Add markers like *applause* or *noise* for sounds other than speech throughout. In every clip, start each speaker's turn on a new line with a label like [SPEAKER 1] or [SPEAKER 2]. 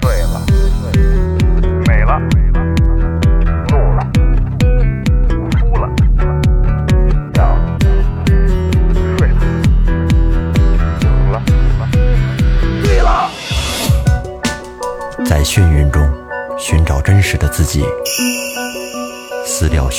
[SPEAKER 1] 醉了，美了，怒了，哭了，笑了，睡了，醒了，醉了。
[SPEAKER 2] 在眩晕中寻找真实的自己，撕掉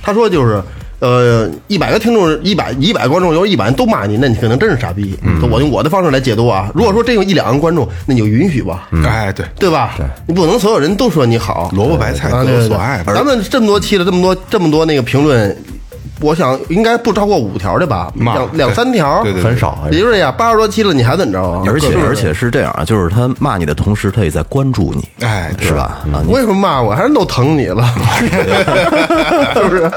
[SPEAKER 3] 他说就是，呃，一百个听众，一百一百观众，有一百人都骂你，那你可能真是傻逼。我用我的方式来解读啊。如果说真有一两个观众，那你就允许吧，
[SPEAKER 4] 哎，对，
[SPEAKER 3] 对吧？你不能所有人都说你好，
[SPEAKER 4] 萝卜白菜
[SPEAKER 3] 啊
[SPEAKER 4] 各
[SPEAKER 3] 对
[SPEAKER 4] 有
[SPEAKER 3] 对
[SPEAKER 4] 所
[SPEAKER 3] 对
[SPEAKER 4] 爱。
[SPEAKER 3] 咱们这么多期了，这么多这么多那个评论，我想应该不超过五条的吧，
[SPEAKER 4] 骂
[SPEAKER 3] 两两
[SPEAKER 4] 对
[SPEAKER 3] 三条，
[SPEAKER 4] 对对对
[SPEAKER 5] 很少，啊
[SPEAKER 3] 也就是这样，八十多期了，你还怎么着啊？
[SPEAKER 6] 而且
[SPEAKER 3] 各种
[SPEAKER 6] 而且嗯是这样啊，就是他骂你的同时，他也在关注你，
[SPEAKER 4] 哎对
[SPEAKER 6] 是吧？啊，你
[SPEAKER 3] 为什么骂我？还是都疼你了，是 *laughs* 不是？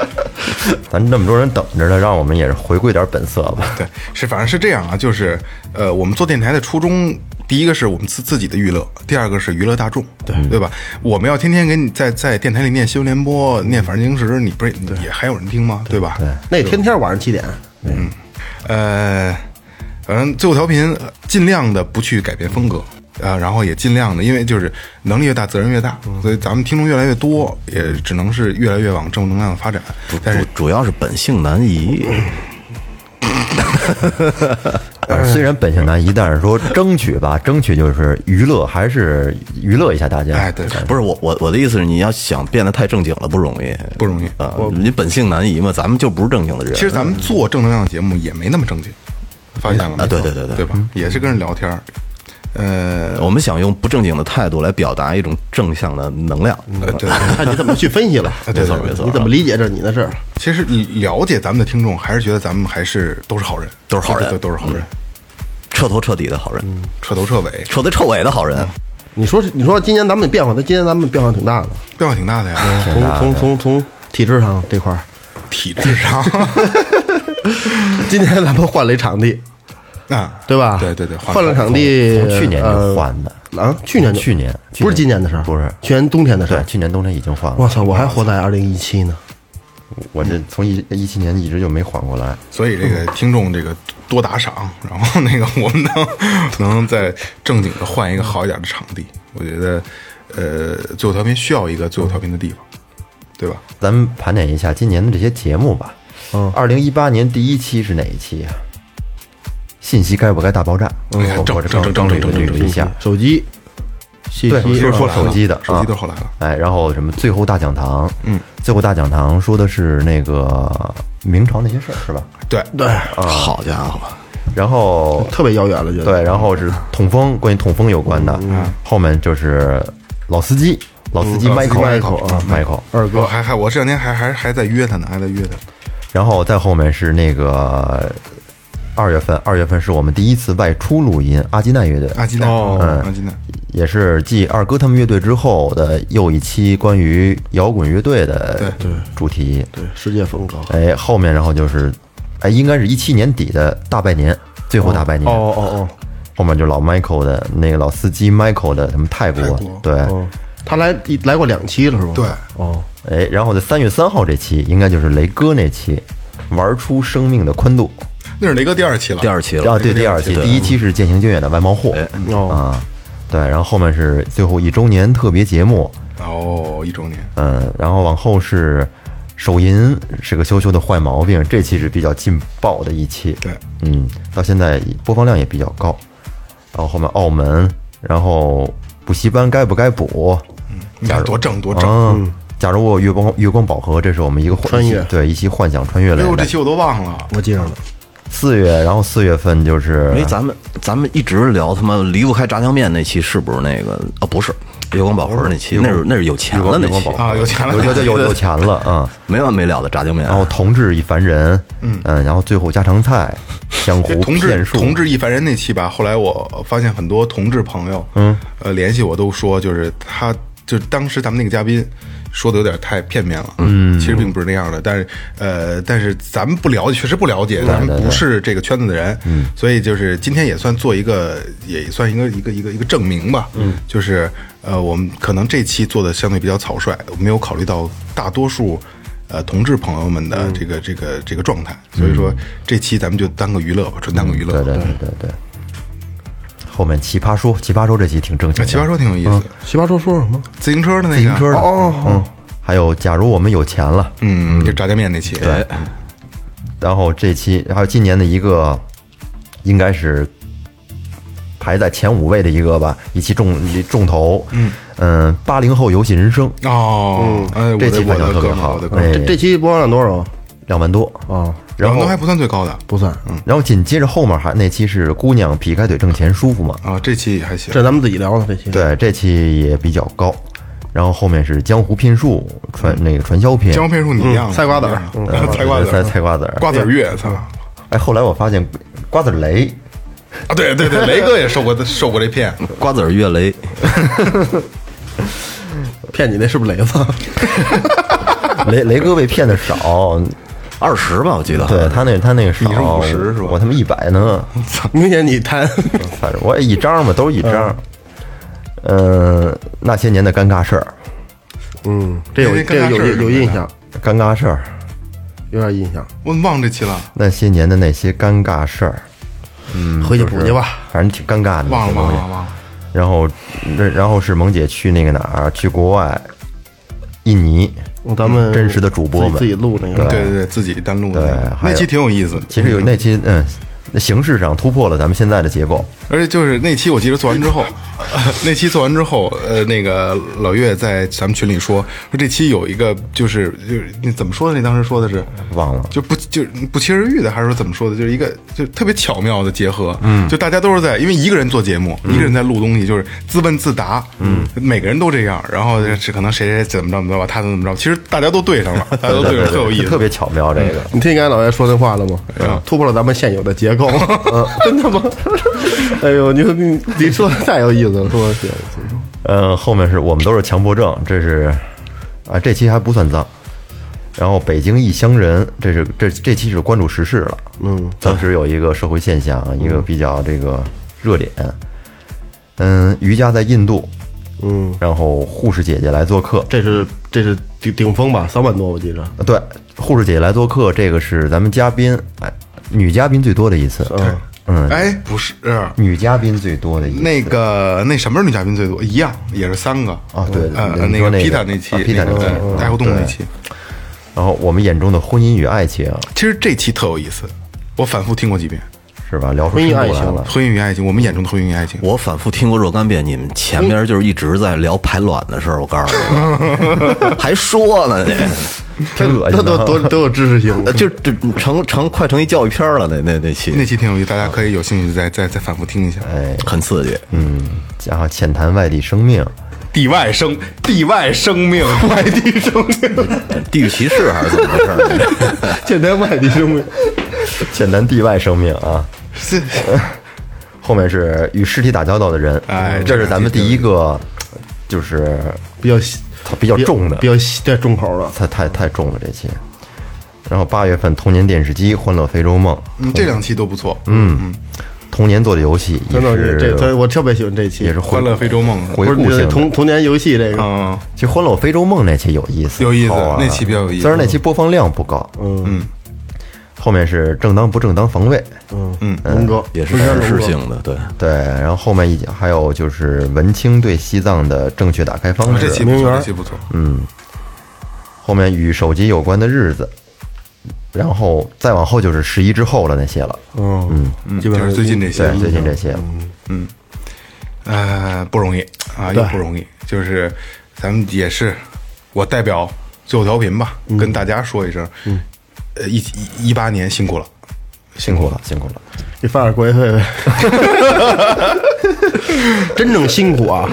[SPEAKER 5] 咱那么多人等着他，让我们也是回归点本色吧。
[SPEAKER 4] 对，是反正是这样啊，就是呃，我们做电台的初衷，第一个是我们自自己的娱乐，第二个是娱乐大众，对对吧？我们要天天给你在在电台里念新闻联播、念法制进行时，你不是也还有人听吗？对吧？对，
[SPEAKER 3] 那天天晚上七点，
[SPEAKER 4] 呃，反正最后调频呃尽量的不去改变风格。啊，然后也尽量的，因为就是能力越大，责任越大，所以咱们听众越来越多，也只能是越来越往正能量的发展。但是
[SPEAKER 6] 主主要是本性难移，
[SPEAKER 5] 反正虽然本性难移，但是说争取吧，争取就是娱乐，还是娱乐一下大家。
[SPEAKER 4] 哎对
[SPEAKER 6] 不是我我我的意思是，你要想变得太正经了不容易，
[SPEAKER 4] 不容易
[SPEAKER 6] 啊，你本性难移嘛，咱们就不是正经的人。
[SPEAKER 4] 其实咱们做正能量的节目也没那么正经，发现了吗？
[SPEAKER 6] 啊对对对对
[SPEAKER 4] 对吧？也是跟人聊天儿，呃，
[SPEAKER 6] 我们想用不正经的态度来表达一种正向的能量，
[SPEAKER 4] 呃对，
[SPEAKER 3] 看你怎么去分析
[SPEAKER 5] *laughs*
[SPEAKER 3] 了，
[SPEAKER 4] 对对对
[SPEAKER 6] 没错
[SPEAKER 3] 你怎么理解这你的事儿？
[SPEAKER 4] 其实了解咱们的听众，还是觉得咱们还是都是好人，
[SPEAKER 6] 都是好人
[SPEAKER 4] 对对都是好人，
[SPEAKER 6] 彻头彻底的好人，
[SPEAKER 5] 嗯
[SPEAKER 4] 彻头彻尾，
[SPEAKER 6] 彻头彻尾的好人。
[SPEAKER 3] 你说，你说今年咱们变化，那今年咱们变化挺大的，
[SPEAKER 4] 变化挺大的呀，
[SPEAKER 6] 嗯
[SPEAKER 3] 从从从从体制上这块儿，
[SPEAKER 4] 体制上
[SPEAKER 3] 今年咱们换了一场地，
[SPEAKER 4] 啊，
[SPEAKER 3] 对吧？
[SPEAKER 4] 对对对，换
[SPEAKER 3] 换了场地，
[SPEAKER 5] 从去年就换的
[SPEAKER 3] 呃啊，去年就
[SPEAKER 5] 去年去年
[SPEAKER 3] 不是今年的事儿，
[SPEAKER 5] 不是
[SPEAKER 3] 去年冬天的事
[SPEAKER 5] 对
[SPEAKER 3] 儿，。
[SPEAKER 5] 去年冬天已经换
[SPEAKER 3] 我
[SPEAKER 5] 了，
[SPEAKER 3] 操，我还活在二零一七呢，
[SPEAKER 5] 我这从一一七年一直就没缓过来。
[SPEAKER 4] 所以这个听众这个多打赏，然后那个我们能能再正经的换一个好一点的场地，我觉得呃，最后调频需要一个最后调频的地方，对吧？
[SPEAKER 5] 咱们盘点一下今年的这些节目吧。嗯，二零一八年第一期是哪一期呀、啊信息该不该大爆炸？
[SPEAKER 4] 哎呀
[SPEAKER 5] 我
[SPEAKER 4] 整
[SPEAKER 5] 我这
[SPEAKER 4] 整整
[SPEAKER 5] 刚
[SPEAKER 4] 整
[SPEAKER 5] 捋了
[SPEAKER 4] 整
[SPEAKER 5] 捋了一下，
[SPEAKER 3] 手机，信
[SPEAKER 5] 对，
[SPEAKER 3] 息
[SPEAKER 5] 就，是说
[SPEAKER 4] 手
[SPEAKER 5] 手
[SPEAKER 4] 机
[SPEAKER 5] 机
[SPEAKER 4] 的
[SPEAKER 5] 的，
[SPEAKER 4] 手机都
[SPEAKER 5] 啊
[SPEAKER 4] 后来了
[SPEAKER 5] 哎，然后什么最后大讲堂，嗯，最后大讲堂说的是那个明朝那些事儿是吧？
[SPEAKER 4] 对，
[SPEAKER 3] 对，
[SPEAKER 5] 啊
[SPEAKER 6] 好家伙，
[SPEAKER 5] 然后
[SPEAKER 3] 特别遥远了，觉得。
[SPEAKER 5] 对，然后是痛风，关于痛风有关的，后面就是老司机，老司机
[SPEAKER 4] 嗯老司机
[SPEAKER 5] Michael
[SPEAKER 4] Michael，嗯
[SPEAKER 5] 啊 Michael，
[SPEAKER 3] 二
[SPEAKER 4] 我
[SPEAKER 3] 哥，
[SPEAKER 4] 哦还还我这两天还还还在约他呢，还在约他。
[SPEAKER 5] 然后再后面是那个二月份，二月份是我们第一次外出录音，阿基奈乐队，
[SPEAKER 4] 阿基奈，
[SPEAKER 3] 哦
[SPEAKER 5] 嗯
[SPEAKER 4] 阿基奈，
[SPEAKER 5] 也是继二哥他们乐队之后的又一期关于摇滚乐队
[SPEAKER 4] 对
[SPEAKER 5] 的主题。
[SPEAKER 3] 对，世界风格。
[SPEAKER 5] 哎，后面然后就是，哎，应该是一七年底的大拜年，最后大拜年。
[SPEAKER 3] 哦哦哦，
[SPEAKER 5] 后面就老 Michael 的那个老司机 Michael 的什么泰国，
[SPEAKER 4] 泰国哦
[SPEAKER 5] 对，
[SPEAKER 3] 他来一来过两期了是吧？
[SPEAKER 4] 对，
[SPEAKER 3] 哦，
[SPEAKER 5] 哎，然后在三月三号这期应该就是雷哥那期，玩出生命的宽度。
[SPEAKER 4] 那是雷哥第二期了，
[SPEAKER 6] 第二期了，
[SPEAKER 5] 啊，对，第二期，
[SPEAKER 4] 嗯
[SPEAKER 5] 第一期是渐行渐远的外贸
[SPEAKER 4] 哎
[SPEAKER 5] 货，
[SPEAKER 3] 哦
[SPEAKER 5] 啊，对，然后后面是最后一周年特别节目，
[SPEAKER 4] 哦，一周年，
[SPEAKER 5] 嗯，然后往后是手淫是个羞羞的坏毛病，这期是比较劲爆的一期，
[SPEAKER 4] 对，
[SPEAKER 5] 嗯，到现在播放量也比较高，然后后面澳门，然后补习班该不该补，
[SPEAKER 4] 你看多正多正。
[SPEAKER 5] 啊，假如我有月光月光宝盒，这是我们一个幻
[SPEAKER 3] 穿越
[SPEAKER 5] 对一期幻想穿越
[SPEAKER 4] 哎
[SPEAKER 5] 类
[SPEAKER 4] 呦，这
[SPEAKER 5] 的，
[SPEAKER 4] 期我都忘了，
[SPEAKER 3] 我记上了。
[SPEAKER 5] 四月，然后四月份就是
[SPEAKER 6] 因为咱们咱们一直聊他妈离不开炸酱面那期，是不是那个啊？不是，月光宝盒那期，那是那是有钱了那期，
[SPEAKER 4] 啊，有钱了
[SPEAKER 5] 有有有有钱了
[SPEAKER 4] *laughs*
[SPEAKER 5] 啊、
[SPEAKER 6] 没完没了的炸酱面
[SPEAKER 5] 然。后同志一凡人，嗯然后最后家常
[SPEAKER 4] *laughs*
[SPEAKER 5] 菜，江湖
[SPEAKER 4] 同
[SPEAKER 5] 骗
[SPEAKER 4] 志
[SPEAKER 5] 术，
[SPEAKER 4] 同志一凡人那期吧，后来我发现很多同志朋友，嗯，呃，联系我都说，就是他，就是当时咱们那个嘉宾说的有点太片面了，嗯，其实并不是那样的，但是呃，但是咱们不了解，确实不了解，咱们不是这个圈子的人，嗯，所以就是今天也算做一个，也算一个一个一个一个证明吧，嗯，就是呃，我们可能这期做的相对比较草率，没有考虑到大多数。呃同志朋友们的这个、这个这个状态。所以说这期咱们就当个娱乐吧，纯当个娱乐。
[SPEAKER 5] 对对对对对。后面奇葩说，奇葩说这期挺正经
[SPEAKER 4] 那
[SPEAKER 5] 的，
[SPEAKER 4] 啊奇葩说挺有意思，
[SPEAKER 3] 奇葩说说什么？
[SPEAKER 4] 自行车的那个，
[SPEAKER 5] 嗯自行车的，哦嗯，还有假如我们有钱了，
[SPEAKER 4] 嗯，就炸酱面那期，对，
[SPEAKER 5] 然后这期还有今年的一个，应该是排在前五位的一个吧，一期重重头，嗯八零后游戏人生
[SPEAKER 4] 哦，哎，我
[SPEAKER 5] 嗯这
[SPEAKER 4] 的
[SPEAKER 5] 期
[SPEAKER 4] 我
[SPEAKER 5] 反响
[SPEAKER 4] 的
[SPEAKER 5] 特别
[SPEAKER 4] 哥们儿，
[SPEAKER 5] 好
[SPEAKER 4] 我的，哥们儿，
[SPEAKER 5] 哎，
[SPEAKER 3] 这这期播放量多少啊？
[SPEAKER 5] 两万多，
[SPEAKER 3] 啊，
[SPEAKER 5] 然
[SPEAKER 4] 都
[SPEAKER 5] 后
[SPEAKER 4] 还不算最高的
[SPEAKER 3] 不算，
[SPEAKER 5] 然后紧接着后面还那期是姑娘劈开腿挣钱舒服嘛，
[SPEAKER 4] 啊，这期也还行，
[SPEAKER 3] 这咱们自己聊的这期。，
[SPEAKER 5] 对，这期也比较高，然后后面是江湖骗术传那个传销篇，
[SPEAKER 4] 江湖骗术
[SPEAKER 5] 嗯
[SPEAKER 4] 你一样，
[SPEAKER 3] 菜瓜子儿
[SPEAKER 4] 你一样 *laughs* 菜瓜子
[SPEAKER 5] 菜
[SPEAKER 4] 儿，
[SPEAKER 5] 菜瓜子儿，
[SPEAKER 4] 瓜子儿月，操啊，
[SPEAKER 5] 哎，后来我发现瓜子儿雷。 *laughs*
[SPEAKER 4] 对对对，雷哥也受过受过这骗，
[SPEAKER 6] 瓜子儿月雷，
[SPEAKER 3] 骗你那是不是雷子？
[SPEAKER 5] 雷雷哥被骗的
[SPEAKER 4] *laughs*
[SPEAKER 5] 少，
[SPEAKER 6] 二十吧，我记得。
[SPEAKER 5] 对他那他那个少，
[SPEAKER 4] 你是50是吧
[SPEAKER 5] 我他妈一百呢，
[SPEAKER 3] 明年你谈，
[SPEAKER 5] 反正我也一张嘛，都是一张。嗯、那些年的尴尬事儿，
[SPEAKER 3] 嗯，这有
[SPEAKER 4] 那
[SPEAKER 3] 这
[SPEAKER 4] 跟
[SPEAKER 3] 个有
[SPEAKER 4] 他是
[SPEAKER 3] 有有印象，
[SPEAKER 5] 尴尬事儿，
[SPEAKER 3] 有点印象，
[SPEAKER 4] 我忘这期了，
[SPEAKER 5] 那些年的那些尴尬事儿，
[SPEAKER 3] 回去补去吧。
[SPEAKER 5] 反正挺尴尬的那
[SPEAKER 4] 忘
[SPEAKER 5] 些
[SPEAKER 4] 了
[SPEAKER 5] 东
[SPEAKER 4] 忘
[SPEAKER 5] 西
[SPEAKER 4] 了。忘了，
[SPEAKER 5] 然后，然然后是萌姐去那个哪儿，去国外，印尼，
[SPEAKER 3] 哦咱们
[SPEAKER 5] 嗯真实的主播们
[SPEAKER 3] 自己自己录那个，
[SPEAKER 4] 对对对，自己单录的
[SPEAKER 5] 对还
[SPEAKER 4] 那
[SPEAKER 5] 有
[SPEAKER 4] 期挺有意思，
[SPEAKER 5] 其实有那期嗯，那形式上突破了咱们现在的结构。
[SPEAKER 4] 而且就是那期我记得做完之后， *laughs* 那期做完之后，呃，那个老岳在咱们群里说说这期有一个就是就是那怎么说的？你当时说的是
[SPEAKER 5] 忘了
[SPEAKER 4] 就不就是不期而遇的，还是说怎么说的？就是一个就特别巧妙的结合，嗯，就大家都是在因为一个人做节目，一个人在录东西，就是自问自答，嗯，每个人都这样，然后是可能谁谁怎么着怎么着吧，他怎么着，其实大家都对上 *laughs* 了，大家都对上，特有意思，
[SPEAKER 5] 特别巧妙这个。
[SPEAKER 3] 你听刚才老爷说那话了吗？突破了咱们现有的结构，嗯真的吗？ *laughs* 哎呦，你你你说的太有意思了，说的太有意思了
[SPEAKER 5] 嗯，后面是我们都是强迫症，这是啊，这期还不算脏。然后北京异乡人，这是这这期是关注时事了。嗯，当时有一个社会现象，
[SPEAKER 3] 嗯
[SPEAKER 5] 一个比较这个热点。嗯，瑜伽在印度，
[SPEAKER 3] 嗯，
[SPEAKER 5] 然后护士姐姐来做客。
[SPEAKER 3] 这是这是顶顶峰吧？三万多我记着，
[SPEAKER 5] 对，护士姐姐来做客，这个是咱们嘉宾，哎，女嘉宾最多的一次。嗯嗯，
[SPEAKER 4] 哎，不是。
[SPEAKER 5] 女嘉宾最多的一次。
[SPEAKER 4] 那个那什么女嘉宾最多，一样也是三个
[SPEAKER 5] 啊对
[SPEAKER 4] 呃，
[SPEAKER 5] 你
[SPEAKER 4] 那
[SPEAKER 5] 说那个
[SPEAKER 4] 皮塔那期
[SPEAKER 5] 啊，皮塔
[SPEAKER 4] 那
[SPEAKER 5] 那期
[SPEAKER 4] 个
[SPEAKER 5] 嗯
[SPEAKER 4] 爱互动那
[SPEAKER 5] 对
[SPEAKER 4] 期，
[SPEAKER 5] 然后我们眼中的婚姻与爱情，
[SPEAKER 4] 其实这期特有意思，我反复听过几遍。
[SPEAKER 5] 是吧？聊出
[SPEAKER 3] 婚姻
[SPEAKER 5] 深度
[SPEAKER 3] 爱
[SPEAKER 5] 来
[SPEAKER 3] 情
[SPEAKER 5] 了。
[SPEAKER 4] 婚姻与爱情，我们眼中的婚姻与爱情，
[SPEAKER 6] 我反复听过若干遍，你们前面就是一直在聊排卵的事儿，我告诉你， *laughs* 还说呢，
[SPEAKER 5] 挺恶
[SPEAKER 3] *laughs* 那
[SPEAKER 5] 心的
[SPEAKER 3] 都
[SPEAKER 5] 哈 *laughs*
[SPEAKER 3] 都都有知识性
[SPEAKER 6] 那，就这成成快成一教育片儿了，那那那期
[SPEAKER 4] 那期挺有意思，大家可以有兴趣再再再反复听一下。
[SPEAKER 5] 哎
[SPEAKER 6] 很刺激。
[SPEAKER 5] 然后啊浅谈外地生命，
[SPEAKER 4] 地外生，地外
[SPEAKER 5] *laughs*
[SPEAKER 4] 生命，外地生命，
[SPEAKER 6] 地域歧视还是怎么回
[SPEAKER 5] *laughs*
[SPEAKER 6] 事儿？
[SPEAKER 3] *laughs* 现代外地生命，
[SPEAKER 5] 浅谈地外生命啊。
[SPEAKER 4] 是
[SPEAKER 5] 后面是与尸体打交道的人，
[SPEAKER 4] 哎
[SPEAKER 5] 这是咱们第一个，就是
[SPEAKER 3] 比较细
[SPEAKER 5] 它比较重的
[SPEAKER 3] 比，较细对重口的。
[SPEAKER 5] 太太太重了这期。然后八月份童年电视机《欢乐非洲梦》，
[SPEAKER 4] *laughs* 嗯，这两期都不错。嗯，
[SPEAKER 5] 童年做的游戏也
[SPEAKER 3] 真的，
[SPEAKER 5] 是
[SPEAKER 3] 这这我特别喜欢这期，
[SPEAKER 5] 也是回
[SPEAKER 4] 欢乐非洲梦，
[SPEAKER 5] 回
[SPEAKER 3] 不
[SPEAKER 5] 顾
[SPEAKER 3] 是
[SPEAKER 5] 性
[SPEAKER 3] 童
[SPEAKER 5] 的。
[SPEAKER 3] 童年游戏这个，
[SPEAKER 4] 嗯，
[SPEAKER 5] 其实《欢乐非洲梦》那期有意思，
[SPEAKER 4] 有意思
[SPEAKER 5] 好玩
[SPEAKER 4] 那期比较有意思
[SPEAKER 5] 虽然那期播放量不高，嗯嗯。后面是正当不正当防卫，
[SPEAKER 3] 龙哥
[SPEAKER 6] 嗯也是实事性的，对，
[SPEAKER 5] 对，然后后面一还有就是文青对西藏的正确打开方
[SPEAKER 4] 啊这
[SPEAKER 5] 式，
[SPEAKER 4] 期不错，这期不错。
[SPEAKER 5] 嗯后面与手机有关的日子，然后再往后就是十一之后了那些了，
[SPEAKER 3] 嗯嗯，基
[SPEAKER 4] 就
[SPEAKER 3] 本上
[SPEAKER 4] 是最近这些
[SPEAKER 5] 对，最近这些了，
[SPEAKER 4] 嗯呃，不容易啊，又不容易。就是咱们也是，我代表最后调频吧，
[SPEAKER 3] 嗯
[SPEAKER 4] 跟大家说一声，呃，一一一八年辛苦了，
[SPEAKER 5] 辛苦了，辛苦了。
[SPEAKER 3] 你发点国际费呗，真正辛苦啊！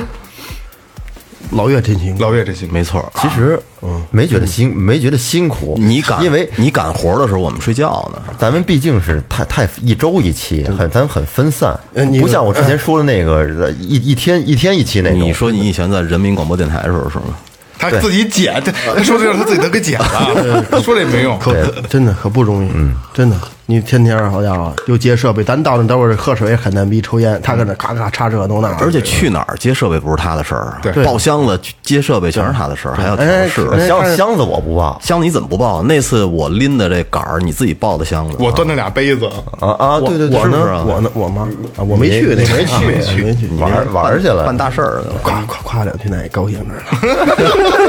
[SPEAKER 3] 老岳真辛苦，
[SPEAKER 4] 老岳真辛苦，
[SPEAKER 6] 没错儿。
[SPEAKER 5] 其实
[SPEAKER 4] 嗯
[SPEAKER 5] 没觉得辛，没觉得辛苦。
[SPEAKER 6] 你赶
[SPEAKER 5] 因为
[SPEAKER 6] 你赶活的时候，我们睡觉呢。
[SPEAKER 5] 咱们毕竟是太太一周一期，很咱们很分散，
[SPEAKER 3] 你
[SPEAKER 5] 不像我之前说的那个呃一一天一天一期那种。
[SPEAKER 6] 你说你以前在人民广播电台的时候是吗？
[SPEAKER 4] 他自己剪，他他说这事儿他自己都给剪了，
[SPEAKER 3] *laughs*
[SPEAKER 4] 他说这也没
[SPEAKER 5] *laughs*
[SPEAKER 4] 用。
[SPEAKER 3] 可真的可不容易，嗯，真的，你天天好家伙又接设备，咱到那待会儿喝水很难逼
[SPEAKER 5] 嗯
[SPEAKER 3] 抽烟，他搁那咔咔插这弄那，
[SPEAKER 6] 而且去哪儿接设备不是他的事儿，
[SPEAKER 4] 对
[SPEAKER 6] 抱箱子接设备全是他的事儿，还要调试。
[SPEAKER 3] 哎
[SPEAKER 5] 呃箱箱子我不报
[SPEAKER 6] 箱子你怎么不抱？那次我拎的这杆儿，你自己抱的箱子。
[SPEAKER 4] 我端着俩杯子，
[SPEAKER 5] 啊啊！对对对，
[SPEAKER 3] 我
[SPEAKER 5] 是不是
[SPEAKER 3] 呢我呢我吗？啊，我没去那没去没去没去，
[SPEAKER 5] 玩儿玩儿去了嗯
[SPEAKER 6] 办，大事儿去了。
[SPEAKER 3] 夸夸夸两句，那也高兴着呢。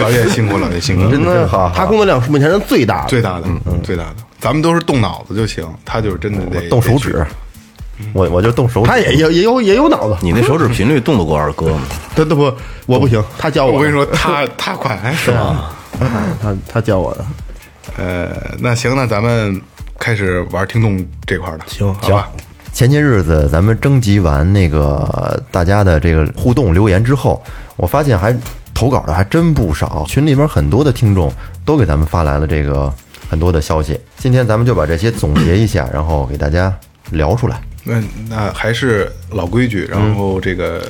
[SPEAKER 4] 老岳辛苦，老
[SPEAKER 3] 嗯
[SPEAKER 4] 岳辛苦，
[SPEAKER 3] *laughs*
[SPEAKER 5] 真的好。
[SPEAKER 3] 他工作量是目前人最大的，
[SPEAKER 4] 最大的，
[SPEAKER 3] 嗯
[SPEAKER 4] 最大的，咱们都是动脑子就行，他就是真的得
[SPEAKER 5] 动手，
[SPEAKER 4] 得
[SPEAKER 5] 指
[SPEAKER 4] 去，
[SPEAKER 5] 我我就动手指。
[SPEAKER 3] 他也有也有也有脑子，
[SPEAKER 6] 你那手指频率动得过二哥 *laughs* 吗？
[SPEAKER 3] 他他不我不行，他教我，啊
[SPEAKER 4] 我跟你，说，他他快哎是
[SPEAKER 5] 啊
[SPEAKER 4] 吗？
[SPEAKER 3] *laughs* 他他教我的，
[SPEAKER 4] 呃，那行，那咱们开始玩听众这块儿的，行，好吧，
[SPEAKER 5] 前些日子咱们征集完那个呃大家的这个互动留言之后，我发现还投稿的还真不少，群里边很多的听众都给咱们发来了这个很多的消息。今天咱们就把这些总结一下，然后给大家聊出来。
[SPEAKER 4] 那那还是老规矩，然后这个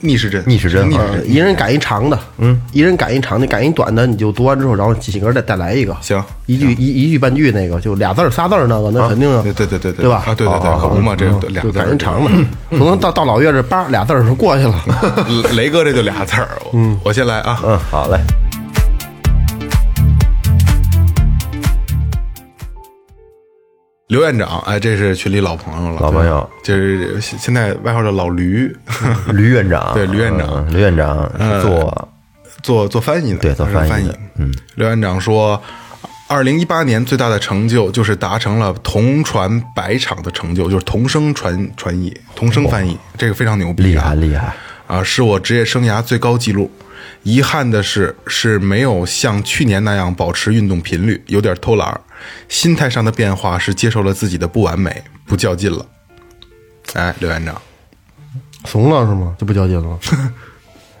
[SPEAKER 4] 逆时针，
[SPEAKER 5] 逆时针
[SPEAKER 4] 逆时
[SPEAKER 5] 啊
[SPEAKER 4] 针，
[SPEAKER 3] 一人赶一长的，嗯，一人赶一长的，赶一短的，你就读完之后，然后几个再再来一个，
[SPEAKER 4] 行
[SPEAKER 3] 一句一一句半句那个，就俩字儿仨字儿那个，那肯定啊
[SPEAKER 4] 对对对对
[SPEAKER 3] 对吧嗯
[SPEAKER 4] 啊，对对对，可不嘛，这俩
[SPEAKER 3] 就
[SPEAKER 4] 字
[SPEAKER 3] 赶
[SPEAKER 4] 儿
[SPEAKER 3] 人长
[SPEAKER 4] *laughs*
[SPEAKER 3] 的，可能到到老岳这叭俩字儿就过去了。
[SPEAKER 4] *laughs* 雷哥这就俩字儿，嗯，我先来啊，
[SPEAKER 5] 嗯，好嘞。
[SPEAKER 4] 刘院长，哎，这是群里老朋友了，
[SPEAKER 5] 老朋友
[SPEAKER 4] 就是现在外号叫老驴，
[SPEAKER 5] 吕院长，
[SPEAKER 4] 对吕院长
[SPEAKER 5] 嗯吕院长是做
[SPEAKER 4] 做做翻译的，
[SPEAKER 5] 对做
[SPEAKER 4] 他是
[SPEAKER 5] 翻
[SPEAKER 4] 翻
[SPEAKER 5] 译的嗯，
[SPEAKER 4] 刘院长说，二零一八年最大的成就就是达成了同传百场的成就，就是同声传传译、同声翻译，这个非常牛逼
[SPEAKER 5] 厉
[SPEAKER 4] 啊，
[SPEAKER 5] 害厉害，
[SPEAKER 4] 啊，是我职业生涯最高纪录。遗憾的是，是没有像去年那样保持运动频率，有点偷懒儿。心态上的变化是接受了自己的不完美，不较劲了。哎，刘院长，
[SPEAKER 3] 怂了是吗？就不较
[SPEAKER 4] *laughs*
[SPEAKER 3] 劲了。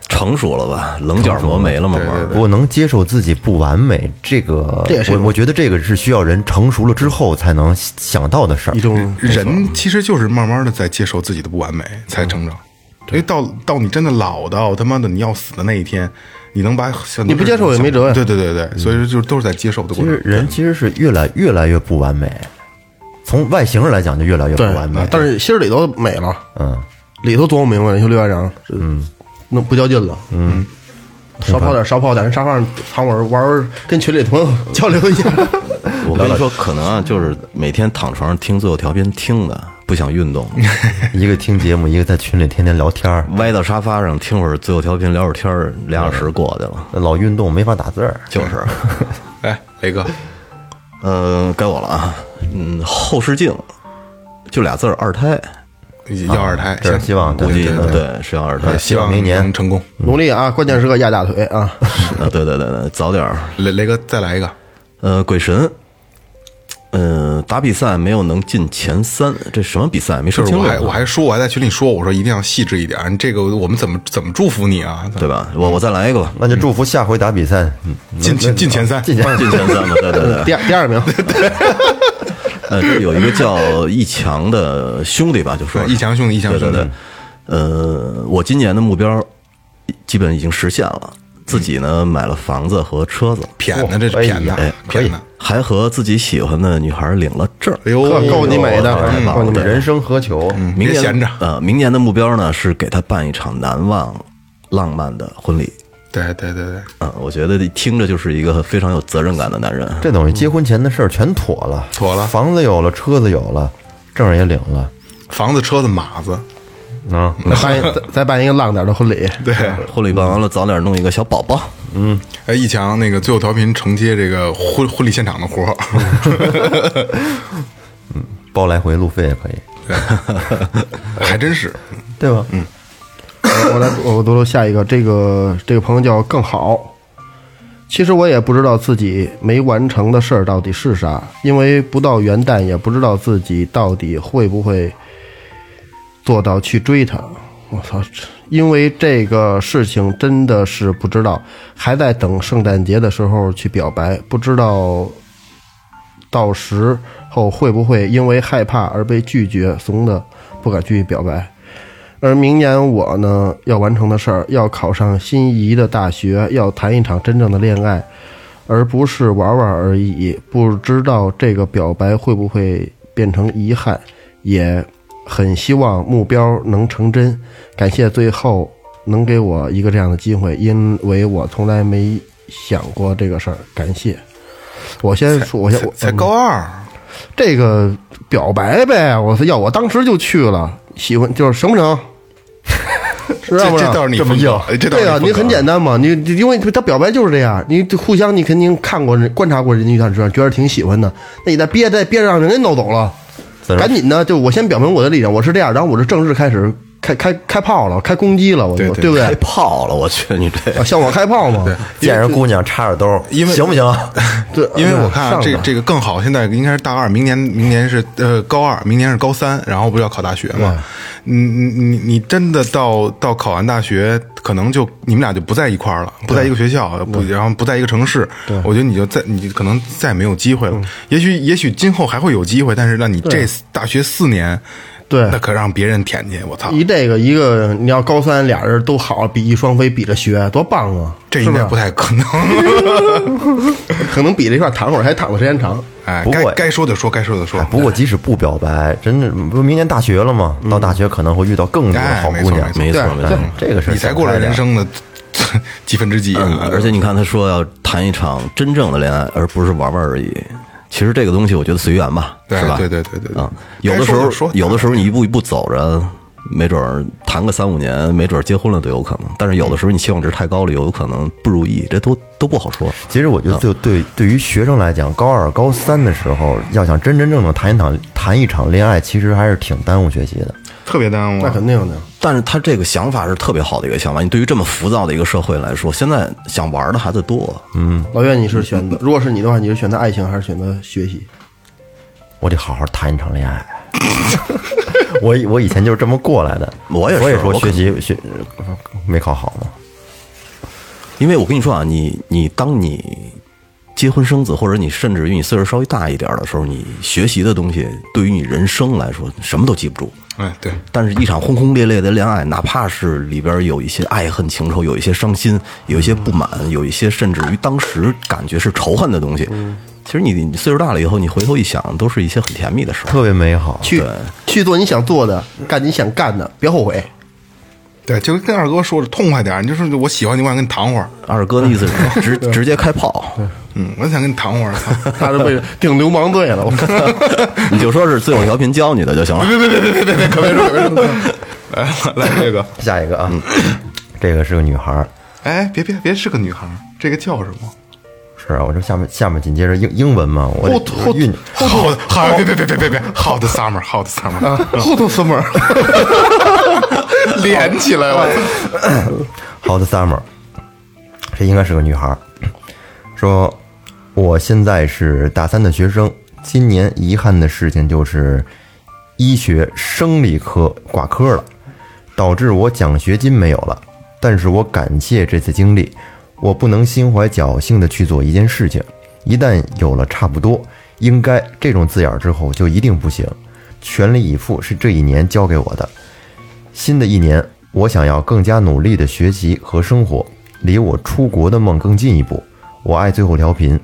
[SPEAKER 6] 成熟了吧？棱角磨没了吗？慢慢
[SPEAKER 5] 不过能接受自己不完美，这个
[SPEAKER 3] 这也是一
[SPEAKER 5] 我
[SPEAKER 3] 种
[SPEAKER 5] 我觉得这个是需要人成熟了之后才能想到的事儿
[SPEAKER 3] 一。种
[SPEAKER 4] 人其实就是慢慢的在接受自己的不完美，才成长。因为到到你真的老到他妈的你要死的那一天，你能把很多
[SPEAKER 3] 你不接受也没辙呀
[SPEAKER 4] 对对对对，所以说就是都是在接受的过
[SPEAKER 5] 其
[SPEAKER 4] 程
[SPEAKER 5] 实。人其实是越来越来越不完美，从外形上来讲就越来越不
[SPEAKER 3] 对啊
[SPEAKER 5] 完美。，
[SPEAKER 3] 但是心儿里头美了，
[SPEAKER 5] 嗯，
[SPEAKER 3] 里头琢磨明白了。你说刘院长，嗯，那不较劲了，嗯。少跑点，少跑点，沙发上躺会儿玩儿，跟群里朋友 *laughs* 交流一下。
[SPEAKER 4] *laughs*
[SPEAKER 6] 我跟你说，可能啊，就是每天躺床上听最后调频听的， *laughs* 不想运动，
[SPEAKER 5] *laughs* 一个听节目，一个在群里天天聊天儿，
[SPEAKER 6] 歪到沙发上听会儿最后调频，聊会儿天儿，俩小时过去了。
[SPEAKER 5] 那老运动没法打字儿。
[SPEAKER 6] 就是，
[SPEAKER 4] 哎，雷哥，
[SPEAKER 6] 呃，该我了啊。嗯，后视镜就俩字儿，二胎。
[SPEAKER 4] 要二胎，
[SPEAKER 5] 这是
[SPEAKER 4] 行
[SPEAKER 5] 希望
[SPEAKER 6] 估
[SPEAKER 5] 对
[SPEAKER 6] 计
[SPEAKER 5] 对
[SPEAKER 6] 呃
[SPEAKER 5] 对
[SPEAKER 6] 对是要
[SPEAKER 4] *laughs*
[SPEAKER 6] 二胎。
[SPEAKER 4] 希望
[SPEAKER 5] 明年
[SPEAKER 4] 能成功。
[SPEAKER 3] 努力啊，关键时刻压大腿啊！
[SPEAKER 6] 啊，对对对对，早点儿。
[SPEAKER 4] 雷雷哥再来一个，
[SPEAKER 6] 呃，鬼神，呃，打比赛没有能进前三，这什么比赛？没
[SPEAKER 4] 就
[SPEAKER 6] 说
[SPEAKER 4] 是
[SPEAKER 6] 清
[SPEAKER 4] 我
[SPEAKER 6] 楚
[SPEAKER 4] 还
[SPEAKER 6] 啊，
[SPEAKER 4] 我还说我还在群里说，我说一定要细致一点，这个我们怎么怎么祝福你啊？
[SPEAKER 6] 对吧？我我再来
[SPEAKER 4] *laughs*
[SPEAKER 6] 一个吧，
[SPEAKER 5] 那就祝福下回打比赛嗯
[SPEAKER 4] 进进进前三，
[SPEAKER 5] 进前
[SPEAKER 6] 进前三吧。对对
[SPEAKER 3] *laughs*
[SPEAKER 6] 对，
[SPEAKER 3] 第二第二
[SPEAKER 5] *laughs*
[SPEAKER 3] 名，
[SPEAKER 6] 呃，这有一个叫易强的兄弟吧，就说
[SPEAKER 4] 对易强兄弟易强兄弟
[SPEAKER 6] 对对对呃，我今年的目标基本已经实现了，自己呢买了房子和车子，
[SPEAKER 4] 谝的这是谝
[SPEAKER 5] 哎
[SPEAKER 4] 的
[SPEAKER 5] 呀，
[SPEAKER 4] 谝的。
[SPEAKER 6] 还和自己喜欢的女孩领了证。哎
[SPEAKER 4] 哎呦，
[SPEAKER 3] 呵够你美的
[SPEAKER 4] 嗯
[SPEAKER 3] 嗯
[SPEAKER 5] 啊
[SPEAKER 3] 够你美的。
[SPEAKER 5] 人生何求？
[SPEAKER 6] 明
[SPEAKER 4] 别
[SPEAKER 6] 年
[SPEAKER 4] 闲着
[SPEAKER 6] 呃，明年的目标呢是给她办一场难忘、浪漫的婚礼。
[SPEAKER 4] 对对对对，
[SPEAKER 6] 嗯，我觉得听着就是一个非常有责任感的男人。
[SPEAKER 5] 这等于结婚前的事儿全妥了，
[SPEAKER 4] 妥了
[SPEAKER 5] 房子有了，车子有了，证儿也领了，
[SPEAKER 4] 房子、车子、马子，
[SPEAKER 5] 啊，
[SPEAKER 3] 再办一再再办一个浪点的婚礼，
[SPEAKER 4] 对。
[SPEAKER 6] 婚礼办完了，早点弄一个小宝宝。
[SPEAKER 4] 哎，易强，那个最后调频承接这个婚婚礼现场的活儿， *laughs*
[SPEAKER 5] 包来回路费也可以，
[SPEAKER 4] 还真是。
[SPEAKER 5] 对吧？嗯，
[SPEAKER 3] 我来，我读读下一个，这个这个朋友叫更好。其实我也不知道自己没完成的事儿到底是啥，因为不到元旦也不知道自己到底会不会做到去追它。我操！这因为这个事情真的是不知道，还在等圣诞节的时候去表白，不知道到时候会不会因为害怕而被拒绝，怂的不敢去表白。而明年我呢要完成的事儿，要考上心仪的大学，要谈一场真正的恋爱，而不是玩玩而已。不知道这个表白会不会变成遗憾，也很希望目标能成真。感谢最后能给我一个这样的机会，因为我从来没想过这个事儿。感谢。我先说，哎我先嗯我
[SPEAKER 4] 才高二，
[SPEAKER 3] 这个表白呗，我说要我当时就去了，喜欢就是成不成？是
[SPEAKER 4] *laughs* 这
[SPEAKER 3] 让不
[SPEAKER 4] 这
[SPEAKER 3] 让？
[SPEAKER 4] 倒是你
[SPEAKER 5] 这么
[SPEAKER 4] 风格
[SPEAKER 5] 硬
[SPEAKER 4] 哎这倒
[SPEAKER 3] 对
[SPEAKER 4] 是
[SPEAKER 3] 啊，
[SPEAKER 4] 风
[SPEAKER 3] 你
[SPEAKER 4] 格
[SPEAKER 3] 很简单嘛，你你因为他表白就是这样，你互相你肯定看过人观察过人家一段时间，觉得挺喜欢的，那你再憋再憋着让人家弄走了，
[SPEAKER 5] 自然
[SPEAKER 3] 赶紧的，就我先表明我的立场，我是这样，然后我就正式开始开开开炮了，开攻击了，我就
[SPEAKER 4] 对对
[SPEAKER 3] 不
[SPEAKER 6] 开
[SPEAKER 3] 对？
[SPEAKER 6] 炮了，我去你这
[SPEAKER 3] 啊，向我开炮嘛，
[SPEAKER 5] 见着姑娘插着兜，
[SPEAKER 4] 因为
[SPEAKER 5] 行不行？ *laughs*
[SPEAKER 3] 对，
[SPEAKER 4] 因为
[SPEAKER 3] 对
[SPEAKER 4] 我看啊
[SPEAKER 3] 嗯上
[SPEAKER 4] 这
[SPEAKER 3] 吧
[SPEAKER 4] 这个更好，现在应该是大二，明年明年是呃高二，明年是高三，然后不是要考大学嘛？
[SPEAKER 3] 嗯
[SPEAKER 4] 你你你你真的到到考完大学，可能就你们俩就不在一块儿了，不在一个学校，不然后不在一个城市，我觉得你就再你就可能再也没有机会
[SPEAKER 3] 嗯
[SPEAKER 4] 了。也许也许今后还会有机会，但是那你这大学四年，
[SPEAKER 3] 对
[SPEAKER 4] 那可让别人舔去，我操，
[SPEAKER 3] 一这个一个，你要高三俩人都好，比翼双飞，比着学，多棒啊！
[SPEAKER 4] 这应该不太可能。 *laughs*
[SPEAKER 3] 可能比这块儿躺会儿还躺的时间长。
[SPEAKER 4] 哎，
[SPEAKER 5] 不
[SPEAKER 4] 该
[SPEAKER 5] 过
[SPEAKER 4] 该说的说，该说的说。
[SPEAKER 5] 哎不过即使不表白，真的不是明年大学了吗？到大学可能会遇到更多的
[SPEAKER 4] 嗯哎，
[SPEAKER 5] 好
[SPEAKER 4] 没
[SPEAKER 5] 姑
[SPEAKER 4] 错
[SPEAKER 5] 娘。
[SPEAKER 6] 没错
[SPEAKER 3] 对
[SPEAKER 6] 没
[SPEAKER 5] 嗯
[SPEAKER 6] 错。
[SPEAKER 5] 这个事儿
[SPEAKER 4] 你才过了人生 *laughs* 的几分之几啊，
[SPEAKER 6] 嗯，而且你看他说要谈一场真正的恋爱，而不是玩玩而已。其实这个东西，我觉得随缘吧，
[SPEAKER 4] 对
[SPEAKER 6] 是吧？
[SPEAKER 4] 对对对对对
[SPEAKER 6] 啊，有的
[SPEAKER 4] 该
[SPEAKER 6] 时
[SPEAKER 4] 说
[SPEAKER 6] 候
[SPEAKER 4] 就说
[SPEAKER 6] 有的时候你一步一步走着，没准儿谈个三五年，没准儿结婚了都有可能。但是有的时候你期望值太高了，有可能不如意，这都都不好说。
[SPEAKER 5] 其实我觉得，
[SPEAKER 4] 嗯
[SPEAKER 5] 就对对于学生来讲，高二、高三的时候，要想真真正正谈一场谈一场恋爱，其实还是挺耽误学习的。
[SPEAKER 4] 特别耽误
[SPEAKER 3] 那
[SPEAKER 4] 啊。
[SPEAKER 3] 肯定的，
[SPEAKER 6] 但是他这个想法是特别好的一个想法。你对于这么浮躁的一个社会来说，现在想玩的孩子多，
[SPEAKER 4] 嗯
[SPEAKER 3] 老岳，你是选择，如果是你的话，你是选择爱情还是选择学习？
[SPEAKER 5] 我得好好谈一场恋爱。 *laughs* 我以我以前就是这么过来
[SPEAKER 4] *laughs*
[SPEAKER 5] 的，
[SPEAKER 6] 我也是
[SPEAKER 5] 所以说
[SPEAKER 6] 我可
[SPEAKER 5] 学习学没考好嘛。
[SPEAKER 6] 因为我跟你说啊，你你当你结婚生子，或者你甚至于你岁数稍微大一点的时候，你学习的东西对于你人生来说什么都记不住。
[SPEAKER 4] 哎，对，
[SPEAKER 6] 但是，一场轰轰烈烈的恋爱，哪怕是里边有一些爱恨情仇，有一些伤心，有一些不满，有一些甚至于当时感觉是仇恨的东西，其实你你岁数大了以后，你回头一想，都是一些很甜蜜的事儿。
[SPEAKER 5] 特别美好。
[SPEAKER 3] 去去做你想做的，干你想干的，别后悔。
[SPEAKER 4] 对，就跟二哥说的痛快点儿，你就说我喜欢你，我想跟你谈会儿，
[SPEAKER 6] 二哥的意思是直直接开炮，
[SPEAKER 4] 嗯，我想跟你谈会儿，啊操 *laughs*
[SPEAKER 3] 他是为了顶流氓罪了，我靠！
[SPEAKER 6] *laughs* 你就说是最后调频教你的就行了。
[SPEAKER 4] *laughs* 来哎来这个，
[SPEAKER 5] 下一个
[SPEAKER 4] 嗯
[SPEAKER 5] 啊，这个是个女孩儿，
[SPEAKER 4] 哎，别别别是个女孩儿，这个叫什么？
[SPEAKER 5] 是啊，我这下面下面紧接着英英文嘛，我
[SPEAKER 3] 后
[SPEAKER 5] 我
[SPEAKER 3] 后
[SPEAKER 5] 运
[SPEAKER 4] 好的，好的，别别别别别别，Hot Summer，Hot Summer，
[SPEAKER 3] 后头四
[SPEAKER 4] *laughs*
[SPEAKER 3] 门儿，
[SPEAKER 4] 连起来了，
[SPEAKER 5] Hot Summer，这应该是个女孩儿，说我现在是大三的学生，今年遗憾的事情就是医学生理科挂科了，导致我奖学金没有了。但是我感谢这次经历，我不能心怀侥幸的去做一件事情，一旦有了差不多应该这种字眼儿之后就一定不行，全力以赴是这一年教给我的。新的一年，我想要更加努力的学习和生活，离我出国的梦更进一步。我爱最后调频。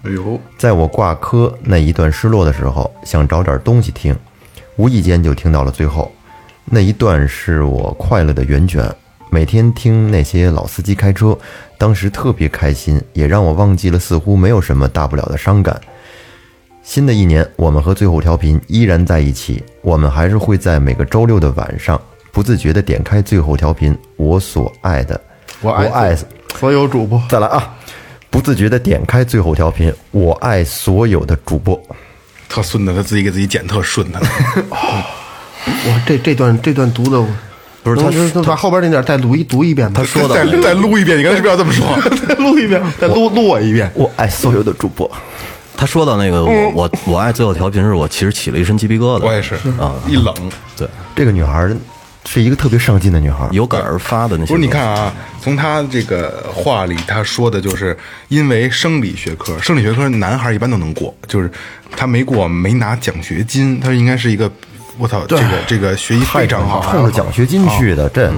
[SPEAKER 5] 在我挂科那一段失落的时候，想找点东西听，无意间就听到了最后那一段，是我快乐的源泉。每天听那些老司机开车，当时特别开心，也让我忘记了似乎没有什么大不了的伤感。新的一年，我们和最后调频依然在一起。我们还是会在每个周六的晚上，不自觉地点开最后调频，我所爱的，我
[SPEAKER 3] 爱所有主播，
[SPEAKER 5] 再来啊！不自觉地点开最后调频，我爱所有的主播。
[SPEAKER 4] 特顺的，他自己给自己剪特顺的，
[SPEAKER 3] 哇，这这段这段读的，
[SPEAKER 6] 不是他
[SPEAKER 3] 能能把后边那点再读一读一遍吗？他
[SPEAKER 6] 说
[SPEAKER 4] 再
[SPEAKER 6] 的
[SPEAKER 4] 再录一遍，你刚才是不是要这么说？
[SPEAKER 3] 再 *laughs* 录一遍，再录录我一遍。
[SPEAKER 5] 我爱所有的主播。
[SPEAKER 6] 他说到那个我我我爱最后调频是我其实起了一身鸡皮疙瘩，
[SPEAKER 4] 我也是
[SPEAKER 6] 啊，
[SPEAKER 4] 一冷，
[SPEAKER 6] 对，
[SPEAKER 5] 这个女孩儿是一个特别上进的女孩，
[SPEAKER 6] 有感而发的那
[SPEAKER 4] 不
[SPEAKER 6] 些。
[SPEAKER 4] 是，你看，啊，从他这个话里，他说的就是因为生理学科，生理学科男孩一般都能过，就是他没过没拿奖学金，他应该是一个，我操，这个这个学习非常好，
[SPEAKER 5] 冲着奖学金去的，这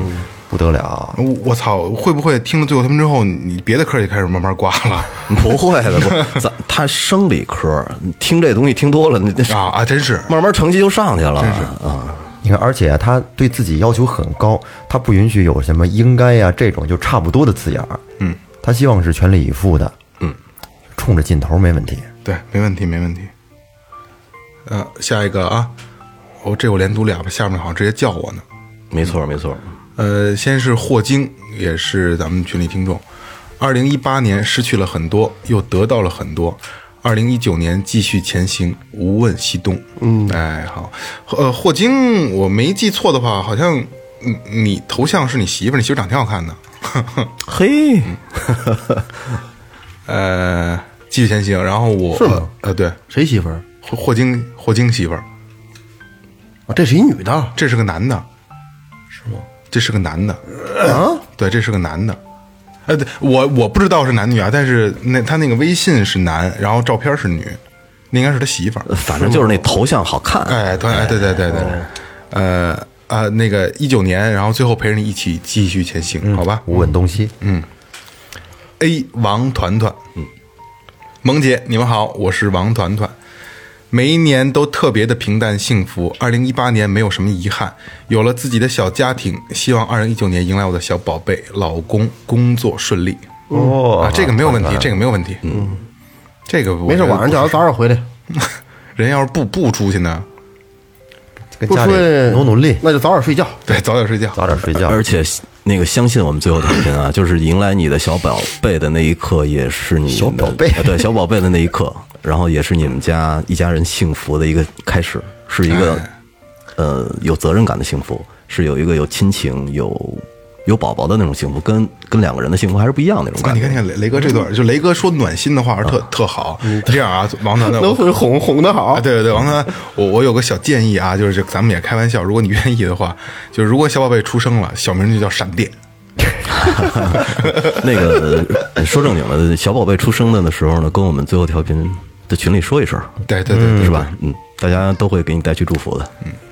[SPEAKER 5] 不得了。啊
[SPEAKER 4] 我我操，会不会听了最后他们之后，你别的科也开始慢慢刮了
[SPEAKER 6] 不会的，不，咱他生理科，你听这东西听多了，你这
[SPEAKER 4] 啊啊？真是，
[SPEAKER 6] 慢慢成绩就上去了，真是啊。
[SPEAKER 5] 你看，而且她对自己要求很高，她不允许有什么“应该”呀这种就差不多的字眼儿。嗯，她希望是全力以赴的。嗯，冲着劲头没问题。
[SPEAKER 4] 对，没问题，没问题。呃，下一个啊，我、这我连读俩吧，下面好像直接叫我呢。
[SPEAKER 6] 没错，没错，
[SPEAKER 4] 呃，先是霍金，也是咱们群里听众。二零一八年失去了很多，又得到了很多。二零一九年继续前行，无问西东。嗯，哎，好，呃，霍金，我没记错的话，好像你你头像是你媳妇儿，你媳妇儿长得挺好看的。 *laughs*
[SPEAKER 6] 嘿，
[SPEAKER 4] 呃，继续前行，然后我
[SPEAKER 3] 是吗
[SPEAKER 4] 呃，对，
[SPEAKER 3] 谁媳妇儿？
[SPEAKER 4] 霍霍金，霍金媳妇儿，
[SPEAKER 3] 啊，这是一女的啊？
[SPEAKER 4] 这是个男的，是吗？这是个男的，对，这是个男的。呃，对我我不知道是男女啊，但是那他那个微信是男，然后照片是女，那应该是他媳妇儿。
[SPEAKER 6] 反正就是那头像好看。
[SPEAKER 4] 哎，对，哎，对对对对，呃啊、那个一九年，然后最后陪着你一起继续前行，好吧
[SPEAKER 5] 无问东西。
[SPEAKER 4] ？A 王团团，嗯，萌姐，你们好，我是王团团。每一年都特别的平淡幸福，二零一八年没有什么遗憾，有了自己的小家庭，希望二零一九年迎来我的小宝贝老公，工作顺利。
[SPEAKER 5] 哦
[SPEAKER 4] 啊，这个没有问题，这个没有问题。嗯，这个我
[SPEAKER 3] 没事，
[SPEAKER 4] 觉得
[SPEAKER 3] 晚上叫她早点回来，
[SPEAKER 4] 人要是不不出去呢，
[SPEAKER 5] 跟
[SPEAKER 3] 不
[SPEAKER 5] 家
[SPEAKER 3] 出
[SPEAKER 5] 里
[SPEAKER 3] 去
[SPEAKER 5] 努努力，
[SPEAKER 3] 那就早点睡觉。
[SPEAKER 4] 对，早点睡觉。
[SPEAKER 5] 早点睡觉。
[SPEAKER 6] 而且那个相信我们最后调频啊，就是迎来你的小宝贝的那一刻，也是你小
[SPEAKER 5] 宝贝
[SPEAKER 6] 对小宝贝的那一刻，然后也是你们家一家人幸福的一个开始，是一个呃有责任感的幸福，是有一个有亲情有。有宝宝的那种幸福，跟跟两个人的幸福还是不一样的那种
[SPEAKER 4] 啊，
[SPEAKER 6] 感
[SPEAKER 4] 你
[SPEAKER 6] 觉。
[SPEAKER 4] 看，你看雷雷哥这段，就雷哥说暖心的话特特好。这样啊，王团团，
[SPEAKER 3] 啊嗯 *laughs* 能
[SPEAKER 4] 我
[SPEAKER 3] 会哄哄的
[SPEAKER 4] *laughs*
[SPEAKER 3] 好
[SPEAKER 4] 啊，，对对对，王团，我我有个小建议啊，就是这咱们也开玩笑，如果你愿意的话，就是如果小宝贝出生了，小名就叫闪电。
[SPEAKER 6] 那个呃说正经的，小宝贝出生的的时候呢，跟我们最后调频的群里说一声，
[SPEAKER 4] 对对对，
[SPEAKER 6] 是吧？嗯，大家都会给你带去祝福的。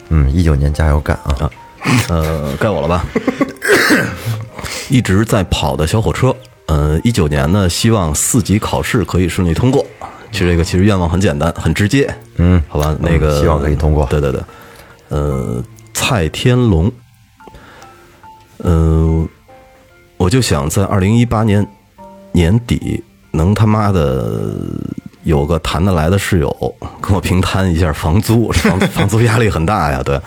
[SPEAKER 5] 嗯，一九年加油干啊！
[SPEAKER 6] 呃，该我了吧？ *coughs* 一直在跑的小火车，呃，一九年呢，希望四级考试可以顺利通过。其实这个其实愿望很简单，很直接。嗯，好吧，那个、
[SPEAKER 5] 希望可以通过
[SPEAKER 6] 对对对，呃，蔡天龙，呃，我就想在二零一八年年底能他妈的有个谈得来的室友跟我平摊一下房租，房房租压力很大呀。对，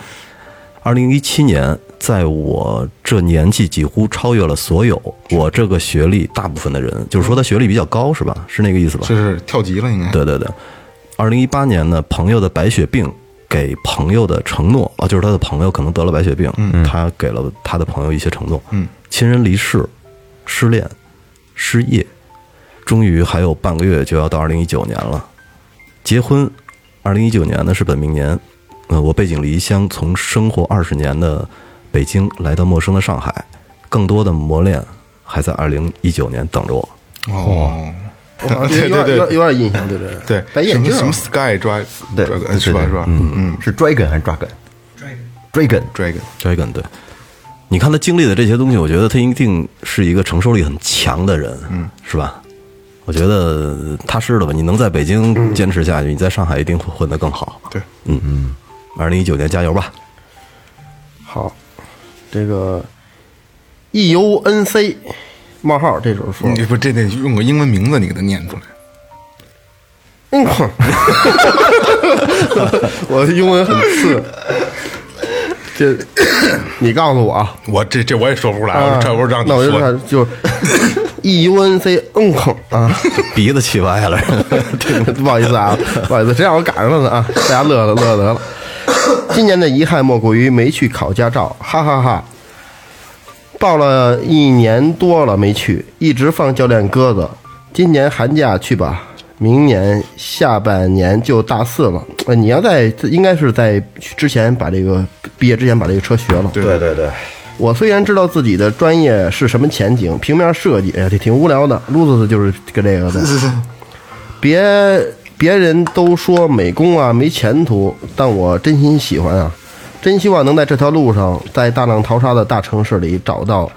[SPEAKER 6] 二零一七年，在我这年纪几乎超越了所有我这个学历大部分的人，就是说他学历比较高是吧？是那个意思吧？
[SPEAKER 4] 这是跳级了应该。
[SPEAKER 6] 对对对，二零一八年呢，朋友的白血病给朋友的承诺啊，就是他的朋友可能得了白血病，他给了他的朋友一些承诺，嗯，亲人离世、失恋、失业，终于还有半个月就要到二零一九年了，结婚，二零一九年呢是本命年，呃，我背井离乡，从生活二十年的北京来到陌生的上海，更多的磨练还在二零一九年等着我。
[SPEAKER 4] 哦，*laughs*
[SPEAKER 3] 我好像有点有点有点印象，对对
[SPEAKER 4] 对，
[SPEAKER 3] 戴眼镜
[SPEAKER 4] 什么
[SPEAKER 3] 儿，
[SPEAKER 4] 什么
[SPEAKER 3] 啊
[SPEAKER 4] Sky Drive，
[SPEAKER 5] 对，
[SPEAKER 4] Dragon，是吧
[SPEAKER 5] 对
[SPEAKER 4] 是吧？
[SPEAKER 5] 嗯嗯，是 dragon 还是 dragon？dragon，dragon。
[SPEAKER 4] ，Dragon，
[SPEAKER 6] Dragon 对，你看他经历的这些东西，我觉得他一定是一个承受力很强的人，嗯，是吧？我觉得踏实了吧，你能在北京坚持下去，你在上海一定会混得更好。嗯
[SPEAKER 4] 对，
[SPEAKER 6] 二零一九年加油吧！ *laughs*
[SPEAKER 3] 好，这个 E U N C 冒号，这时候说，
[SPEAKER 4] 你不这得用个英文名字你给他念出来。
[SPEAKER 3] 嗯， *laughs* 哼我的英文很次，这你告诉我啊，
[SPEAKER 4] 我这这我也说不出来，
[SPEAKER 3] 啊
[SPEAKER 4] 我这不是让你
[SPEAKER 3] 那我就
[SPEAKER 4] 说
[SPEAKER 3] 看就是 E U N C 嗯哼啊，
[SPEAKER 6] 鼻子气
[SPEAKER 4] *laughs*
[SPEAKER 6] 歪了，
[SPEAKER 3] *laughs* 不好意思啊，不好意思，谁让我赶上了呢啊？大家乐了乐得了。今年的遗憾莫过于没去考驾照，哈哈哈报了一年多了没去，一直放教练鸽子。今年寒假去吧，明年下半年就大四了。呃，你要在应该是在之前把这个毕业之前把这个车学了。
[SPEAKER 5] 对对对，
[SPEAKER 3] 我虽然知道自己的专业是什么前景，平面设计，哎呀，这挺无聊的，lose 就是跟
[SPEAKER 4] *laughs*
[SPEAKER 3] 这个的。别别人都说美工啊没前途，但我真心喜欢啊，真希望能在这条路上，在大浪淘沙的大城市里找到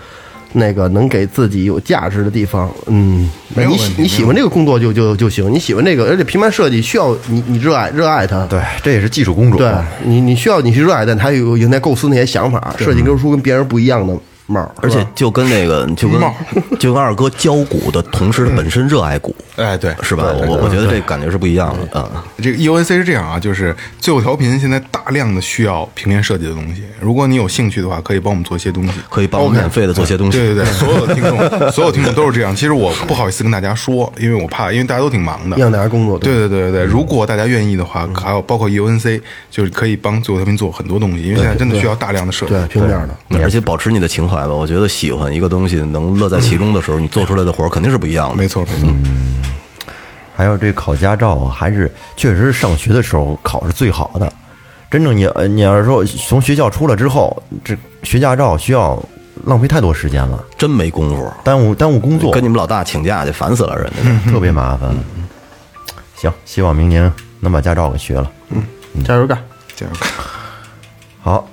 [SPEAKER 3] 那个能给自己有价值的地方。嗯，
[SPEAKER 4] 没有
[SPEAKER 3] 你
[SPEAKER 4] 问
[SPEAKER 3] 喜
[SPEAKER 4] 题
[SPEAKER 3] 你喜欢这个工作就就就行，你喜欢这个，而且平面设计需要你你热爱热爱它。
[SPEAKER 5] 对，这也是技术工种。啊
[SPEAKER 3] 对你，你需要你去热爱，但他有应该构思那些想法，设计出跟别人不一样的帽儿，
[SPEAKER 6] 而
[SPEAKER 3] 是
[SPEAKER 6] 且
[SPEAKER 3] 吧
[SPEAKER 6] 就跟那个，就跟 *laughs* 就跟二哥教鼓的同时，他本身热爱鼓，
[SPEAKER 4] 哎，对，
[SPEAKER 6] 是吧？
[SPEAKER 4] 对
[SPEAKER 6] 我我觉得这感觉是不一样的啊。
[SPEAKER 4] 这个 EOAC 是这样啊，就是最后调频现在大量的需要平面设计的东西，如果你有兴趣的话，可以帮我们做一些东西。
[SPEAKER 6] 可以帮我们免费的做
[SPEAKER 3] 嗯
[SPEAKER 6] 些东
[SPEAKER 3] *laughs*
[SPEAKER 6] 西。
[SPEAKER 4] 对对对，所有的听众，所有听众都是这样。其实我不好意思跟大家说，因为我怕，因为大家都挺忙的，
[SPEAKER 3] 让大家工作
[SPEAKER 4] 对对对对
[SPEAKER 3] 嗯
[SPEAKER 4] 对，如果大家愿意的话，还有包括 E UNC，就是可以帮最后调频做很多东西，因为现在真的需要大量的设计。
[SPEAKER 3] 对平面的。
[SPEAKER 6] 而且保持你的情怀吧，我觉得喜欢一个东西，能乐在其中的时候，你做出来的活儿肯定是不一样的
[SPEAKER 4] 没。错没错，
[SPEAKER 3] 嗯
[SPEAKER 5] 还有这考驾照啊，还是确实是上学的时候考是最好的。真正你呃你要是说从学校出来之后，这学驾照需要浪费太多时间了，
[SPEAKER 6] 真没功夫，
[SPEAKER 5] 耽误耽误工作，
[SPEAKER 6] 跟你们老大请假去，烦死了人家。
[SPEAKER 5] 特别麻烦。嗯行，希望明年能把驾照给学了。
[SPEAKER 3] 加油干！
[SPEAKER 4] 这样
[SPEAKER 5] 好，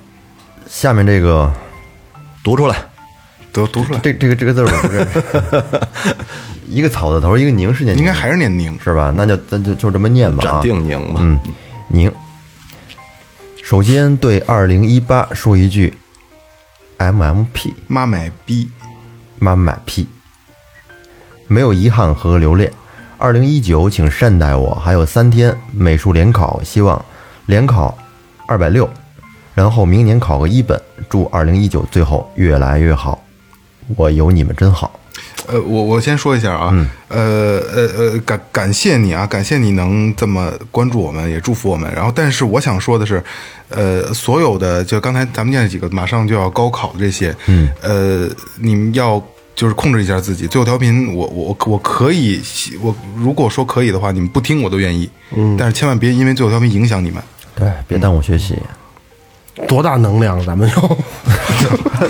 [SPEAKER 5] 下面这个
[SPEAKER 6] 读出来，
[SPEAKER 4] 读读出来，
[SPEAKER 5] 这这个这个字儿我不认识，一个草字头，一个宁是念宁
[SPEAKER 4] 应该还是念宁。
[SPEAKER 5] 是吧？那就咱就就这么念吧
[SPEAKER 6] 斩
[SPEAKER 5] 啊。
[SPEAKER 6] 定宁吧。
[SPEAKER 5] 嗯，宁。首先对二零一八说一句，MMP
[SPEAKER 4] 妈买逼，
[SPEAKER 5] 妈买屁，没有遗憾和留恋。二零一九，请善待我，还有三天美术联考，希望联考二百六，然后明年考个一本。祝二零一九最后越来越好，我有你们真好。
[SPEAKER 4] 呃，我我先说一下啊，呃呃呃，感感谢你啊，感谢你能这么关注我们，也祝福我们。然后，但是我想说的是，呃，所有的就刚才咱们念的几个马上就要高考的这些，嗯，呃，你们要。就是控制一下自己。最后调频我，我我我可以，我如果说可以的话，你们不听我都愿意。嗯，但是千万别因为最后调频影响你们。
[SPEAKER 5] 对，别耽误学习。
[SPEAKER 3] 多大能量，啊咱 *laughs* 们有。
[SPEAKER 4] *laughs*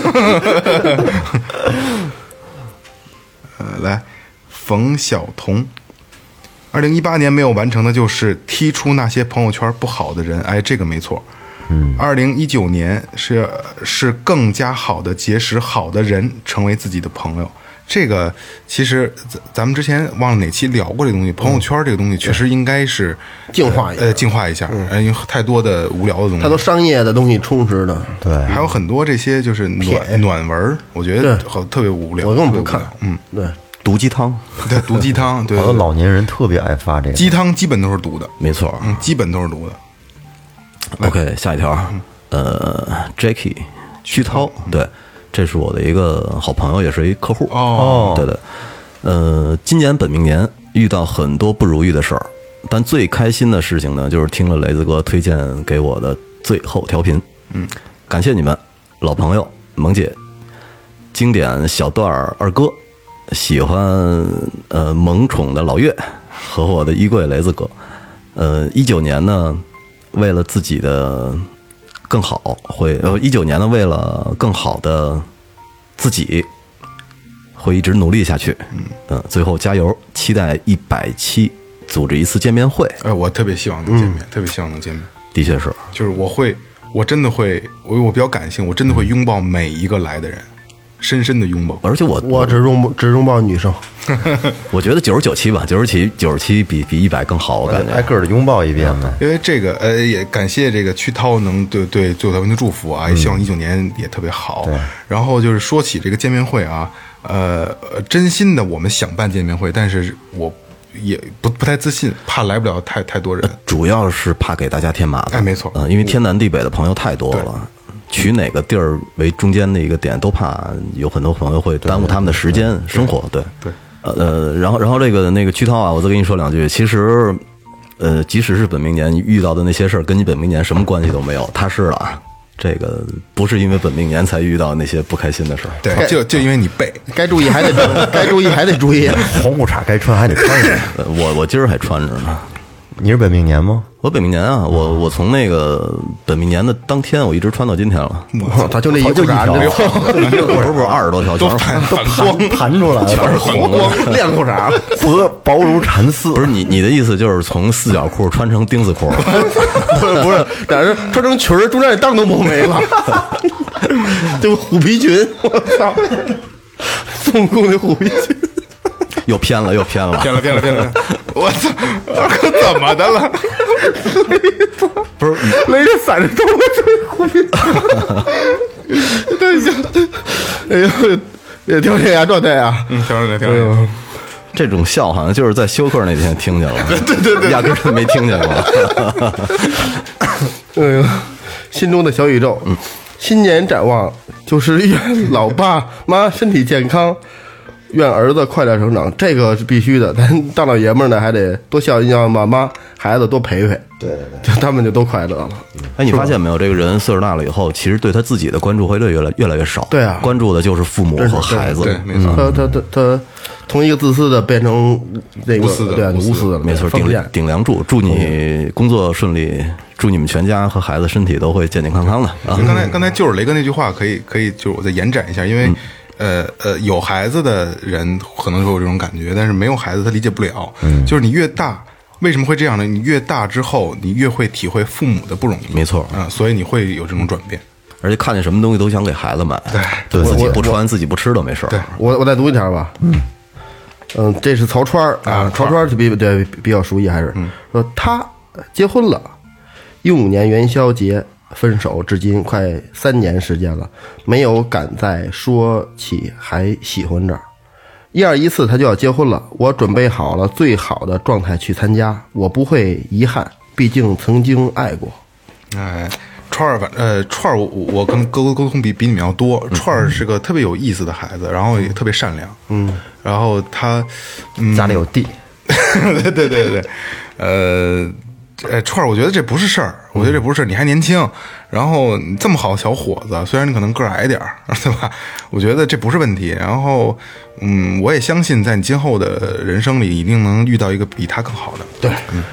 [SPEAKER 4] 呃，来，冯晓彤，二零一八年没有完成的就是踢出那些朋友圈不好的人，哎，这个没错。嗯，二零一九年是是更加好的结识好的人，成为自己的朋友。这个其实咱咱们之前忘了哪期聊过这东西，朋友圈这个东西确实应该是
[SPEAKER 3] 净化一下
[SPEAKER 4] 呃，净化一下，呃因为太多的无聊的东西，
[SPEAKER 3] 它都商业的东西充斥的，
[SPEAKER 5] 对，
[SPEAKER 4] 还有很多这些就是暖暖文儿，我觉得
[SPEAKER 3] 对
[SPEAKER 4] 好特别无聊，
[SPEAKER 3] 我根本不
[SPEAKER 4] 特别无
[SPEAKER 3] 看
[SPEAKER 4] 聊。嗯，
[SPEAKER 3] 对，
[SPEAKER 6] 毒鸡汤，
[SPEAKER 4] 对，毒鸡汤，
[SPEAKER 3] *laughs*
[SPEAKER 4] 对
[SPEAKER 5] 好多
[SPEAKER 4] 对对
[SPEAKER 5] 老年人特别爱发这个。
[SPEAKER 4] 鸡汤基本都是毒的，
[SPEAKER 6] 没错。
[SPEAKER 4] 嗯，基本都是毒的。
[SPEAKER 6] OK，下一条，啊呃，Jacky 徐涛，对，这是我的一个好朋友，也是一客户。
[SPEAKER 4] 哦
[SPEAKER 6] 对的，呃，今年本命年遇到很多不如意的事儿，但最开心的事情呢，就是听了雷子哥推荐给我的最后调频。嗯，感谢你们，老朋友萌姐，经典小段儿二哥，喜欢呃萌宠的老岳和我的衣柜雷子哥。呃，一九年呢，为了自己的更好，会呃一九年呢，为了更好的自己，会一直努力下去。嗯、最后加油！期待一百期组织一次见面会，
[SPEAKER 4] 哎，我特别希望能见面，
[SPEAKER 3] 嗯
[SPEAKER 4] 特别希望能见面。
[SPEAKER 6] 的确是
[SPEAKER 4] 就是我会，我真的会，我我比较感性，我真的
[SPEAKER 3] 嗯
[SPEAKER 4] 会拥抱每一个来的人，深深的拥抱。
[SPEAKER 6] 而且我
[SPEAKER 3] 我只拥只拥抱女生，
[SPEAKER 6] 我觉得九十九期吧，九十期九十期比比一百更好，我感
[SPEAKER 5] 挨
[SPEAKER 6] 觉。
[SPEAKER 5] 个儿的拥抱一遍呗。
[SPEAKER 4] 因为这个，呃，也感谢这个屈涛能对对最后调频的祝福啊，也希望一九年也特别好。然后就是说起这个见面会啊，呃，呃真心的我们想办见面会，但是我也不不太自信，怕来不了太太多人。
[SPEAKER 6] 主要是怕给大家添麻烦，
[SPEAKER 4] 哎没错
[SPEAKER 6] 嗯，因为天南地北的朋友太多了，取哪个地儿为中间的一个点，都怕有很多朋友会耽误他们的时间、生活，对，
[SPEAKER 4] 对，
[SPEAKER 6] 呃呃，然后然后这个那个屈涛啊，我再跟你说两句，其实，呃，即使是本命年遇到的那些事儿，跟你本命年什么关系都没有，他是了啊，这个不是因为本命年才遇到那些不开心的事儿。
[SPEAKER 4] 对，就就因为你背，
[SPEAKER 3] 该 *laughs* 注意还得注意该注意还得注意。
[SPEAKER 5] 红裤衩该穿还得穿上。
[SPEAKER 6] 呃我我今儿还穿着呢。
[SPEAKER 5] 你是本命年吗？
[SPEAKER 6] 我本命年啊，我我从那个本命年的当天，我一直穿到今天了。
[SPEAKER 3] *laughs* 他就那一裤衩，
[SPEAKER 5] 就一条
[SPEAKER 4] *laughs*
[SPEAKER 6] 不是不是二十多条，
[SPEAKER 4] 都
[SPEAKER 6] 全是
[SPEAKER 4] 反反光， *laughs*
[SPEAKER 5] 光弹出来
[SPEAKER 6] 全是
[SPEAKER 5] 了，
[SPEAKER 6] 红
[SPEAKER 3] *laughs*
[SPEAKER 6] 的。
[SPEAKER 3] 亮裤衩，
[SPEAKER 5] 薄薄如蚕丝
[SPEAKER 6] 不。是你你的意思就是从四角裤穿成钉子裤？
[SPEAKER 3] *laughs* 不是不是，俩人穿成裙儿，中间裆都摸没了， *laughs* 就虎皮裙，我操！孙悟空那虎皮裙，
[SPEAKER 6] *laughs* 又偏了又偏了。
[SPEAKER 4] 骗了骗了骗了！我操，二哥怎么的了？
[SPEAKER 3] 雷着伞着兜着吹虎皮裙， *laughs* 太像，哎呦，也挺这样状态啊，
[SPEAKER 4] 嗯，调整调整。
[SPEAKER 6] 这种笑好像就是在休克那天听见了， *laughs* 对对对，压根儿就没听见 *laughs* 过。
[SPEAKER 3] 哎呦，心中的小宇宙，新年展望就是愿老爸妈身体健康，愿儿子快乐成长，这个是必须的。咱大老爷们儿呢，还得多孝敬爸妈，孩子多陪陪，对对对，就他们就都快乐了。
[SPEAKER 6] 哎，你发现没有，这个人岁数大了以后，其实对他自己的关注会越来越来越少。
[SPEAKER 3] 对啊
[SPEAKER 6] 关注的就是父母和孩子。
[SPEAKER 4] 对，没错，
[SPEAKER 3] 他他他他从一个自私的变成那个
[SPEAKER 4] 无私的
[SPEAKER 3] 对啊
[SPEAKER 4] 无私的
[SPEAKER 3] 无私的了，
[SPEAKER 6] 没错，
[SPEAKER 3] 放
[SPEAKER 6] 顶
[SPEAKER 3] 不下
[SPEAKER 6] 梁顶梁柱，祝你工作顺利，祝你们全家和孩子身体都会健健康康的啊！
[SPEAKER 4] 刚才刚才就是雷哥那句话，可以可以，就是我再延展一下，因
[SPEAKER 6] 嗯
[SPEAKER 4] 为。呃呃，有孩子的人可能会有这种感觉，但是没有孩子他理解不了。嗯，就是你越大，为什么会这样呢？你越大之后，你越会体会父母的不容易。
[SPEAKER 6] 没错
[SPEAKER 4] 啊、所以你会有这种转变。
[SPEAKER 6] 而且看见什么东西都想给孩子买，对自己不穿、自己不吃都没事儿。
[SPEAKER 3] 我我再读一条吧。嗯这是曹川儿啊，曹川儿比对比较熟悉，还是说他结婚了，一五年元宵节分手，至今快三年时间了，没有敢再说起还喜欢这儿。一二一四他就要结婚了，我准备好了最好的状态去参加，我不会遗憾，毕竟曾经爱过。
[SPEAKER 4] 哎，串儿反呃串儿我我跟沟沟通比比你们要多，
[SPEAKER 5] 嗯
[SPEAKER 4] 串儿是个特别有意思的孩子，然后也特别善良，嗯，然后他，嗯，
[SPEAKER 5] 家里有地，
[SPEAKER 4] *laughs* 对对对对，呃。呃，串儿，我觉得这不是事儿，我觉得这不是事儿，你还年轻，然后你这么好的小伙子，虽然你可能个儿矮点儿， *laughs* 对吧？我觉得这不是问题。然后，嗯，我也相信，在你今后的人生里，一定能遇到一个比他更好的。对，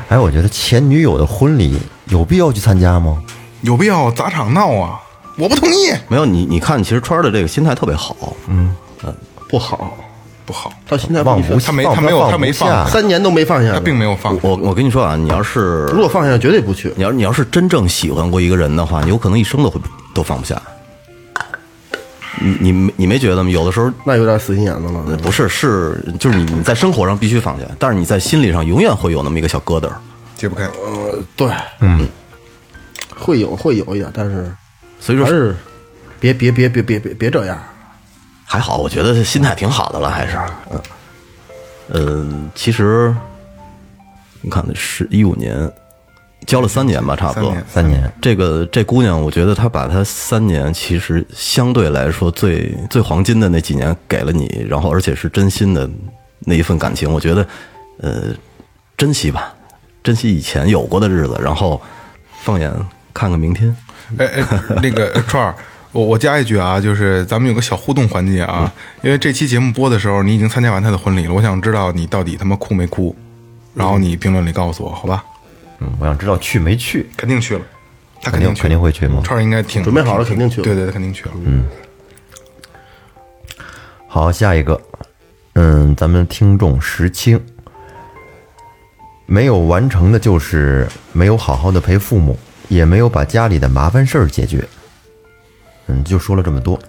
[SPEAKER 5] 哎，我觉得前女友的婚礼有必要去参加吗？
[SPEAKER 4] 有必要砸场闹啊？我不同意，
[SPEAKER 6] 没有你，你看，其实川儿的这个心态特别好，嗯，
[SPEAKER 3] 不好，
[SPEAKER 4] 不好，
[SPEAKER 3] 到现在
[SPEAKER 5] 忘不
[SPEAKER 4] 他没他没有他没放
[SPEAKER 5] 下
[SPEAKER 3] 三年都没放下
[SPEAKER 5] 嗯
[SPEAKER 4] 他
[SPEAKER 3] 呢，
[SPEAKER 4] 并没有放
[SPEAKER 6] 我我跟你说啊，你要是
[SPEAKER 3] 如果放下绝对不去。
[SPEAKER 6] 你要你要是真正喜欢过一个人的话，你有可能一生都会都放不下。你你没你没觉得吗？有的时候
[SPEAKER 3] 那有点死心眼子了。
[SPEAKER 6] 不是是就是你你在生活上必须放下，但是你在心理上永远会有那么一个小疙瘩。
[SPEAKER 4] 解不开。
[SPEAKER 3] 对，嗯，会有会有一点，但是
[SPEAKER 6] 所以
[SPEAKER 3] 还
[SPEAKER 6] 说
[SPEAKER 3] 是别别别别别别别这样。
[SPEAKER 6] 还好，我觉得心态挺好的了，还是嗯呃，其实你看是一五年交了三年吧，差不多
[SPEAKER 4] 三年
[SPEAKER 5] 三年，
[SPEAKER 6] 这个这姑娘，我觉得她把她三年其实相对来说最最黄金的那几年给了你，然后而且是真心的那一份感情，我觉得，呃，珍惜吧，珍惜以前有过的日子，然后放眼看看明天。
[SPEAKER 4] 哎 *laughs* 哎，那个串儿，我我加一句啊，就是咱们有个小互动环节啊，
[SPEAKER 5] 嗯
[SPEAKER 4] 因为这期节目播的时候，你已经参加完他的婚礼了，我想知道你到底他妈哭没哭，然后你评论里告诉我，好吧？
[SPEAKER 5] 嗯，我想知道去没去，
[SPEAKER 4] 肯定去了，他
[SPEAKER 5] 肯
[SPEAKER 4] 定
[SPEAKER 5] 定
[SPEAKER 4] 去，
[SPEAKER 5] 肯定会去吗？
[SPEAKER 4] 串儿应该挺
[SPEAKER 3] 准备好了肯定去了
[SPEAKER 4] 对对，对肯定去了。嗯，
[SPEAKER 5] 好，下一个，嗯，咱们听众石青，没有完成的就是没有好好的陪父母，也没有把家里的麻烦事儿解决，嗯，就说了这么多，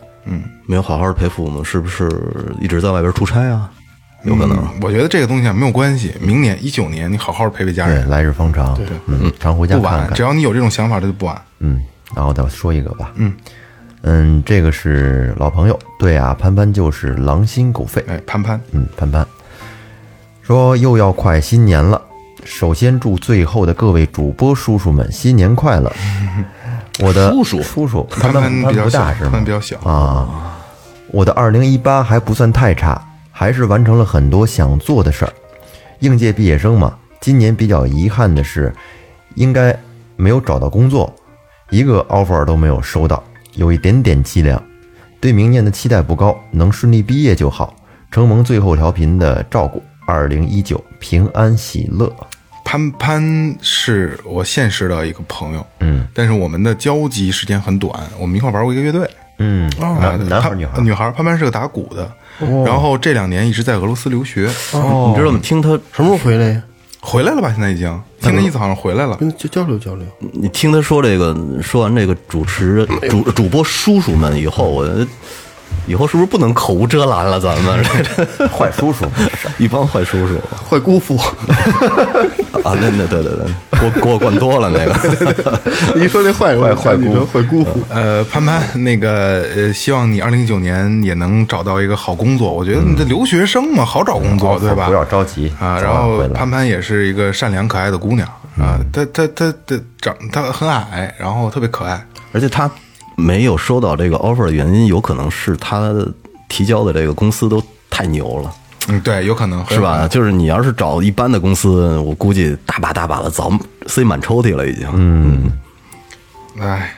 [SPEAKER 6] 没有好好陪父母，是不是一直在外边出差啊？有可能。
[SPEAKER 4] 我觉得这个东西啊没有关系，明年一九年你好好陪陪家
[SPEAKER 5] 对，
[SPEAKER 4] 人，
[SPEAKER 5] 来日方长，嗯，常回家
[SPEAKER 4] 哎不
[SPEAKER 5] 看
[SPEAKER 4] 晚，只
[SPEAKER 5] 看，
[SPEAKER 4] 要你有这种想法，这就不晚。
[SPEAKER 5] 嗯，然后再说一个吧，嗯。嗯，这个是老朋友，对啊，潘潘就是狼心狗肺，
[SPEAKER 4] 哎，潘潘，
[SPEAKER 5] 嗯，潘潘说又要快新年了，首先祝最后的各位主播叔叔们新年快
[SPEAKER 4] *laughs*
[SPEAKER 5] 乐。我的叔叔叔叔，
[SPEAKER 4] 潘
[SPEAKER 5] 潘
[SPEAKER 4] 比较
[SPEAKER 5] 不
[SPEAKER 4] 小，
[SPEAKER 5] 大是
[SPEAKER 4] 潘
[SPEAKER 5] 吗
[SPEAKER 4] 潘比？较小，
[SPEAKER 5] 啊，我的二零一八还不算太差，还是完成了很多想做的事儿。应届毕业生嘛，今年比较遗憾的是，应该没有找到工作，一个 offer 都没有收到，有一点点凄凉。对明年的期待不高，能顺利毕业就好。承蒙最后调频的照顾，二零一九平安喜乐。
[SPEAKER 4] 潘潘是我现实的一个朋友，嗯，但是我们的交集时间很短，我们一块玩过一个乐队，
[SPEAKER 5] 嗯，
[SPEAKER 4] 啊
[SPEAKER 5] 男男孩
[SPEAKER 4] 他
[SPEAKER 5] 儿女孩儿
[SPEAKER 4] 女孩儿，潘潘是个打鼓的，然后这两年一直在俄罗斯留学，
[SPEAKER 6] 你知道吗？听他，
[SPEAKER 3] 什么时候回来呀？
[SPEAKER 4] 回来了吧？现在已经，听那意思好像回来
[SPEAKER 5] 嗯
[SPEAKER 4] 了。
[SPEAKER 3] 跟交交流交流。
[SPEAKER 6] 你听他说这个，说完这个主持主主播叔叔们以后，我以后是不是不能口无遮拦了？咱们
[SPEAKER 5] 坏叔叔，
[SPEAKER 6] 一帮坏叔叔
[SPEAKER 3] 坏姑 *laughs* 父，
[SPEAKER 6] 啊，那那对对对，给我给我灌多了那个。
[SPEAKER 3] 你一说那坏人，我想起说坏姑父，嗯
[SPEAKER 4] 呃，潘潘，那个呃，希望你二零一九年也能找到一个好工作。我觉得
[SPEAKER 5] 嗯
[SPEAKER 4] 你这留学生嘛，好找工作，哦对吧？
[SPEAKER 5] 不要着急
[SPEAKER 4] 啊。
[SPEAKER 5] 早
[SPEAKER 4] 然
[SPEAKER 5] 晚
[SPEAKER 4] 后
[SPEAKER 5] 回来嗯
[SPEAKER 4] 潘潘也是一个善良可爱的姑娘啊，她她她她长她很矮，然后特别可爱。
[SPEAKER 6] *laughs* 而且他没有收到这个 offer 的原因，有可能是他提交的这个公司都太牛了。
[SPEAKER 4] 嗯，对，有可能
[SPEAKER 6] 是？吧？就是你要是找一般的公司，我估计大把大把的早塞满抽屉了，已经。嗯，
[SPEAKER 4] 哎，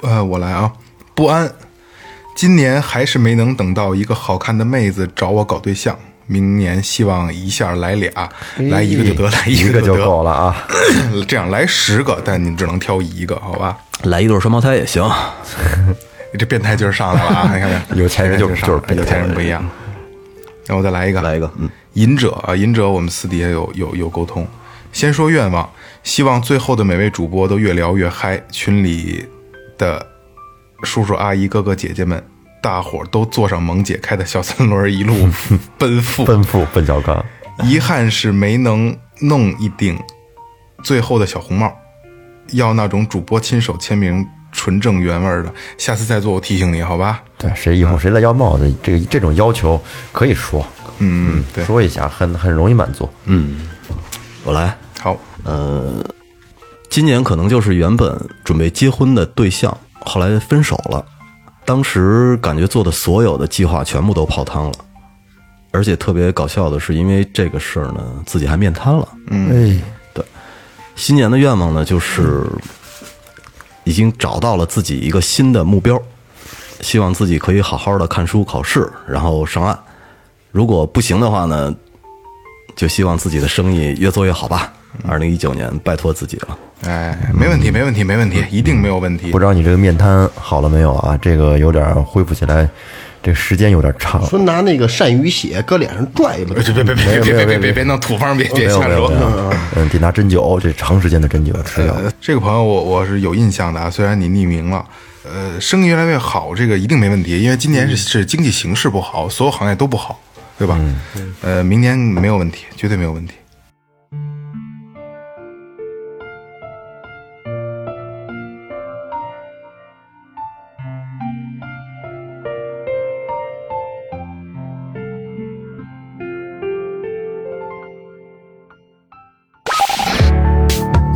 [SPEAKER 4] 呃，我来啊，不安，今年还是没能等到一个好看的妹子找我搞对象。明年希望一下来俩，来一个就得，来
[SPEAKER 5] 哎一
[SPEAKER 4] 个
[SPEAKER 5] 个就
[SPEAKER 4] 得
[SPEAKER 5] 够了啊。
[SPEAKER 4] *coughs* 这样来十个，但你只能挑一个，好吧？
[SPEAKER 6] 来一对双胞胎也行。
[SPEAKER 4] 这变态劲儿上来了啊！你看看，
[SPEAKER 5] 有钱人就
[SPEAKER 4] 变
[SPEAKER 5] 就是变态
[SPEAKER 4] 态劲儿上来了哎有钱人不一样。然后再来一个，
[SPEAKER 6] 来一个嗯
[SPEAKER 4] 隐者啊，隐者，我们私底下有有有沟通。先说愿望，希望最后的每位主播都越聊越嗨，群里的叔叔阿姨、哥哥姐姐们，大伙儿都坐上萌姐开的小三轮，一路 *laughs* 奔赴。
[SPEAKER 5] 奔赴奔小康，
[SPEAKER 4] 遗憾是没能弄一顶最后的小红帽，要那种主播亲手签名、纯正原味儿的。下次再做，我提醒你，好吧？
[SPEAKER 5] 对，啊谁以后谁来要帽子，这个这种要求可以说，
[SPEAKER 4] 嗯，嗯，对，
[SPEAKER 5] 说一下很很容易满足。
[SPEAKER 6] 我来，
[SPEAKER 4] 好，
[SPEAKER 6] 今年可能就是原本准备结婚的对象，后来分手了。当时感觉做的所有的计划全部都泡汤了，而且特别搞笑的是，因为这个事儿呢，自己还面瘫了。
[SPEAKER 4] 嗯
[SPEAKER 3] 哎，
[SPEAKER 6] 新年的愿望呢，就是已经找到了自己一个新的目标，希望自己可以好好的看书、考试，然后上岸。如果不行的话呢，就希望自己的生意越做越好吧。二零一九年，拜托自己了。
[SPEAKER 4] 哎，没问题，没问题，没问题，一定没有问题
[SPEAKER 5] 不。知道你这个面瘫好了没有啊？这个有点恢复起来，这个时间有点长。
[SPEAKER 3] 说拿那个鳝鱼血搁脸上拽一把，
[SPEAKER 4] 别别别别别别别别别弄土方，别别
[SPEAKER 5] 没有
[SPEAKER 4] 瞎
[SPEAKER 5] 没有
[SPEAKER 4] 说
[SPEAKER 5] 没。有，嗯，得拿针灸，这长时间的针灸要吃药。
[SPEAKER 4] 呃，这个朋友我我是有印象的啊，虽然你匿名了，呃，生意越来越好，这个一定没问题，因为今年是是经济形势不好，所有行业都不好，对吧？呃，明年没有问题，绝对没有问题。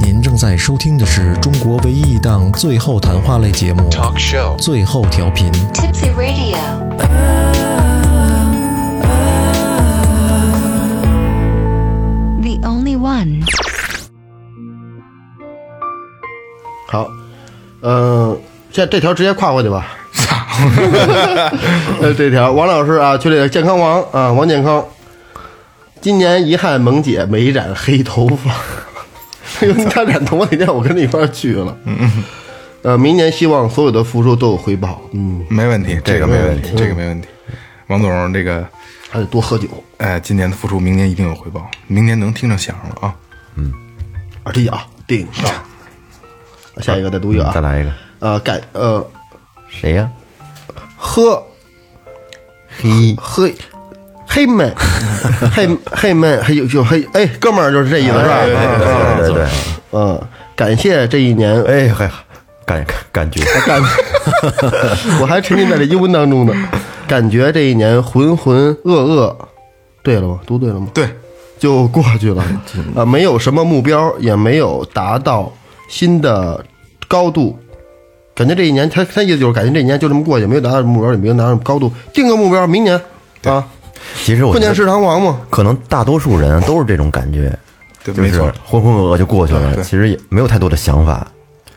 [SPEAKER 7] 您正在收听的是中国唯一一档最后谈话类节目《Talk Show》最后调频。
[SPEAKER 8] Tipsy Radio. The only one.
[SPEAKER 3] 好，嗯，这这条直接跨过去吧。 *laughs* 呃，这条王老师啊，群里的健康王啊，王健康，今年遗憾萌姐没染黑头发， *laughs* 哎因为她染头发那天我跟着一块儿去了。嗯呃，明年希望所有的付出都有回报。嗯，
[SPEAKER 4] 没问题，这个没问题，这个没问题。王总，这个，
[SPEAKER 3] 还得多喝酒。
[SPEAKER 4] 哎，今年的付出，明年一定有回报，明年能听着响了啊！
[SPEAKER 3] 耳机啊，顶上。下一个再读一个啊，
[SPEAKER 5] 嗯再来一个，
[SPEAKER 3] 呃，改呃，
[SPEAKER 5] 谁呀？
[SPEAKER 3] 喝
[SPEAKER 5] 嘿，
[SPEAKER 3] 喝黑妹，黑黑妹，还有就黑哎，哥们儿就是这意思是吧？
[SPEAKER 4] 啊
[SPEAKER 5] 哎
[SPEAKER 3] 嗯
[SPEAKER 5] 对对对，
[SPEAKER 3] 嗯，感谢这一年，哎，
[SPEAKER 5] 哎嘿，感感觉
[SPEAKER 4] 哎
[SPEAKER 3] 感，我还沉浸在这英文当中呢，感觉这一年浑浑噩噩，对了吗？读对了吗？
[SPEAKER 4] 对，
[SPEAKER 3] 就过去了，啊，没有什么目标，也没有达到新的高度。感觉这一年，他他意思就是感觉这一年就这么过去，没有达到目标，也没有达到高度。定个目标，明年啊，
[SPEAKER 5] 其
[SPEAKER 6] 哦
[SPEAKER 5] 实我
[SPEAKER 3] 混
[SPEAKER 5] 觉
[SPEAKER 3] 进
[SPEAKER 5] 得
[SPEAKER 3] 食堂王嘛。
[SPEAKER 5] 可能大多数人都是这种感觉，
[SPEAKER 4] 对，
[SPEAKER 5] 就
[SPEAKER 4] 没
[SPEAKER 5] 是
[SPEAKER 4] 错，
[SPEAKER 5] 浑浑噩噩就过去了，
[SPEAKER 4] 对
[SPEAKER 5] 其实也没有太多的想法。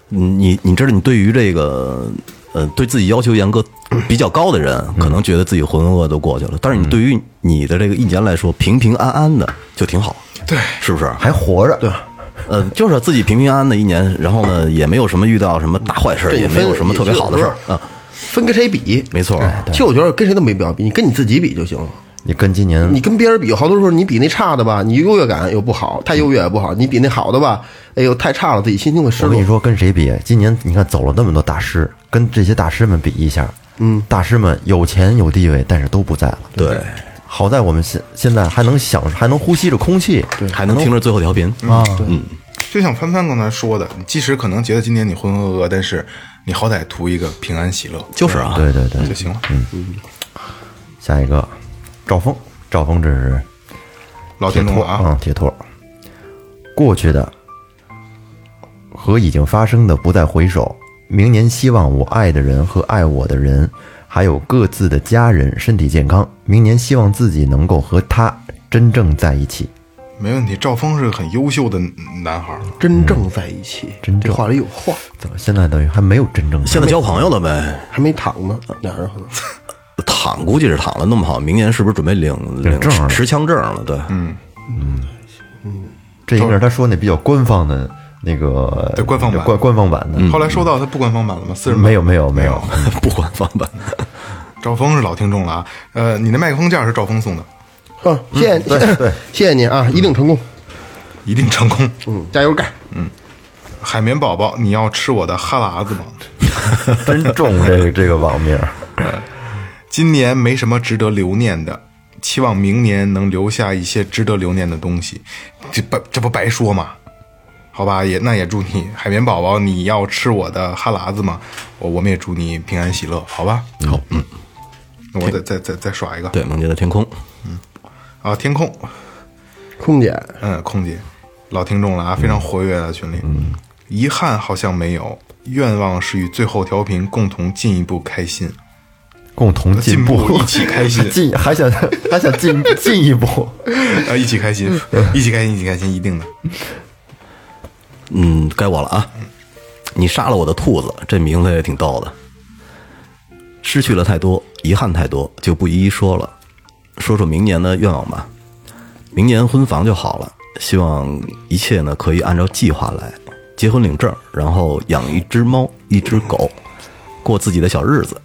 [SPEAKER 6] 你你知道，你对于这个呃对自己要求严格比较高的人，
[SPEAKER 5] 嗯
[SPEAKER 6] 可能觉得自己浑浑噩都过去了，但是你对于你的这个一年来说，平平安安的就挺好，
[SPEAKER 4] 对，
[SPEAKER 6] 是不是？
[SPEAKER 5] 还活着，对，
[SPEAKER 6] 呃，就是自己平平安安的一年，然后呢，也没有什么遇到什么大坏事，
[SPEAKER 3] 这
[SPEAKER 6] 也
[SPEAKER 3] 也
[SPEAKER 6] 没有
[SPEAKER 3] 分
[SPEAKER 6] 什么特别好的事儿
[SPEAKER 3] 也
[SPEAKER 6] 啊。
[SPEAKER 3] 分跟谁比？
[SPEAKER 6] 没错哎
[SPEAKER 3] 其实我觉得跟谁都没必要比，你跟你自己比就行了。
[SPEAKER 5] 你跟今年
[SPEAKER 6] 嗯
[SPEAKER 3] 你跟别人比，好多时候你比那差的吧，你优越感又不好，太优越也不好；你比那好的吧，哎呦太差了，自己心情会失
[SPEAKER 5] 我
[SPEAKER 3] 落
[SPEAKER 5] 跟你。说，跟谁比？今年你看走了那么多大师，跟这些大师们比一下，嗯，大师们有钱有地位，但是都不在了。
[SPEAKER 6] 对，
[SPEAKER 5] 好在我们现现在还能享，还能呼吸着空气。对
[SPEAKER 6] 还能听着最后调频，
[SPEAKER 5] 啊，
[SPEAKER 4] 就像帆帆刚才说的，你即使可能觉得今年你浑浑噩噩，但是你好歹图一个平安喜乐
[SPEAKER 6] 就是啊，
[SPEAKER 5] 对对对
[SPEAKER 4] 就，行了。
[SPEAKER 5] 下一个，赵峰，赵峰这是
[SPEAKER 4] 老
[SPEAKER 5] 铁
[SPEAKER 4] 听懂
[SPEAKER 5] 托
[SPEAKER 4] 了啊，
[SPEAKER 5] 嗯铁托。过去的和已经发生的不再回首，明年希望我爱的人和爱我的人，还有各自的家人身体健康。明年希望自己能够和他真正在一起，
[SPEAKER 4] 没问题。赵峰是个很优秀的男孩儿，
[SPEAKER 3] 真正在一起，
[SPEAKER 6] 嗯
[SPEAKER 5] 真正
[SPEAKER 3] 这话里有话，
[SPEAKER 5] 怎么现在等于还没有真正的
[SPEAKER 6] 现在交朋友了呗。
[SPEAKER 3] 还没躺呢，俩人可能
[SPEAKER 6] 躺估计是躺了，弄不好明年是不是准备领
[SPEAKER 5] 领证了
[SPEAKER 6] 持枪证了？对，嗯，
[SPEAKER 5] 这应该是他说那比较官方的那个
[SPEAKER 4] 对官方版
[SPEAKER 5] 官官方版的，
[SPEAKER 4] 后来收到他不官方版了吗？四十
[SPEAKER 5] 嗯没有没有没
[SPEAKER 4] 没
[SPEAKER 5] 有
[SPEAKER 4] 有。，
[SPEAKER 6] *laughs* 不官方吧？ *laughs*
[SPEAKER 4] 赵峰是老听众了啊。呃，你那麦克风架是赵峰送的，
[SPEAKER 3] 啊，谢
[SPEAKER 6] 嗯
[SPEAKER 3] 谢，谢谢你啊，一定成功，
[SPEAKER 4] 一定
[SPEAKER 5] *laughs*
[SPEAKER 4] 成功。
[SPEAKER 3] 嗯，加油干，
[SPEAKER 4] 海绵宝宝，你要吃我的哈喇子吗？
[SPEAKER 5] *laughs* 真重这个这个网名儿，
[SPEAKER 4] 今年没什么值得留念的，期望明年能留下一些值得留念的东西。这白这不白说吗？好吧，也那也祝你海绵宝宝，你要吃我的哈喇子吗？我我们也祝你平安喜乐，好吧？好，嗯，那我再再再再耍一个，
[SPEAKER 6] 对，梦见的天空，
[SPEAKER 4] 啊，天空，
[SPEAKER 3] 空姐，
[SPEAKER 4] 嗯，空姐，老听众了啊，非常活跃啊，群里。
[SPEAKER 3] 嗯
[SPEAKER 4] 遗憾好像没有，愿望是与最后调频共同进一步开心，
[SPEAKER 5] 共同进
[SPEAKER 4] 进步一起开
[SPEAKER 3] *laughs*
[SPEAKER 4] 心
[SPEAKER 5] *laughs* 进还想还想进进一步，
[SPEAKER 4] 啊，一起开心，
[SPEAKER 3] 嗯
[SPEAKER 4] 一起开心，一起开心，一定的。
[SPEAKER 6] 嗯，该我了啊！你杀了我的兔子，这名字也挺逗的。失去了太多，遗憾太多，就不一一说了。说说明年的愿望吧，明年婚房就好了，希望一切呢可以按照计划来，结婚领证，然后养一只猫，一只狗，过自己的小日子。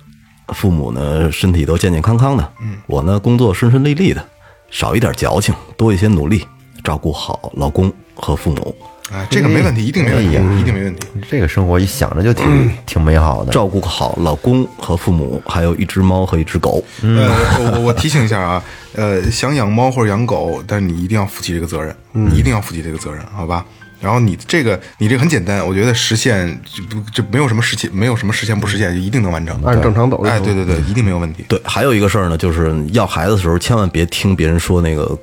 [SPEAKER 6] 父母呢身体都健健康康的，我呢工作顺顺利利的，少一点矫情，多一些努力，照顾好老公和父母。
[SPEAKER 4] 哎，这个没问题，一定没问
[SPEAKER 3] 哎
[SPEAKER 4] 题，一定没问题。
[SPEAKER 5] 这个生活一想着就挺
[SPEAKER 4] 嗯
[SPEAKER 5] 挺美好的。
[SPEAKER 6] 照顾好老公和父母，还有一只猫和一只狗。
[SPEAKER 3] 嗯
[SPEAKER 4] 呃，我我我提醒一下啊，呃，想养猫或者养狗，但是你一定要负起这个责任，
[SPEAKER 3] 嗯
[SPEAKER 4] 你一定要负起这个责任，好吧？然后你这个，你这个很简单，我觉得实现这不这没有什么实现，没有什么实现不实现，就一定能完成。
[SPEAKER 3] 按正常走就
[SPEAKER 4] 哎，
[SPEAKER 3] 行
[SPEAKER 4] 对对对，一定没有问题。
[SPEAKER 6] 对，还有一个事儿呢，就是要孩子的时候，千万别听别人说那个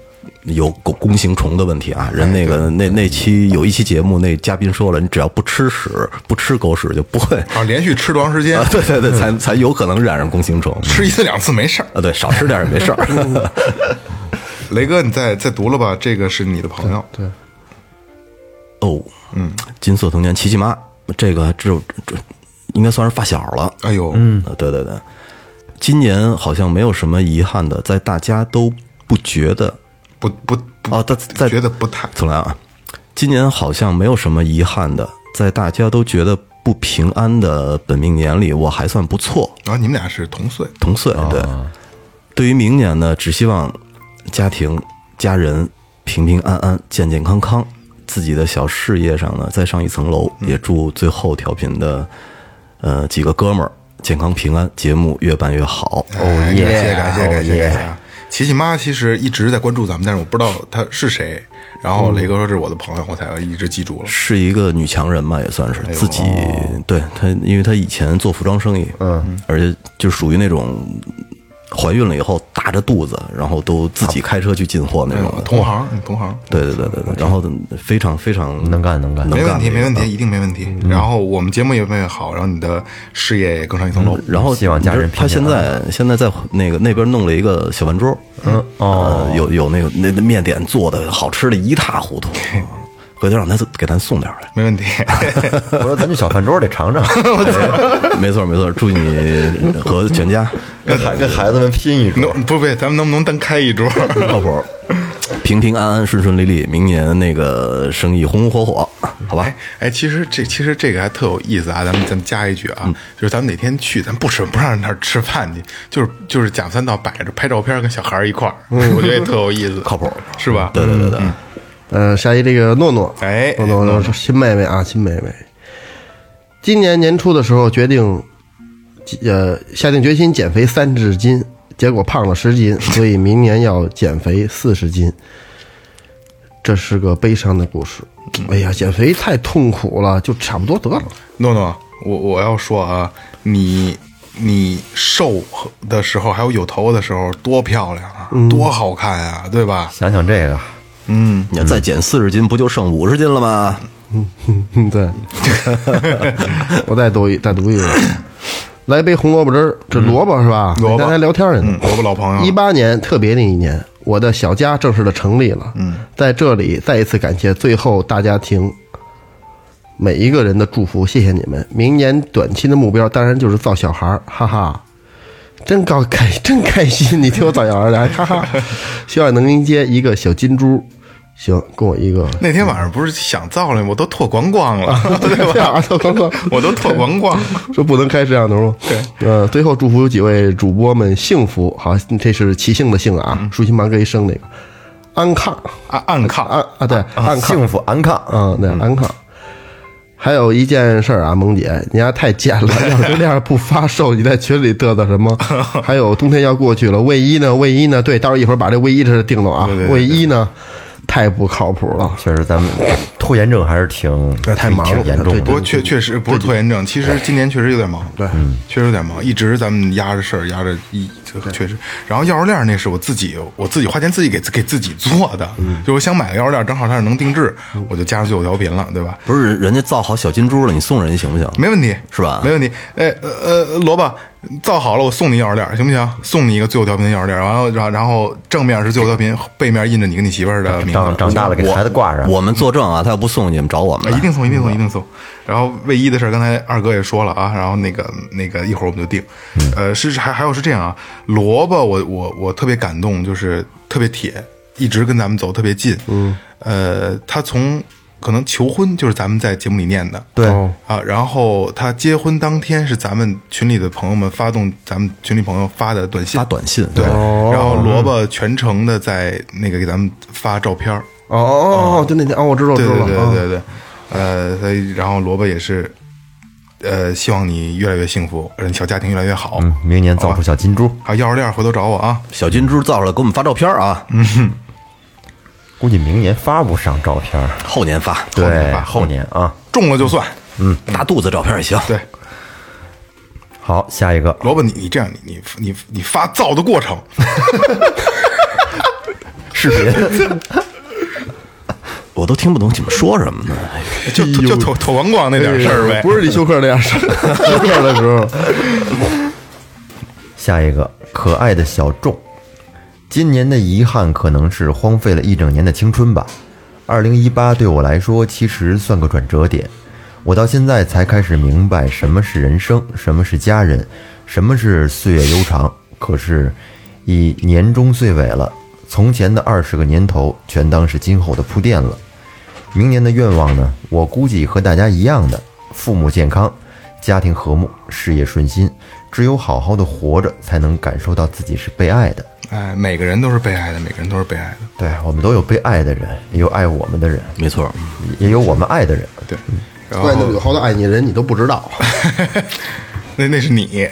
[SPEAKER 6] 有狗弓形虫的问题啊。人那个那那期有一期节目，那嘉宾说了，你只要不吃屎，不吃狗屎，就不会。
[SPEAKER 4] 啊，连续吃多长时间
[SPEAKER 6] 啊，？对对对，才才有可能染上弓形虫。
[SPEAKER 4] 吃一次两次没事儿。
[SPEAKER 6] 啊，对，少吃点儿也没事儿。
[SPEAKER 4] 雷哥，你再再读了吧，这个是你的朋友。对，
[SPEAKER 6] *laughs* 哦，嗯，金色童年琪琪妈，这个只有这应该算是发小了。
[SPEAKER 4] 哎呦，嗯，
[SPEAKER 6] 啊，对对对，今年好像没有什么遗憾的，在大家都不觉得
[SPEAKER 4] 不不不
[SPEAKER 6] 哦，在在
[SPEAKER 4] 觉得不太
[SPEAKER 6] 重来啊，今年好像没有什么遗憾的，在大家都觉得不平安的本命年里，我还算不错，
[SPEAKER 4] 啊，你们俩是同岁，
[SPEAKER 6] 同岁对。对于明年呢，只希望家庭、家人平平安安、健健康康，自己的小事业上呢再上一层楼。也祝最后调频的呃几个哥们儿健康平安，节目越办越好。
[SPEAKER 4] 哦
[SPEAKER 5] 耶
[SPEAKER 4] 感谢感谢
[SPEAKER 5] 哦
[SPEAKER 4] 感谢
[SPEAKER 5] 耶
[SPEAKER 4] 感谢啊！琪琪妈其实一直在关注咱们，但是我不知道她是谁。然后雷哥说这是我的朋友，我才一直记住了。
[SPEAKER 6] 嗯是一个女强人吧，也算是
[SPEAKER 5] 哎
[SPEAKER 6] 自己对她，因为她以前做服装生意，嗯，而且就属于那种怀孕了以后大着肚子，然后都自己开车去进货那种
[SPEAKER 5] 哎
[SPEAKER 6] 的。
[SPEAKER 4] 同行，嗯同行，
[SPEAKER 6] 对对对对对，然后非常非常
[SPEAKER 5] 能干能干
[SPEAKER 6] 能嗯
[SPEAKER 4] 没问
[SPEAKER 6] 干
[SPEAKER 4] 题，没问
[SPEAKER 6] 题。
[SPEAKER 4] 题，一定没问题。然后我们节目也越来越好，然后你的事业也更上一层楼。
[SPEAKER 6] 然后
[SPEAKER 5] 希望家人
[SPEAKER 6] 你知道她现
[SPEAKER 5] 平平
[SPEAKER 6] 在现在在那个那边弄了一个小饭桌，嗯
[SPEAKER 5] 哦
[SPEAKER 6] 有有那个那那面点做的好吃的一塌糊涂，回头让他给咱送点儿来。
[SPEAKER 4] 没
[SPEAKER 6] *laughs*
[SPEAKER 4] 问题。 *laughs*
[SPEAKER 5] 我说咱这小饭桌得尝尝，
[SPEAKER 6] 哎没错没错，祝你和全家
[SPEAKER 5] 跟孩跟孩子们拼一桌。
[SPEAKER 4] 能不不，咱们能不能单开一桌？
[SPEAKER 6] 靠谱儿，平平安安、顺顺利利，明年那个生意红红火火，好吧
[SPEAKER 4] 哎？哎，其实这其实这个还特有意思啊！咱们咱们加一句啊，就是咱们哪天去，咱不吃不让人那儿吃饭去，就是就是假三道摆着拍照片，跟小孩儿一块儿，我觉得也特有意思，嗯 *laughs* 靠谱是吧？嗯对对对对，
[SPEAKER 3] 呃，下一这个诺诺，
[SPEAKER 4] 哎
[SPEAKER 3] 诺诺说新妹妹啊，新妹妹，今年年初的时候决定，呃，下定决心减肥三十斤，结果胖了十斤，所以明年要减肥四十斤。这是个悲伤的故事。
[SPEAKER 4] 嗯
[SPEAKER 3] 哎呀，减肥太痛苦了，就差不多得了。 *laughs*
[SPEAKER 4] 诺诺，我我要说啊，你你瘦的时候，还有有头发的时候，多漂亮啊，多好看啊，对吧？
[SPEAKER 5] 想想这个，
[SPEAKER 4] 嗯
[SPEAKER 6] 你要再减四十斤，不就剩五十斤了吗？
[SPEAKER 4] *laughs*
[SPEAKER 3] 嗯，对，我再读一再读一个，来杯红萝卜汁儿，这萝卜是吧？
[SPEAKER 4] 萝卜
[SPEAKER 3] 刚才聊天儿呢
[SPEAKER 4] 嗯，萝卜老朋友
[SPEAKER 3] 一八年特别的一年，我的小家正式的成立了。嗯，在这里再一次感谢最后大家庭每一个人的祝福，谢谢你们。明年短期的目标当然就是造小孩儿，哈哈。真高开， *laughs* 真开心！你听我造小孩儿来，哈 *laughs* 哈。希望能迎接一个小金猪，行，跟我一个
[SPEAKER 4] 那天晚上不是想造了，我都脱光光了， *laughs* 对
[SPEAKER 3] 这样
[SPEAKER 4] 吧？
[SPEAKER 3] 啊，都刚刚
[SPEAKER 4] 我都脱光光，
[SPEAKER 3] 说不能开这样的吗？对，呃，最后祝福几位主播们幸福。好，这是齐姓的姓啊，舒心芒哥一生那个安康
[SPEAKER 4] 暗暗抗
[SPEAKER 3] 安啊，对，安康，
[SPEAKER 5] 幸福安康。
[SPEAKER 3] 嗯，对，安康。还有一件事儿啊，萌姐，你丫太贱了！
[SPEAKER 4] *laughs*
[SPEAKER 3] 要是这样不发售，你在群里嘚瑟什么？还有冬天要过去了，卫衣呢？卫衣呢？对，到时候一会儿把这卫衣这事定了啊
[SPEAKER 4] 对对。对
[SPEAKER 3] 卫衣呢，太不靠谱了。
[SPEAKER 5] 确实，咱们拖延症还是挺
[SPEAKER 3] 太忙了
[SPEAKER 5] 挺严
[SPEAKER 3] 对
[SPEAKER 5] 重
[SPEAKER 4] 不
[SPEAKER 5] 的。
[SPEAKER 4] 过确确实不是拖延症，其实今年确实有点忙，对，
[SPEAKER 6] 嗯
[SPEAKER 4] 确实有点忙，一直咱们压着事儿，压着一这个确实。然后钥匙链儿那是我自己，我自己花钱自己给给自己做的，
[SPEAKER 3] 嗯
[SPEAKER 4] 就我想买个钥匙链儿，正好它是能定制，我就加上最后调频了，对吧？
[SPEAKER 6] 不是人人家造好小金猪了，你送人家行不行？
[SPEAKER 4] 没问题，
[SPEAKER 6] 是吧
[SPEAKER 4] 没问题。哎，呃呃，萝卜造好了，我送你钥匙链儿，行不行？送你一个最后调频的钥匙链儿，然后然后然后正面是最后调频，背面印着你跟你媳妇儿的名
[SPEAKER 5] 长
[SPEAKER 4] 字，
[SPEAKER 5] 长大了给孩子挂上，
[SPEAKER 6] 我们作证啊，他要不送你们找我们
[SPEAKER 4] 啊一
[SPEAKER 6] 来。
[SPEAKER 4] 定送，一定送，一定送。然后卫衣的事儿，刚才二哥也说了啊，然后那个那个一会儿我们就定。呃，是还还有是这样啊，萝卜我我我特别感动，就是特别铁，一直跟咱们走特别近。嗯，呃，他从可能求婚就是咱们在节目里念的，
[SPEAKER 5] 对，
[SPEAKER 4] 啊，然后他结婚当天是咱们群里的朋友们发动咱们群里朋友发的短信，
[SPEAKER 6] 发短信，
[SPEAKER 4] 对，然后萝卜全程的在那个给咱们发照片儿，
[SPEAKER 3] 哦哦哦，对那天哦，我知道，我知
[SPEAKER 4] 对
[SPEAKER 3] 道
[SPEAKER 4] 对对
[SPEAKER 3] 了。啊
[SPEAKER 4] 对
[SPEAKER 6] 嗯
[SPEAKER 4] 对对，呃，所以然后萝卜也是，呃，希望你越来越幸福，呃小家庭越来越好。
[SPEAKER 5] 嗯，明年造出小金猪，
[SPEAKER 4] 还有钥匙链儿，回头找我啊！
[SPEAKER 6] 小金猪造出来给我们发照片啊，
[SPEAKER 4] 嗯
[SPEAKER 5] 估计明年发不上照片儿。
[SPEAKER 6] 后年发，
[SPEAKER 5] 对，
[SPEAKER 4] 吧
[SPEAKER 5] 后年啊。
[SPEAKER 4] 中了就算。
[SPEAKER 6] 大肚子照片也行。
[SPEAKER 4] 对，
[SPEAKER 5] 好，下一个，
[SPEAKER 4] 萝卜，你你这样，你你你你发造的过
[SPEAKER 6] *laughs*
[SPEAKER 4] 程，
[SPEAKER 5] 视频，
[SPEAKER 6] 我都听不懂你们说什么呢。
[SPEAKER 4] 嗯
[SPEAKER 6] 哎呦哎
[SPEAKER 4] 就就妥妥王光那点事儿呗。
[SPEAKER 3] 不是你休克那样
[SPEAKER 4] *laughs*
[SPEAKER 3] 事儿，休克的时候，
[SPEAKER 5] *laughs* 下一个，可爱的小众。今年的遗憾可能是荒废了一整年的青春吧。二零一八对我来说其实算个转折点，我到现在才开始明白什么是人生，什么是家人，什么是岁月悠长。可是，已年终岁尾了，从前的二十个年头全当是今后的铺垫了。明年的愿望呢，我估计和大家一样的，父母健康，家庭和睦，事业顺心。只有好好的活着，才能感受到自己是被爱的。
[SPEAKER 4] 哎，每个人都是被爱的，每个人都是被爱的。
[SPEAKER 5] 对我们都有被爱的人，也有爱我们的人，
[SPEAKER 6] 没错，
[SPEAKER 5] 也有我们爱的人。
[SPEAKER 4] 对，
[SPEAKER 6] 嗯
[SPEAKER 4] 然
[SPEAKER 3] 怪那么
[SPEAKER 4] 后
[SPEAKER 3] 有好多爱你的人你都不知道。
[SPEAKER 4] 那那是你。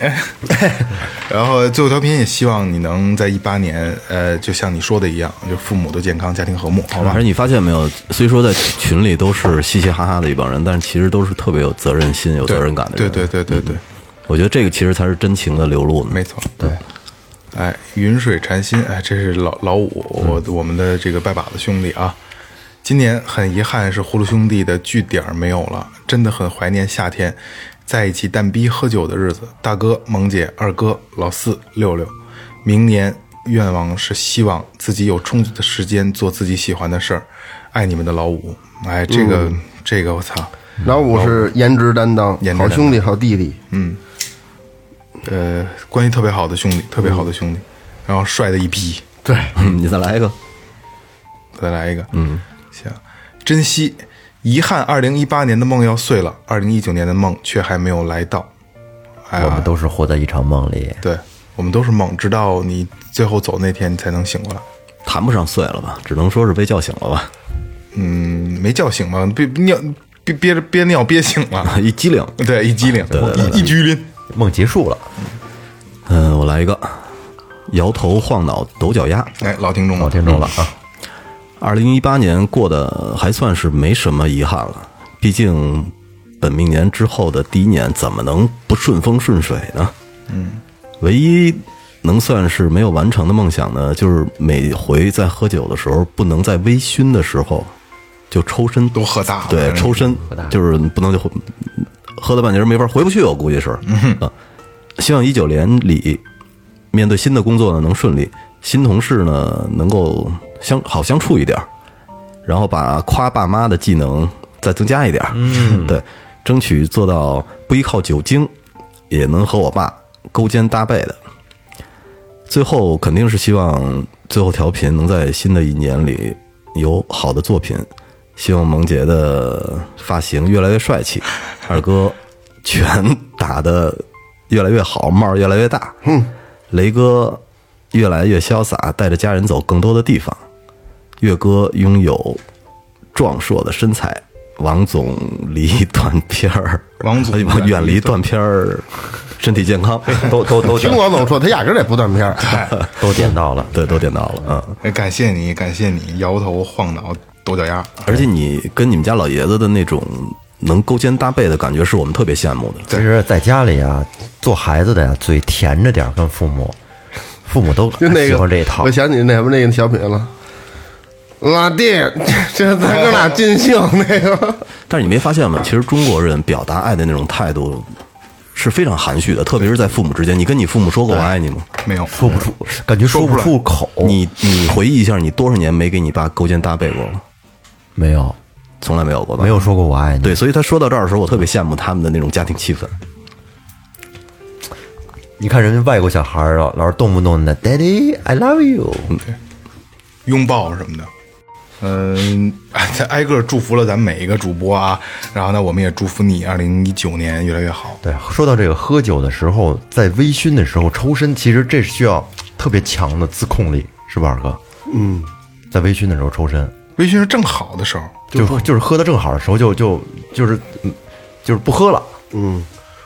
[SPEAKER 4] *laughs* 然后最后调频也希望你能在一八年，呃，就像你说的一样，就父母都健康，家庭和睦，好
[SPEAKER 6] 反
[SPEAKER 4] 吧？
[SPEAKER 6] 正你发现没有，虽说在群里都是嘻嘻哈哈的一帮人，但是其实都是特别有责任心、有责任感的
[SPEAKER 4] 对
[SPEAKER 6] 人。
[SPEAKER 4] 对对对对，
[SPEAKER 6] 我觉得这个其实才是真情的流露呢。
[SPEAKER 4] 没错。对。哎，云水禅心，哎，这是老老五，我我们的这个拜把子兄弟啊。今年很遗憾是呼噜兄弟的据点没有了，真的很怀念夏天在一起蛋逼喝酒的日子。大哥、萌姐、二哥、老四、六六，明年愿望是希望自己有充足的时间做自己喜欢的事儿。爱你们的老五，哎，这个、这个我操，
[SPEAKER 3] 老五是颜值担当，
[SPEAKER 4] 颜值担
[SPEAKER 3] 好
[SPEAKER 4] 当
[SPEAKER 3] 兄弟，好弟弟，
[SPEAKER 4] 呃，关系特别好的兄弟，特别好的兄弟，然后帅的一逼，
[SPEAKER 3] 对，
[SPEAKER 6] *laughs* 嗯你再来一个，
[SPEAKER 4] 再来一个，嗯，行，珍惜，遗憾，二零一八年的梦要碎了，二零一九年的梦却还没有来到，哎
[SPEAKER 5] *laughs*
[SPEAKER 4] 呀
[SPEAKER 5] 我们都是活在一场梦里。
[SPEAKER 4] 对，我们都是梦，直到你最后走那天，你才能醒过来。
[SPEAKER 6] 谈不上碎了吧，只能说是被叫醒了吧， *laughs*
[SPEAKER 4] 嗯，没叫醒吗？憋尿憋憋着憋尿憋醒了，
[SPEAKER 6] *laughs* 一激灵。
[SPEAKER 4] 对，一激灵，一一激灵，
[SPEAKER 5] 梦结束了，
[SPEAKER 6] 嗯，我来一个，摇头晃脑抖脚丫。
[SPEAKER 4] 哎，老听众
[SPEAKER 5] 老
[SPEAKER 4] 了，
[SPEAKER 5] 听众了啊，
[SPEAKER 6] 二零一八年过得还算是没什么遗憾了，毕竟本命年之后的第一年怎么能不顺风顺水呢？嗯，唯一能算是没有完成的梦想呢，就是每回在喝酒的时候，不能在微醺的时候就抽身
[SPEAKER 4] 都喝大了，
[SPEAKER 6] 对，抽身就是不能就回喝了半截儿没法回不去，我估计是。啊，希望一九年里面对新的工作呢能顺利，新同事呢能够相好相处一点儿，然后把夸爸妈的技能再增加一点儿。嗯，对，争取做到不依靠酒精，也能和我爸勾肩搭背的。最后肯定是希望最后调频能在新的一年里有好的作品，希望萌杰的发型越来越帅气，二哥拳打得越来越好，帽儿越来越大，嗯，雷哥越来越潇洒，带着家人走更多的地方，岳哥拥有壮硕的身材，王总离断片 *laughs* 儿，
[SPEAKER 4] 王总
[SPEAKER 6] 哎远离断片儿，身体 *laughs* 健康，
[SPEAKER 5] 都都都
[SPEAKER 3] 听
[SPEAKER 5] 点
[SPEAKER 3] 王总说，他压根儿也不断片儿，
[SPEAKER 5] 都点到了，
[SPEAKER 6] 对，都点到了，嗯。
[SPEAKER 4] 哎，感谢你，感谢你，摇头晃脑抖脚丫，
[SPEAKER 6] 而且你跟你们家老爷子的那种能勾肩搭背的感觉，是我们特别羡慕的。
[SPEAKER 5] 其实，在家里啊，做孩子的呀，嘴甜着点儿，跟父母，父母都
[SPEAKER 3] 就那
[SPEAKER 5] 喜
[SPEAKER 3] 个
[SPEAKER 5] 欢这一套
[SPEAKER 3] 我。想起那什么那个小品了，老弟， *laughs* 这咱哥俩尽兴那个，
[SPEAKER 6] 但是你没发现吗？其实中国人表达爱的那种态度是非常含蓄的，特别是在父母之间。你跟你父母说过“我爱你”吗？
[SPEAKER 4] 没有
[SPEAKER 5] 说不出，感觉说不出口。
[SPEAKER 6] 你你回忆一下，你多少年没给你爸勾肩搭背过了？
[SPEAKER 5] 没有，
[SPEAKER 6] 从来没有过吧？
[SPEAKER 5] 没有。说过我爱你。
[SPEAKER 6] 对，所以他说到这儿的时候，我特别羡慕他们的那种家庭气氛。
[SPEAKER 5] 你看人家外国小孩儿啊，老是动不动的 “Daddy, I love you”，
[SPEAKER 4] 拥抱什么的。嗯，哎再挨个祝福了咱们每一个主播啊，然后呢，我们也祝福你二零一九年越来越好。
[SPEAKER 5] 对，说到这个喝酒的时候，在微醺的时候抽身，其实这是需要特别强的自控力，是吧，二哥？嗯，在微醺的时候抽身，
[SPEAKER 4] 微醺是正好的时候，
[SPEAKER 5] 就就是喝的正好的时候就，就就是嗯就是不喝了。
[SPEAKER 3] 嗯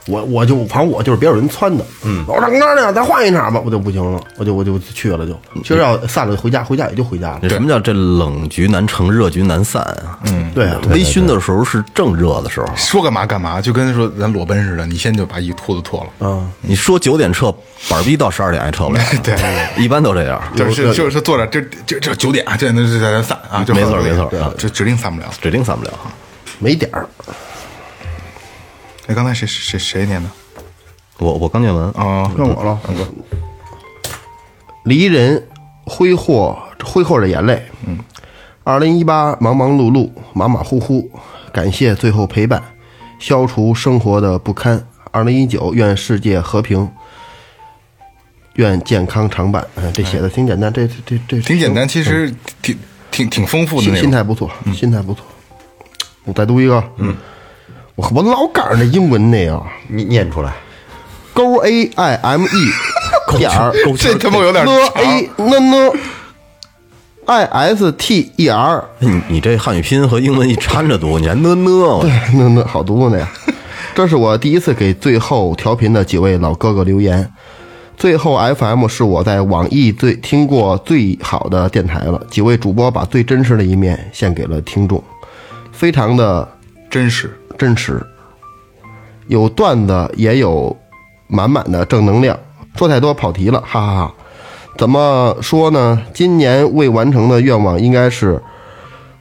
[SPEAKER 3] 我我就反正我就是别有人撺的，嗯，我唱歌呢，咱换一场吧，我就不行了，我就我就去了就，其实要散了回家，回家也就回家了，
[SPEAKER 6] 什么叫这冷局难成，热局难散啊？嗯，
[SPEAKER 3] 对啊，
[SPEAKER 6] 微醺的时候是正热的时候。
[SPEAKER 4] 说干嘛干嘛，就跟说咱裸奔似的，你先就把衣裤子脱了。
[SPEAKER 6] 你说九点撤，板儿逼到十二点还撤不了。 *laughs*
[SPEAKER 4] *laughs* 对，
[SPEAKER 6] 一般都这样。
[SPEAKER 4] 就是就是坐着，这这这九点啊，九点就在咱散啊，就
[SPEAKER 6] 没错
[SPEAKER 4] 喝
[SPEAKER 6] 没错
[SPEAKER 4] 对
[SPEAKER 6] 啊
[SPEAKER 4] 这指定散不了。
[SPEAKER 6] 指定散不了。
[SPEAKER 3] 没点儿，
[SPEAKER 4] 哎，刚才谁谁谁念的？
[SPEAKER 6] 我我刚念完啊，
[SPEAKER 4] 哦，
[SPEAKER 3] 问我了，离人挥霍挥霍着眼泪，嗯，二零一八忙忙碌碌马马虎虎，感谢最后陪伴，消除生活的不堪。二零一九愿世界和平，愿健康常伴。哎，这写的挺简单，这这这这
[SPEAKER 4] 挺简单，其实挺挺挺丰富的
[SPEAKER 3] 心
[SPEAKER 4] 那种。
[SPEAKER 3] 心态不错，心态不错。我再读一个，嗯，我我老赶上那英文那个
[SPEAKER 5] 你念出来，
[SPEAKER 3] 勾 a i m
[SPEAKER 5] *laughs*
[SPEAKER 3] e 点儿
[SPEAKER 4] 这他妈有点
[SPEAKER 3] 呢嗯 a 呢呢 i s t e r *laughs*
[SPEAKER 6] 你你这汉语拼音和英文一掺着读，你还呢呢我
[SPEAKER 3] 那那好
[SPEAKER 4] *laughs*
[SPEAKER 3] 读呢呀！这是我第一次给最后调频的几位老哥哥留言。最后 FM 是我在网易最听过最好的电台了，几位主播把最真实的一面献给了听众，非常的
[SPEAKER 4] 真实，
[SPEAKER 3] 真实，有段子也有满满的正能量。说太多跑题了，哈哈哈怎么说呢？今年未完成的愿望应该是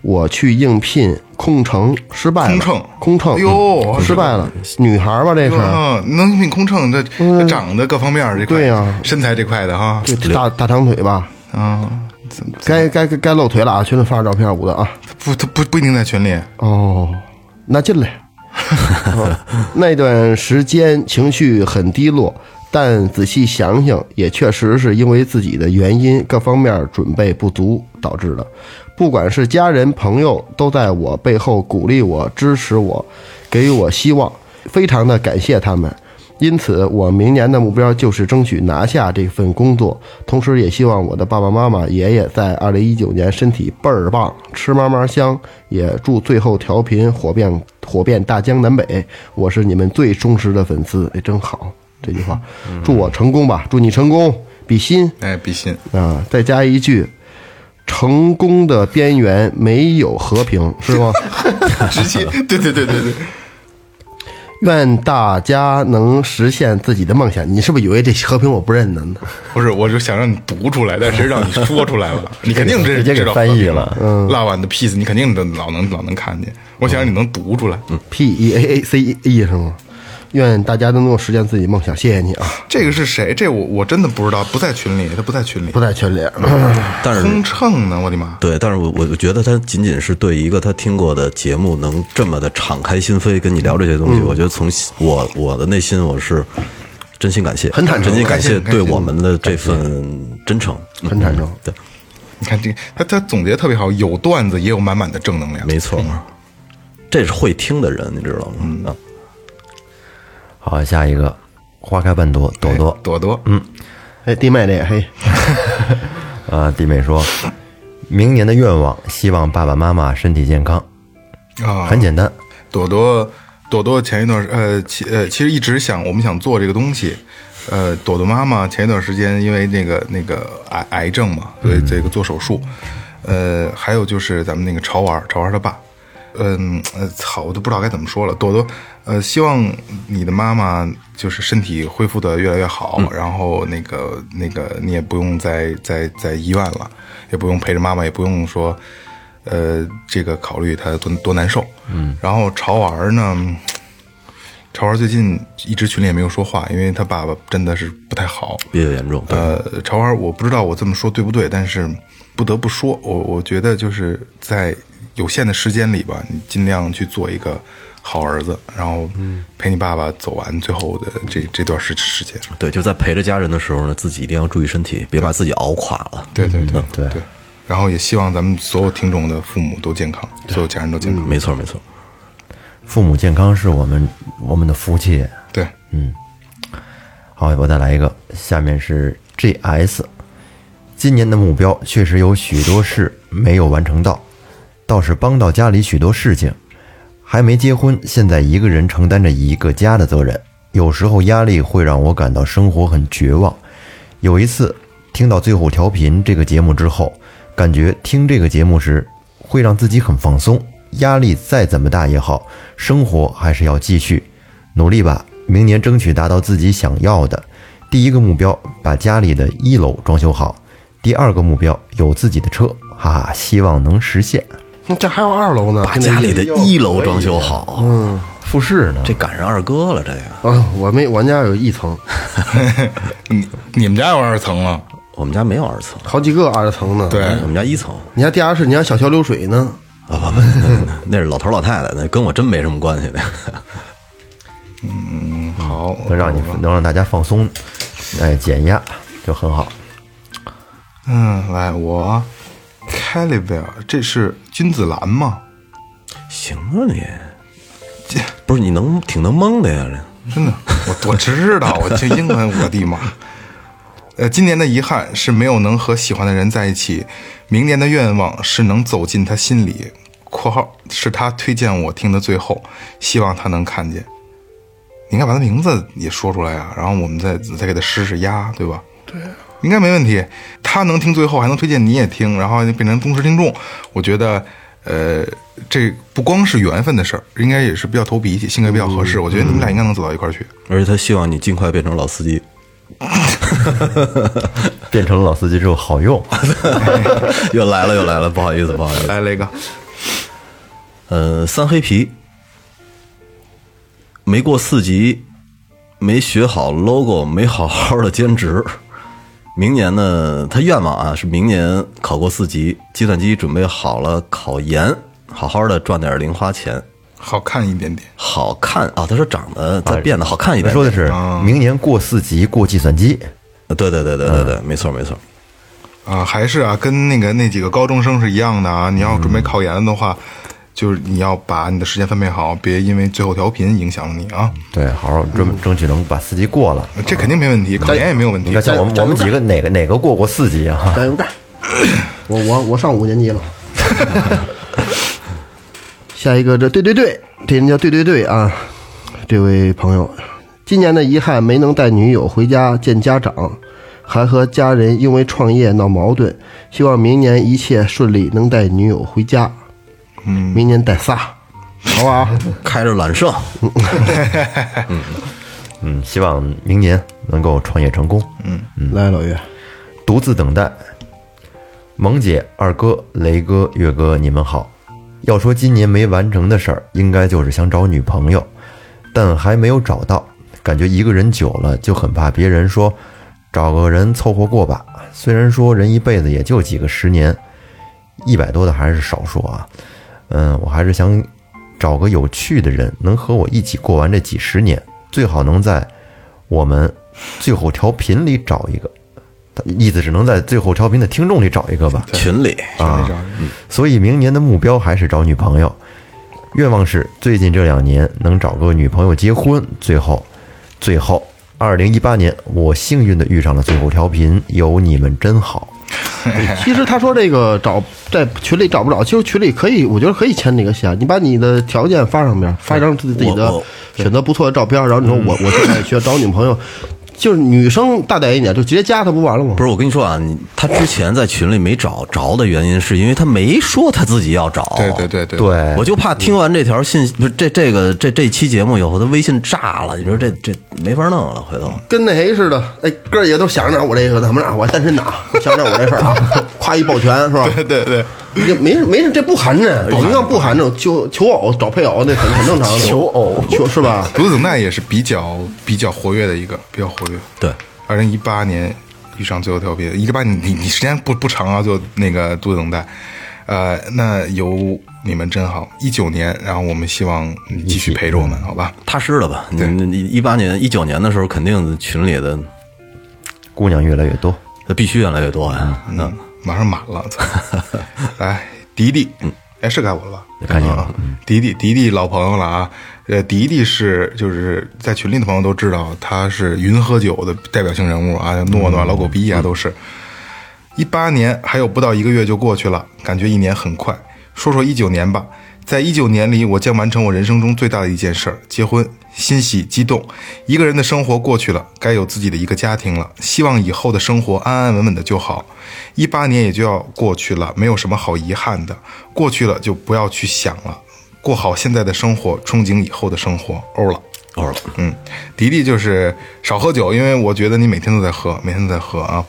[SPEAKER 3] 我去应聘空乘，失败了。
[SPEAKER 4] 空乘
[SPEAKER 3] 空乘，
[SPEAKER 4] 哎呦
[SPEAKER 3] 嗯失败了。女孩吧，这是。
[SPEAKER 4] 嗯，能品空乘这这长得各方面这块，
[SPEAKER 3] 对呀
[SPEAKER 4] 身材这块的哈，
[SPEAKER 3] 对，大大长腿吧，
[SPEAKER 4] 嗯，怎么
[SPEAKER 3] 该该该该露腿了啊！群里发张照片，我的啊。
[SPEAKER 4] 不他不不一定在群里，
[SPEAKER 3] 哦，那进来。那段时间情绪很低落，但仔细想想，也确实是因为自己的原因，各方面准备不足导致的。不管是家人、朋友，都在我背后鼓励我、支持我，给予我希望，非常的感谢他们。因此，我明年的目标就是争取拿下这份工作，同时也希望我的爸爸妈妈、爷爷在二零一九年身体倍儿棒，吃嘛嘛香。也祝最后调频火遍火遍大江南北，我是你们最忠实的粉丝，哎，真好这句话，祝我成功吧，祝你成功，比心
[SPEAKER 4] 哎，比心，
[SPEAKER 3] 啊！再加一句，成功的边缘没有和平，是吗？
[SPEAKER 4] 直接，对对对对对，
[SPEAKER 3] 愿大家能实现自己的梦想。你是不是以为这和平我不认得呢？
[SPEAKER 4] 不是，我就想让你读出来，但谁让你说出来了，你肯定
[SPEAKER 5] 直
[SPEAKER 4] 这
[SPEAKER 5] 接给
[SPEAKER 4] 知道
[SPEAKER 5] 翻译了
[SPEAKER 4] 嗯，蜡晚的 piece，你肯定能老能老能看见。我想让你能读出来，
[SPEAKER 3] P E A A C E 是吗？愿大家都能够实现自己梦想，谢谢你啊！
[SPEAKER 4] 这个是谁？这我我真的不知道，不在群里，他不在群里
[SPEAKER 3] 不，在群里， *coughs*
[SPEAKER 6] 但是
[SPEAKER 4] 空乘呢？我的妈！
[SPEAKER 6] 对，但是我我我觉得他仅仅是对一个他听过的节目能这么的敞开心扉跟你聊这些东西，我觉得从心我我的内心我是真心感谢，
[SPEAKER 3] 很坦诚
[SPEAKER 6] 真心感谢
[SPEAKER 4] 很感
[SPEAKER 6] 对
[SPEAKER 4] 谢
[SPEAKER 6] 我们的这份真诚，
[SPEAKER 3] 很坦诚
[SPEAKER 6] 嗯。对，
[SPEAKER 4] 你看这个他他总结得特别好，有段子也有满满的正能量。嗯
[SPEAKER 6] 没错，这是会听的人，你知道吗？嗯，
[SPEAKER 5] 好，下一个，花开半朵，朵朵
[SPEAKER 4] 哎，朵朵，嗯，
[SPEAKER 3] 哎，弟妹这个嘿，
[SPEAKER 5] 啊，弟妹说，明年的愿望，希望爸爸妈妈身体健康，
[SPEAKER 4] 啊，
[SPEAKER 5] 很简单，
[SPEAKER 4] 朵朵，朵朵前一段时呃，其呃，其实一直想我们想做这个东西。呃，朵朵妈妈前一段时间因为那个那个癌癌症嘛，所以这个做手术。呃，还有就是咱们那个潮玩儿，潮玩儿他爸，嗯，呃，操，我都不知道该怎么说了。朵朵，呃，希望你的妈妈就是身体恢复的越来越好，然后那个那个你也不用再再在医院了，也不用陪着妈妈，也不用说，呃，这个考虑她多多难受。嗯，然后潮玩儿呢，嗯潮玩儿最近一直群里也没有说话，因为他爸爸真的是不太好。
[SPEAKER 6] 比较严重。对，
[SPEAKER 4] 呃，潮儿，我不知道我这么说对不对，但是不得不说，我我觉得就是在有限的时间里吧，你尽量去做一个好儿子，然后陪你爸爸走完最后的这这段时时间。
[SPEAKER 6] 对，就在陪着家人的时候呢，自己一定要注意身体，别把自己熬垮了。
[SPEAKER 4] 对对对
[SPEAKER 5] 对
[SPEAKER 4] 对。然后也希望咱们所有听众的父母都健康，所有家人都健康。
[SPEAKER 6] 没错，没错。
[SPEAKER 5] 父母健康是我们我们的福气。
[SPEAKER 4] 对，
[SPEAKER 5] 好，我再来一个，下面是 GS。今年的目标确实有许多事没有完成到，倒是帮到家里许多事情。还没结婚，现在一个人承担着一个家的责任，有时候压力会让我感到生活很绝望。有一次听到《最后调频》这个节目之后，感觉听这个节目时会让自己很放松，压力再怎么大也好，生活还是要继续，努力吧，明年争取达到自己想要的。第一个目标，把家里的一楼装修好；第二个目标，有自己的车，哈哈，希望能实现。
[SPEAKER 3] 这还有二楼呢，
[SPEAKER 6] 把家里的一楼装修好，
[SPEAKER 5] 复试呢？
[SPEAKER 6] 这赶上二哥了，这个。
[SPEAKER 3] 啊，我没，我家有一层，
[SPEAKER 4] 你你们家有二层啊了？
[SPEAKER 6] 我们家没有二层，
[SPEAKER 3] 好几个二层呢。，
[SPEAKER 4] 对，
[SPEAKER 6] 我们家一层。
[SPEAKER 3] 你家地下室，你家小桥流水呢。
[SPEAKER 6] 哎啊不不， *laughs* 那是老头老太太，那跟我真没什么关系的。 *laughs*
[SPEAKER 4] 好，
[SPEAKER 5] 能让你能让大家放松，哎，减压就很好。
[SPEAKER 4] 嗯，来我 c a l i b e r 这是君子兰吗？
[SPEAKER 6] 行啊你，不是你能挺能蒙的呀？这
[SPEAKER 4] 真的，我我知道，我这英文，我的妈！呃，今年的遗憾是没有能和喜欢的人在一起，明年的愿望是能走进他心里（括号是他推荐我听的最后），希望他能看见。你应该把他名字也说出来啊，然后我们再再给他施施压，对吧？对、应该没问题。他能听最后，还能推荐你也听，然后还能变成忠实听众，我觉得，呃，这不光是缘分的事儿，应该也是比较投脾气，性格比较合适。我觉得你们俩应该能走到一块儿去。
[SPEAKER 6] 而且他希望你尽快变成老司机。 *laughs*
[SPEAKER 5] 变成了老司机之后好用，
[SPEAKER 6] 又来了又来了，不好意思不好意思。
[SPEAKER 4] 来雷哥，
[SPEAKER 6] 呃，三黑皮，没过四级，没学好 logo，没好好的兼职，明年呢，他愿望啊是明年考过四级，计算机准备好了考研，好好的赚点零花钱，
[SPEAKER 4] 好看一点点。
[SPEAKER 6] 好看啊。他说长得再变得好看一
[SPEAKER 5] 他
[SPEAKER 6] 点。
[SPEAKER 5] *laughs* 说的是明年过四级过计算机，
[SPEAKER 6] 对对对对对对，没错没错。
[SPEAKER 4] 啊，还是啊，跟那个那几个高中生是一样的啊。你要准备考研的话，就是你要把你的时间分配好，别因为最后调频影响了你啊。
[SPEAKER 5] 对，好好争争取能把四级过了。
[SPEAKER 4] 这肯定没问题，考研也没有问题
[SPEAKER 5] 你看，。像我们我们几个哪个哪个过过四级啊？
[SPEAKER 3] 加油干！ *coughs* 我我我上五年级了。 *laughs* 下一个，这对对对，这人叫对对对啊，这位朋友，今年的遗憾没能带女友回家见家长，还和家人因为创业闹矛盾，希望明年一切顺利，能带女友回家。嗯，明年带仨，好啊不好？
[SPEAKER 6] 开着揽胜，
[SPEAKER 5] 嗯，希望明年能够创业成功。
[SPEAKER 3] 来，老岳，
[SPEAKER 5] 独自等待。萌姐、二哥、雷哥、月哥，你们好。要说今年没完成的事儿，应该就是想找女朋友，但还没有找到。感觉一个人久了，就很怕别人说找个人凑合过吧。虽然说人一辈子也就几个十年，一百多的还是少数啊。嗯，我还是想找个有趣的人，能和我一起过完这几十年，最好能在我们最后调频里找一个。意思只能在最后调频的听众里找一个吧。
[SPEAKER 6] 群里
[SPEAKER 5] 啊，所以明年的目标还是找女朋友，愿望是最近这两年能找个女朋友结婚。最后，最后，二零一八年我幸运的遇上了最后调频，有你们真好。
[SPEAKER 3] *laughs* 其实他说这个找在群里找不着，其实群里可以，我觉得可以签这个线，你把你的条件发上边，发一张自己的
[SPEAKER 6] 我我
[SPEAKER 3] 选择不错的照片，然后你说我我现在需要找女朋友，就是女生大胆一点，就直接加他不完了吗？
[SPEAKER 6] 不是我跟你说啊，你他之前在群里没找着的原因，是因为他没说他自己要找。
[SPEAKER 4] 对对对对，
[SPEAKER 5] 对，
[SPEAKER 6] 我就怕听完这条信息，不是这这个这这期节目以后，他微信炸了，你说这这没法弄了，回头
[SPEAKER 3] 跟那谁似的，哎，哥儿也都想着我这个怎么着，我单身的啊，想着我这事儿啊，夸一抱拳是吧？对对对，也没没事，这不寒碜，人要不寒碜，求求偶找配偶那很很正常的，求偶求是吧？
[SPEAKER 4] 独自等待也是比较比较活跃的一个，比较活跃。
[SPEAKER 6] 对，
[SPEAKER 4] 二零一八年遇上最后调频，一八年你你时间不不长啊，就那个独自等待。呃，那有你们真好。一九年，然后我们希望你继续陪着我们，好吧？
[SPEAKER 6] 踏实了吧？你你一八年、一九年的时候，肯定群里的
[SPEAKER 5] 姑娘越来越多。
[SPEAKER 6] 那必须越来越多呀。那
[SPEAKER 4] 马上满了，操！来，迪迪，哎，是该我了吧？
[SPEAKER 5] 该你了
[SPEAKER 4] 啊，迪迪，迪迪老朋友了啊。呃，迪迪是就是在群里的朋友都知道，他是云喝酒的代表性人物啊，诺诺、老狗逼啊，都是。一八年还有不到一个月就过去了，感觉一年很快。说说一九年吧，在一九年里，我将完成我人生中最大的一件事儿——结婚，欣喜激动。一个人的生活过去了，该有自己的一个家庭了。希望以后的生活安安稳稳的就好。一八年也就要过去了，没有什么好遗憾的，过去了就不要去想了，过好现在的生活，憧憬以后的生活。欧了。
[SPEAKER 6] 哦，
[SPEAKER 4] 嗯，迪迪就是少喝酒，因为我觉得你每天都在喝，每天都在喝啊，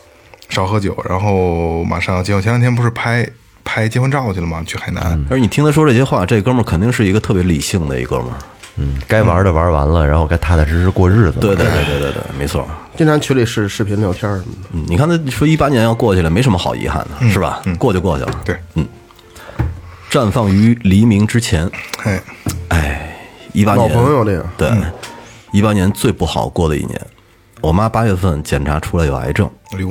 [SPEAKER 4] 少喝酒。然后马上结婚，前两天不是拍拍结婚照去了吗？去海南，
[SPEAKER 5] 嗯
[SPEAKER 6] 而你听他说这些话，这哥们儿肯定是一个特别理性的一哥们儿。
[SPEAKER 5] 嗯，该玩的玩完了，然后该踏踏实实过日子。
[SPEAKER 6] 对对对对对对，没错。
[SPEAKER 3] 经常群里视视频聊天儿什么的。
[SPEAKER 6] 嗯，你看他说一八年要过去了，没什么好遗憾的，是吧？过就过去了。
[SPEAKER 4] 对，
[SPEAKER 6] 嗯，绽放于黎明之前。
[SPEAKER 4] 嘿，
[SPEAKER 6] 哎，一八年
[SPEAKER 3] 老朋友这个
[SPEAKER 6] 对，一八年最不好过的一年。我妈八月份检查出来有癌症，
[SPEAKER 4] 哎呦，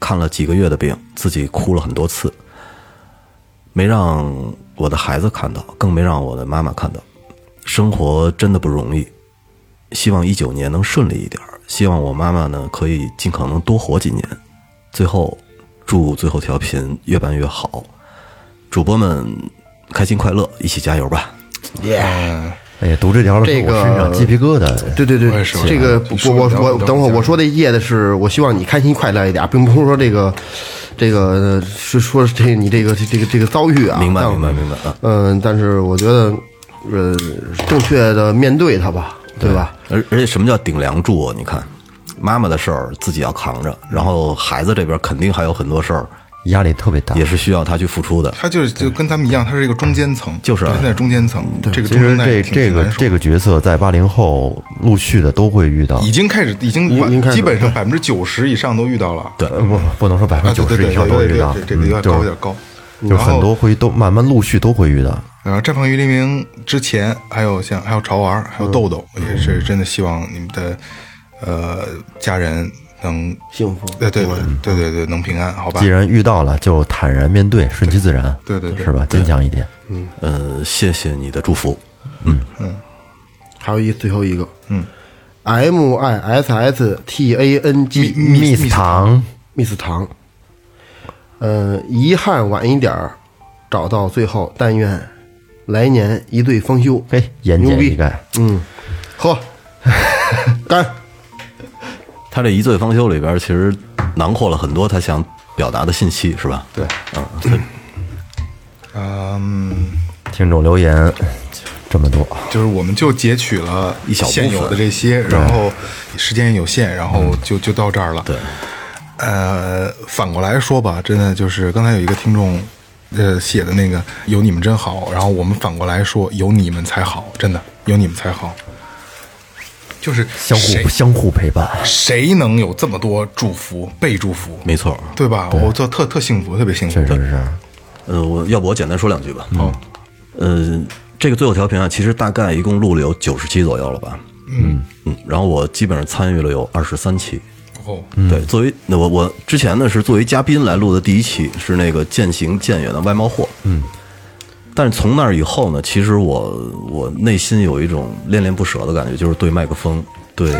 [SPEAKER 6] 看了几个月的病，自己哭了很多次，没让我的孩子看到，更没让我的妈妈看到。生活真的不容易，希望一九年能顺利一点儿，希望我妈妈呢可以尽可能多活几年。最后，祝最后调频越办越好，主播们开心快乐，一起加油吧！
[SPEAKER 4] 嗯
[SPEAKER 5] 哎呀，读这条的时候
[SPEAKER 3] 这个
[SPEAKER 5] 我身上鸡皮疙瘩。
[SPEAKER 3] 对对对
[SPEAKER 4] 我也是，
[SPEAKER 3] 这个
[SPEAKER 4] 我也是
[SPEAKER 3] 我我
[SPEAKER 4] 你说
[SPEAKER 3] 我
[SPEAKER 4] 你
[SPEAKER 3] 等会儿
[SPEAKER 4] 讲
[SPEAKER 3] 我说这夜的是，我希望你开心快乐一点，并不是说这个这个是说这你这个这个这个遭遇啊。
[SPEAKER 6] 明白，
[SPEAKER 3] 但
[SPEAKER 6] 明白，明白啊！
[SPEAKER 3] 嗯，但是我觉得，呃，正确的面对它吧，对吧？
[SPEAKER 6] 而而且什么叫顶梁柱啊？你看，妈妈的事儿自己要扛着，然后孩子这边肯定还有很多事儿
[SPEAKER 5] 压力特别大。
[SPEAKER 6] 也是需要他去付出的。
[SPEAKER 4] 他就是就跟咱们一样，他是一个中间层，
[SPEAKER 6] 就是啊
[SPEAKER 4] 他现在中间层，这个
[SPEAKER 5] 其
[SPEAKER 4] 中
[SPEAKER 5] 实
[SPEAKER 4] 间带
[SPEAKER 5] 这
[SPEAKER 4] 挺
[SPEAKER 5] 这个
[SPEAKER 4] 难受
[SPEAKER 5] 这个角色在八零后陆续的都会遇到，
[SPEAKER 4] 已经开始，已经
[SPEAKER 3] 已经开始
[SPEAKER 4] 基本上百分之九十以上都遇到了，对，
[SPEAKER 5] 呃不不能说百分之九
[SPEAKER 4] 对对
[SPEAKER 5] 十
[SPEAKER 4] 啊
[SPEAKER 5] 以上
[SPEAKER 4] 对，
[SPEAKER 5] 都
[SPEAKER 4] 对
[SPEAKER 5] 会
[SPEAKER 4] 对
[SPEAKER 5] 遇到，
[SPEAKER 4] 对这个有
[SPEAKER 5] 嗯
[SPEAKER 4] 点
[SPEAKER 5] 就
[SPEAKER 4] 高，有
[SPEAKER 5] 是
[SPEAKER 4] 点高。
[SPEAKER 5] 就是很多会都慢慢陆续都会遇到。
[SPEAKER 4] 然后《绽放于黎明》之前，还有像还有潮玩，
[SPEAKER 5] 嗯
[SPEAKER 4] 还有豆豆，也是真的希望你们的呃家人能呃
[SPEAKER 3] 幸福
[SPEAKER 4] 对对对对对对能平安，好吧
[SPEAKER 5] 既？然遇到了，就坦然面对，顺其自然，
[SPEAKER 4] 对对对
[SPEAKER 5] 是吧？坚强一点。
[SPEAKER 6] 呃，谢谢你的祝福。
[SPEAKER 3] 还有一最后一个，
[SPEAKER 4] 嗯
[SPEAKER 3] ，M I S S T A N G
[SPEAKER 5] Miss 唐，
[SPEAKER 3] Miss 唐，呃，遗憾晚一点儿找到最后，但愿来年一对方休。
[SPEAKER 5] 嘿，哎言
[SPEAKER 3] 牛
[SPEAKER 5] 简
[SPEAKER 3] 逼
[SPEAKER 5] 意赅。
[SPEAKER 3] 嗯，喝，干，
[SPEAKER 6] 他这一醉方休里边，其实囊括了很多他想表达的信息，是吧？对，嗯，所以
[SPEAKER 4] 嗯，
[SPEAKER 5] 听众留言这么多，
[SPEAKER 4] 就是我们就截取了
[SPEAKER 6] 一小部分
[SPEAKER 4] 现有的这些，然后时间也有限，然后
[SPEAKER 5] 嗯
[SPEAKER 4] 就就到这儿了。
[SPEAKER 6] 对，
[SPEAKER 4] 呃，反过来说吧，真的就是刚才有一个听众。呃，写的那个有你们真好，然后我们反过来说有你们才好，真的有你们才好，就是
[SPEAKER 5] 相
[SPEAKER 4] 谁
[SPEAKER 5] 互相互陪伴。
[SPEAKER 4] 谁能有这么多祝福被祝福，
[SPEAKER 6] 没错。
[SPEAKER 4] 对吧？我就特特幸福，特别幸福
[SPEAKER 5] 确。实是，
[SPEAKER 6] 呃，我要不我简单说两句吧。
[SPEAKER 4] 好，
[SPEAKER 6] 呃，这个最后调频啊，其实大概一共录了有九十期左右了吧。嗯嗯，然后我基本上参与了有二十三期。
[SPEAKER 4] 哦，
[SPEAKER 6] 对，作为那我我之前呢是作为嘉宾来录的第一期，是那个渐行渐远的外贸货。嗯，但是从那儿以后呢，其实我我内心有一种恋恋不舍的感觉，就是对麦克风，对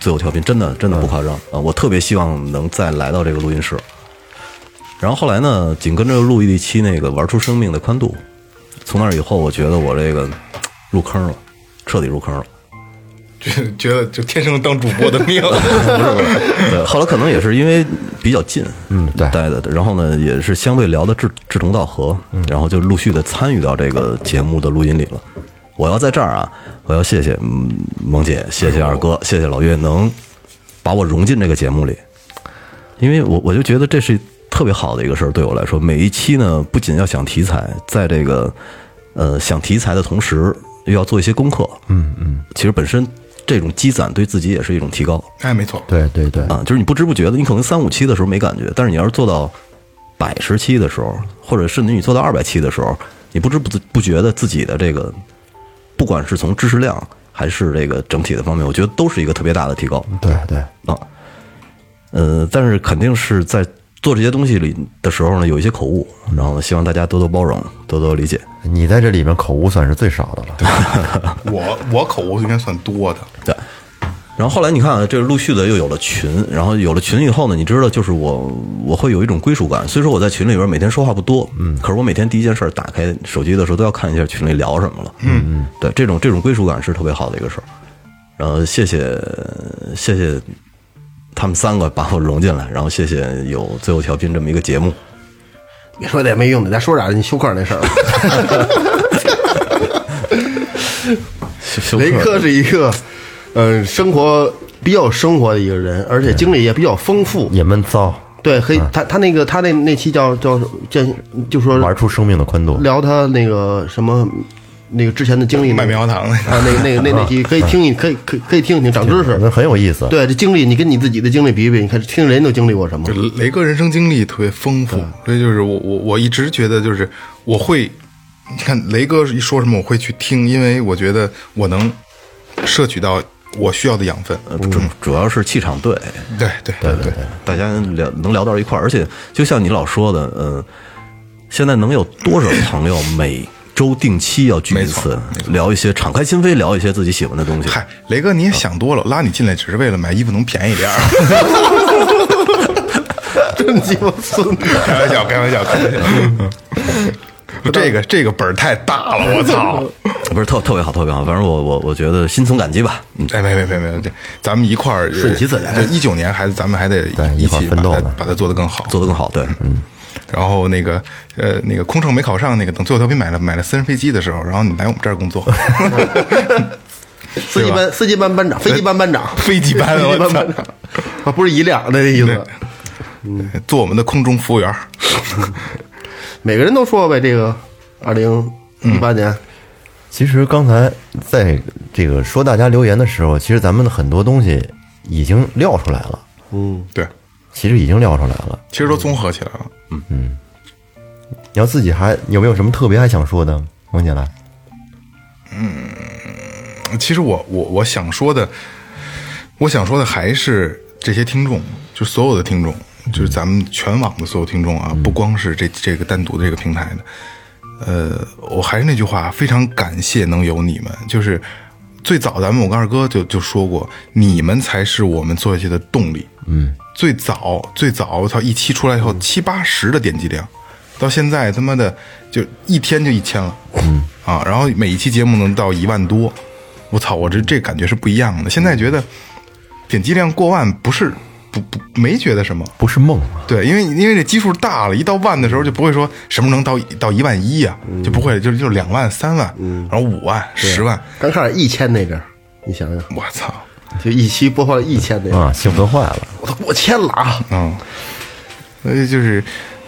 [SPEAKER 6] 最后调频，真的真的不夸张啊！我特别希望能再来到这个录音室。然后后来呢，紧跟着又录一期那个《玩出生命的宽度》，从那儿以后，我觉得我这个入坑了，彻底入坑了。
[SPEAKER 4] 觉觉得就天生当主播的
[SPEAKER 5] *laughs*
[SPEAKER 4] 命。
[SPEAKER 6] 对，后来可能也是因为比较近，嗯，
[SPEAKER 5] 对
[SPEAKER 6] 待的，然后呢，也是相对聊的志志同道合，然后就陆续的参与到这个节目的录音里了。我要在这儿啊，我要谢谢嗯萌姐，谢谢二哥，谢谢老岳，能把我融进这个节目里，因为我我就觉得这是特别好的一个事儿，对我来说，每一期呢，不仅要想题材，在这个呃想题材的同时，又要做一些功课，嗯嗯，其实本身这种积攒对自己也是一种提高，
[SPEAKER 4] 哎，没错，
[SPEAKER 5] 对对对，
[SPEAKER 6] 啊，就是你不知不觉的，你可能三五期的时候没感觉，但是你要是做到百十期的时候，或者甚至你做到二百期的时候，你不知不不觉的自己的这个，不管是从知识量还是这个整体的方面，我觉得都是一个特别大的提高
[SPEAKER 5] 对对，
[SPEAKER 6] 啊。呃，但是肯定是在做这些东西里的时候呢，有一些口误，然后呢，希望大家多多包容，多多理解。
[SPEAKER 5] 你在这里面口误算是最少的了。
[SPEAKER 4] 我我口误应该算多的。
[SPEAKER 6] 对。然后后来你看啊，这陆续的又有了群，然后有了群以后呢，你知道，就是我我会有一种归属感。虽说我在群里边每天说话不多，嗯，可是我每天第一件事儿打开手机的时候都要看一下群里聊什么了，嗯嗯，对，这种这种归属感是特别好的一个事儿。然后谢谢谢谢他们三个把我融进来，然后谢谢有最后调频这么一个节目，
[SPEAKER 3] 你说的也没用的，咱说点儿你休克
[SPEAKER 5] *laughs*
[SPEAKER 3] 那事儿吧。
[SPEAKER 6] 休休
[SPEAKER 3] 雷
[SPEAKER 6] 克
[SPEAKER 3] 克是一个，呃，生活比较生活的一个人，而且经历也比较丰富。
[SPEAKER 5] *laughs* 也闷骚，
[SPEAKER 3] 对，可以，他他那个他那那期叫叫见，就说
[SPEAKER 5] 嗯玩出生命的宽度。
[SPEAKER 3] 聊他那个什么那个之前的经历那
[SPEAKER 4] 卖嗯
[SPEAKER 3] 个，
[SPEAKER 4] 棉花糖那个，
[SPEAKER 3] 啊，那个那个那那期可以听一，可以可以可以听听，长知识。
[SPEAKER 4] 嗯
[SPEAKER 5] 那很有意思，
[SPEAKER 3] 对，这经历你跟你自己的经历比一比，你看听人都经历过什么
[SPEAKER 4] 就？雷哥人生经历特别丰富，所以就是我我我一直觉得就是我会，你看雷哥一说什么我会去听，因为我觉得我能摄取到我需要的养分。
[SPEAKER 6] 呃主主要是气场对，
[SPEAKER 4] 对对对对，
[SPEAKER 6] 大家聊能聊到一块儿，而且就像你老说的，呃，现在能有多少朋友每周定期要聚一次，聊一些敞开心扉，聊一些自己喜欢的东西？
[SPEAKER 4] 嗨，雷哥你也想多了，拉你进来只是为了买衣服能便宜点儿。
[SPEAKER 3] *laughs*
[SPEAKER 4] *laughs*
[SPEAKER 3] 真鸡巴孙
[SPEAKER 4] *laughs*
[SPEAKER 3] 子！
[SPEAKER 4] 开玩笑，开玩笑，开玩笑。嗯这个这个本儿太大了，我操！
[SPEAKER 6] 不是特特别好，特别好。反正我我我觉得心存感激吧。嗯，
[SPEAKER 4] 哎，没没没没，这咱们一块儿
[SPEAKER 3] 顺其自然
[SPEAKER 4] 一九年还咱们还得
[SPEAKER 5] 对
[SPEAKER 4] 一
[SPEAKER 5] 一块儿
[SPEAKER 4] 起
[SPEAKER 5] 奋斗
[SPEAKER 4] 把它
[SPEAKER 5] 嘛
[SPEAKER 4] 把它做得更好。
[SPEAKER 6] 做得更好，对，
[SPEAKER 4] 然后那个呃，那个空乘没考上，那个等最后调频买了买了私人飞机的时候，然后你来我们这儿工作， *laughs*
[SPEAKER 3] 司机班司机班班长，飞机班班长，
[SPEAKER 4] 飞机班，
[SPEAKER 3] 飞
[SPEAKER 4] 我
[SPEAKER 3] 机班
[SPEAKER 4] 操
[SPEAKER 3] 班！长，啊，不是一辆的那意思。
[SPEAKER 4] 做我们的空中服务员儿。
[SPEAKER 3] 每个人都说呗，这个二零一
[SPEAKER 4] 嗯
[SPEAKER 3] 八年，
[SPEAKER 5] 其实刚才在这个说大家留言的时候，其实咱们的很多东西已经撂出来了，
[SPEAKER 4] 对，
[SPEAKER 5] 其实已经撂出来了。
[SPEAKER 4] 其实都综合起来了。
[SPEAKER 5] 你要自己还有没有什么特别还想说的，王姐来？
[SPEAKER 4] 其实我我我想说的，我想说的还是这些听众，就是所有的听众，就是咱们全网的所有听众啊，不光是这这个单独的这个平台的。呃，我还是那句话，非常感谢能有你们，就是最早咱们我跟二哥就就说过，你们才是我们做下去的动力。嗯，最早最早，我操，一期出来以后七八十的点击量，到现在他妈的就一天就一千了。嗯啊，然后每一期节目能到一万多，我操，我这这感觉是不一样的。现在觉得点击量过万不是不不没觉得什么，
[SPEAKER 5] 不是梦啊，
[SPEAKER 4] 对，因为因为这基数大了，一到万的时候就不会说什么能到到一万一啊，就不会，就就两万、三万，然后五万、十万，
[SPEAKER 3] 刚开始一千那阵儿，你想想，
[SPEAKER 4] 我操，
[SPEAKER 3] 就一期播放一千那阵儿，
[SPEAKER 5] 啊兴奋坏 *laughs* 了。
[SPEAKER 3] 我都过千了啊！
[SPEAKER 4] 嗯，所以就是，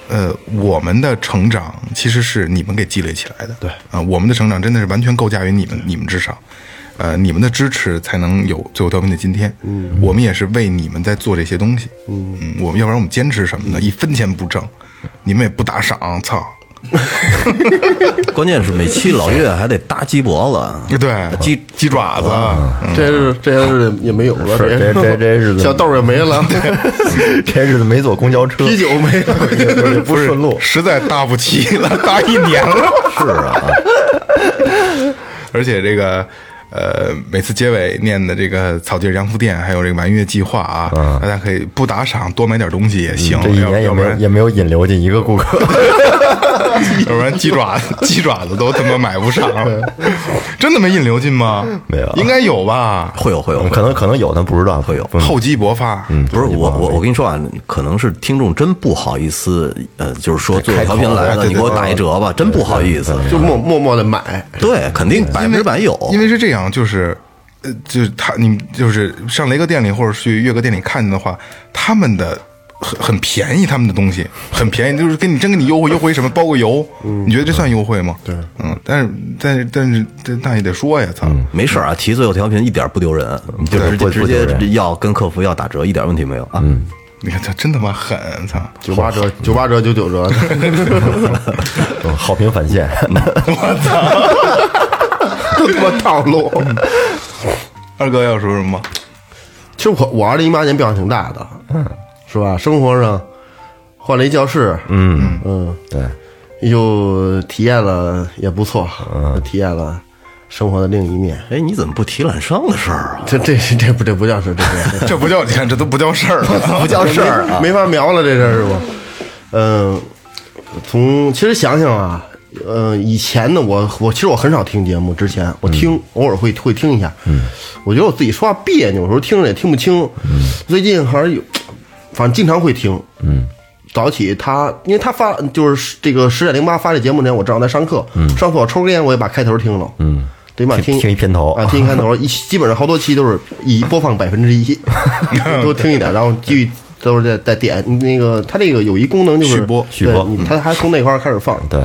[SPEAKER 4] 呃，我们的成长其实是你们给积累起来的，对啊、我们的成长真的是完全构架于你们你们之上，呃，你们的支持才能有最后调频的今天，嗯，我们也是为你们在做这些东西，嗯我们要不然我们坚持什么
[SPEAKER 3] 嗯
[SPEAKER 4] 呢？一分钱不挣，你们也不打赏，操，
[SPEAKER 6] 关键是每期老岳还得搭鸡脖子，
[SPEAKER 4] 对，
[SPEAKER 6] 鸡
[SPEAKER 4] 鸡爪子，嗯
[SPEAKER 3] 这日这些日子也没有了，
[SPEAKER 5] 是
[SPEAKER 3] 些
[SPEAKER 5] 这这这日子
[SPEAKER 3] 啊小豆儿也
[SPEAKER 4] *laughs*
[SPEAKER 3] 没了，
[SPEAKER 5] 这日子没坐公交车，
[SPEAKER 3] *laughs* 啤酒没了，
[SPEAKER 5] 也不
[SPEAKER 4] 不是
[SPEAKER 5] 顺路，
[SPEAKER 4] 实在搭不起了，搭一年了。是啊，而且这个呃，每次结尾念的这个草地儿洋服店，还有这个玩音乐计划啊，大家可以不打赏多买点东西也行，
[SPEAKER 5] 这一
[SPEAKER 4] 要
[SPEAKER 5] 年也
[SPEAKER 4] 要不
[SPEAKER 5] 没有
[SPEAKER 4] 然
[SPEAKER 5] 也没有引流进一个顾客。
[SPEAKER 4] 要不然鸡爪子 *laughs* 鸡爪子都他妈买
[SPEAKER 5] *laughs*
[SPEAKER 4] 不上了，真的没引流进吗？
[SPEAKER 5] 没有啊
[SPEAKER 4] 应该有吧？
[SPEAKER 6] 会有会有，会有
[SPEAKER 5] 可能可能有，咱不知道
[SPEAKER 6] 会有
[SPEAKER 5] 不
[SPEAKER 4] 厚积薄发，嗯，
[SPEAKER 6] 不是我我我跟你说啊，可能是听众真不好意思，呃，就是说做调频来了，你给我打一折吧，真不好意思。
[SPEAKER 3] *laughs* 就默默默的买，
[SPEAKER 6] 对，肯定百分之百有，
[SPEAKER 4] 因为是这样，就是，呃，就是他，你们就是上雷哥店里或者去乐哥店里看见的话，他们的很很便宜，他们的东西很便宜，就是给你真给你优惠优惠什么，包个油，你觉得这算优惠吗？对，嗯，但是但是但是但那也得说呀，操，
[SPEAKER 6] 没事儿啊，提最后调频一点不丢人，你就直
[SPEAKER 5] 嗯
[SPEAKER 6] 接
[SPEAKER 5] 不
[SPEAKER 6] 直
[SPEAKER 5] 不丢人嗯
[SPEAKER 6] 接要跟客服要打折，一点问题没有啊。
[SPEAKER 4] 你看他真他妈狠，操，
[SPEAKER 3] 九八折、九八折、九九 *laughs* 折，
[SPEAKER 5] 嗯好评返现，
[SPEAKER 3] 都他妈套路。
[SPEAKER 4] 二哥要说什么吗？
[SPEAKER 3] 其实我我二零一八年变化挺大的，是吧？生活上换了一教室，嗯嗯，
[SPEAKER 5] 对，
[SPEAKER 3] 又体验了也不错，嗯，体验了生活的另一面。
[SPEAKER 6] 哎，你怎么不提揽商的事儿啊？
[SPEAKER 3] 这这这不这不叫事，这不
[SPEAKER 4] 这不叫你看，这都不叫事儿了，不
[SPEAKER 3] 叫事儿、啊 *laughs* 没法描了，这事儿是吧？嗯，从其实想想啊，呃，以前呢，我我其实我很少听节目，之前我听、偶尔会会听一下，嗯，我觉得我自己说话别扭，有时候听着也听不清，最近好像有，反正经常会听，嗯。早起他，因为他发就是这个十点零八发这节目之前，我正好在上课，上课我抽根烟，我也把开头听了，嗯，对吧？
[SPEAKER 5] 听
[SPEAKER 3] 听
[SPEAKER 5] 听一片头
[SPEAKER 3] 啊，听一开头，一基本上好多期都是以播放百分之一，多听一点，然后继续都是在在点那个，它这个有一功能就是
[SPEAKER 4] 续播
[SPEAKER 5] 续播
[SPEAKER 3] 对你它还从那块儿开始放，
[SPEAKER 5] 对，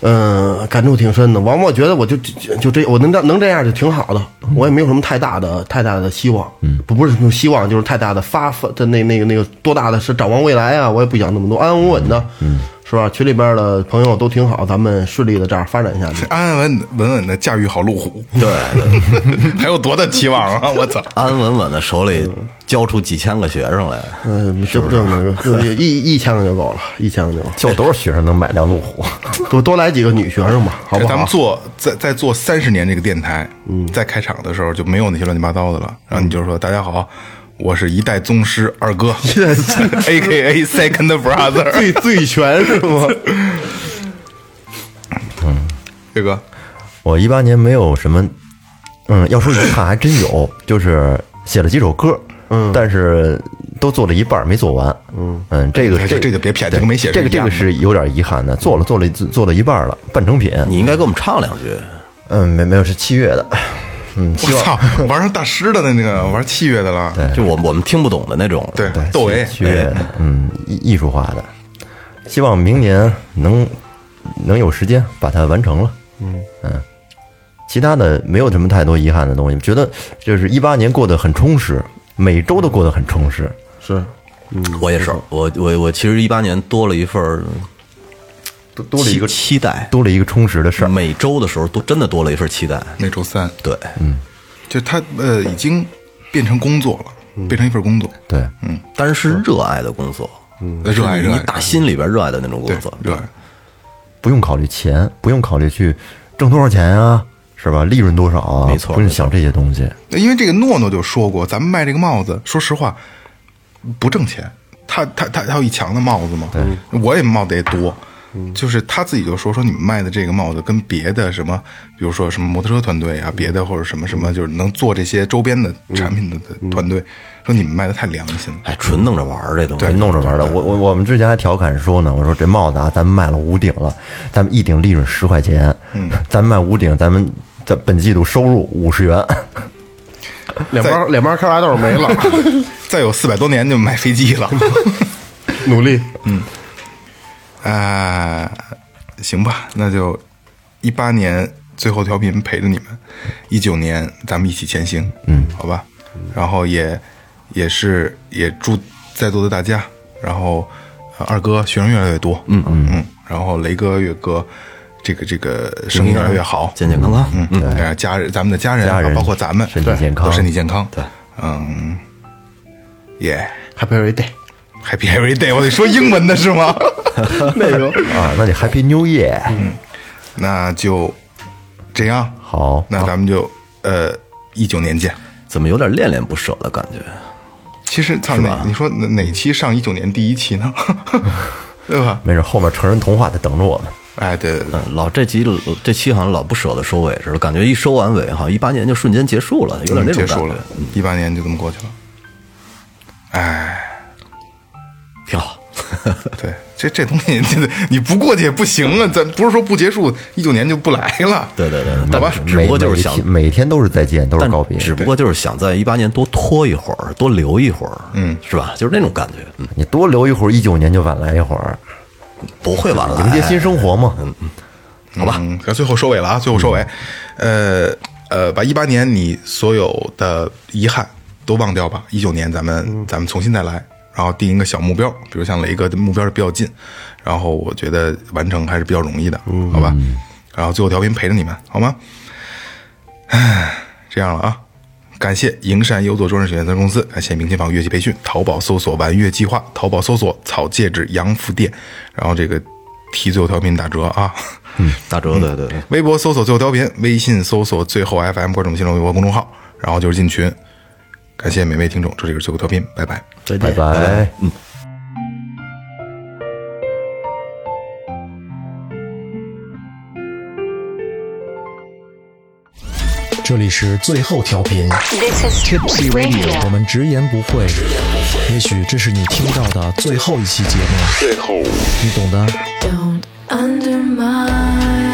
[SPEAKER 3] 嗯，感触挺深的。完，我觉得我就就就这，我能这能这样就挺好的，我也没有什么太大的太大的希望，嗯，不不是什么希望，就是太大的发发的那那个那个多大的是展望未来啊，我也不想那么多，安安稳稳的，嗯，是吧？群里边的朋友都挺好，咱们顺利的这样发展下去。
[SPEAKER 4] 安安稳稳稳的驾驭好路虎，
[SPEAKER 5] 嗯
[SPEAKER 6] 对，
[SPEAKER 4] 还有多大期望啊！我操，
[SPEAKER 6] 安安稳稳的手里教出几千个学生来，
[SPEAKER 3] 嗯，这不这 *laughs* 么个一一千个就够了，一千个就够了
[SPEAKER 5] 就多少学生能买辆路
[SPEAKER 6] *laughs*
[SPEAKER 5] 虎？啊
[SPEAKER 3] 多多来几个女学生吧，好不好？
[SPEAKER 4] 咱们做在在做三十年这个电台，嗯，在开场的时候就没有那些乱七八糟的了，然后你就说大家好，我是一代宗师二哥，一代 A K A Second Brother，
[SPEAKER 3] 醉醉拳是吗？
[SPEAKER 4] 这个
[SPEAKER 5] 我一八年没有什么，嗯，要说遗憾还真有，就是写了几首歌，嗯，但是都做了一半儿没做完，嗯这个
[SPEAKER 4] 这这就别骗这个没写是
[SPEAKER 5] 这个
[SPEAKER 4] 一
[SPEAKER 5] 这
[SPEAKER 4] 样
[SPEAKER 5] 个
[SPEAKER 4] 的
[SPEAKER 5] 是有点遗憾的，做了做了做了一半儿了，半成品，
[SPEAKER 6] 你应该给我们唱两句。
[SPEAKER 5] 嗯，没没有是七月的，
[SPEAKER 4] 我操，玩上大师的那个，玩器乐的了，
[SPEAKER 6] 就我我们听不懂的那种，
[SPEAKER 4] 对，窦唯，
[SPEAKER 5] 区别，嗯，艺艺术化的，希望明年能能有时间把它完成了。嗯其他的没有什么太多遗憾的东西，觉得就是一八年过得很充实，每周都过得很充实。
[SPEAKER 3] 是
[SPEAKER 6] 我也是，我我我其实一八年多了一份儿
[SPEAKER 5] 多多了一个
[SPEAKER 6] 期期待，
[SPEAKER 5] 多了一个充实的事儿。
[SPEAKER 6] 每周的时候都真的多了一份期待，
[SPEAKER 4] 那周三，
[SPEAKER 6] 对，
[SPEAKER 5] 嗯
[SPEAKER 4] 就他呃已经变成工作了，变成一份工作，
[SPEAKER 5] 对，
[SPEAKER 6] 但是是热爱的工作，嗯
[SPEAKER 4] 热爱热
[SPEAKER 6] 你
[SPEAKER 4] 爱
[SPEAKER 6] 打心里边热爱的那种
[SPEAKER 4] 对
[SPEAKER 6] 工作，，
[SPEAKER 4] 热爱，
[SPEAKER 5] 不用考虑钱，不用考虑去挣多少钱啊，是吧？利润多少啊？
[SPEAKER 6] 没错
[SPEAKER 5] 不用想这些东西。
[SPEAKER 4] 因为这个诺诺就说过，咱们卖这个帽子，说实话不挣钱。他他他他有一墙的帽子嘛，我也帽子也多，
[SPEAKER 3] 嗯
[SPEAKER 4] 就是他自己就说说你们卖的这个帽子跟别的什么，比如说什么摩托车团队啊，别的或者什么什么，就是能做这些周边的
[SPEAKER 3] 嗯
[SPEAKER 4] 产品的的团队，说你们卖的太良心了。
[SPEAKER 6] 哎，纯弄着玩儿这东西，
[SPEAKER 5] 弄着玩儿的。我我我们之前还调侃说呢，我说这帽子啊，咱们卖了五顶了，咱们一顶利润十块钱，嗯， *laughs* 咱们卖五顶，咱们在本季度收入五十元，
[SPEAKER 3] *laughs*
[SPEAKER 5] 啊
[SPEAKER 3] 两包两包开花豆没了，
[SPEAKER 4] *laughs* 再有四百多年就买飞机
[SPEAKER 3] *laughs*
[SPEAKER 4] 了，
[SPEAKER 3] 努力，
[SPEAKER 4] 啊，行吧，那就一八年最后调频陪着你们，一九年咱们一起前行，嗯，好吧，然后也也是也祝在座的大家，然后、呃二哥学生越来越多，嗯嗯嗯，然后雷哥岳哥这个这个生意越来越好，
[SPEAKER 6] 健健康康，
[SPEAKER 4] 嗯，然后家人咱们的家人啊，
[SPEAKER 5] 家人
[SPEAKER 4] 包括咱们
[SPEAKER 5] 身体健康
[SPEAKER 4] 都身体健康，对，嗯，耶、
[SPEAKER 3] Happy every day，
[SPEAKER 4] h a p p y every day，我得说英文的是吗？
[SPEAKER 3] 那个
[SPEAKER 5] 啊，那得 Happy New Year，
[SPEAKER 4] 那就这样，
[SPEAKER 5] 好，
[SPEAKER 4] 那咱们就呃一九年见。
[SPEAKER 6] 怎么有点恋恋不舍的感觉？
[SPEAKER 4] 其实操哪，你说哪哪期上一九年第一期
[SPEAKER 6] *laughs*
[SPEAKER 4] 呢？对吧？
[SPEAKER 5] 没事，后面成人童话在等着我们。
[SPEAKER 4] 哎，对对对，
[SPEAKER 6] 嗯，老这集这期好像老不舍得收尾似的，感觉一收完尾好像一八年就瞬间结束了，有点那种
[SPEAKER 4] 嗯结
[SPEAKER 6] 感
[SPEAKER 4] 束
[SPEAKER 6] 觉嗯
[SPEAKER 4] 了，，一八年就这么过去
[SPEAKER 6] *laughs*
[SPEAKER 4] 了。哎，
[SPEAKER 6] 挺好。
[SPEAKER 4] 对，这这东西这你不过去也不行啊，咱不是说不结束，一九年就不来了。
[SPEAKER 6] 对对对，
[SPEAKER 4] 好吧
[SPEAKER 6] 但只不过就是想
[SPEAKER 5] 每，每天每天都是再见，都是
[SPEAKER 6] 但
[SPEAKER 5] 告别，
[SPEAKER 6] 只不过就是想在一八年多拖一会儿，多留一会儿，嗯，是吧？就是那种感觉，嗯，
[SPEAKER 5] 你多留一会儿，一九年就晚来一会儿，
[SPEAKER 6] 不会晚了，
[SPEAKER 5] 迎接新生活嘛。
[SPEAKER 4] 好吧，那、最后收尾了啊，最后收尾，呃呃，把一八年你所有的遗憾都忘掉吧，一九年咱们、咱们重新再来，然后定一个小目标，比如像雷哥的目标是比较近，然后我觉得完成还是比较容易的，好吧？然后最后调频陪着你们，好吗？唉，这样了啊。感谢营山优作装饰有限责任公司，感谢明琴坊乐器培训，淘宝搜索“玩乐计划”，淘宝搜索“草戒指洋服店”，然后这个提最后调频打折啊。
[SPEAKER 6] 打折，对对对，
[SPEAKER 4] 微博搜索最后调频，微信搜索最后 FM 关注我们新浪微博公众号，然后就是进群。感谢每位听众，这里是最后调频，拜拜。
[SPEAKER 6] 再
[SPEAKER 5] 拜拜。
[SPEAKER 6] 哎
[SPEAKER 7] 这里是最后调频
[SPEAKER 8] This is
[SPEAKER 7] Tipsy Radio，我
[SPEAKER 8] Radio.
[SPEAKER 7] 们直言不讳，也许这是你听到的最后一期节目，最后，你懂的。
[SPEAKER 9] Don't undermine.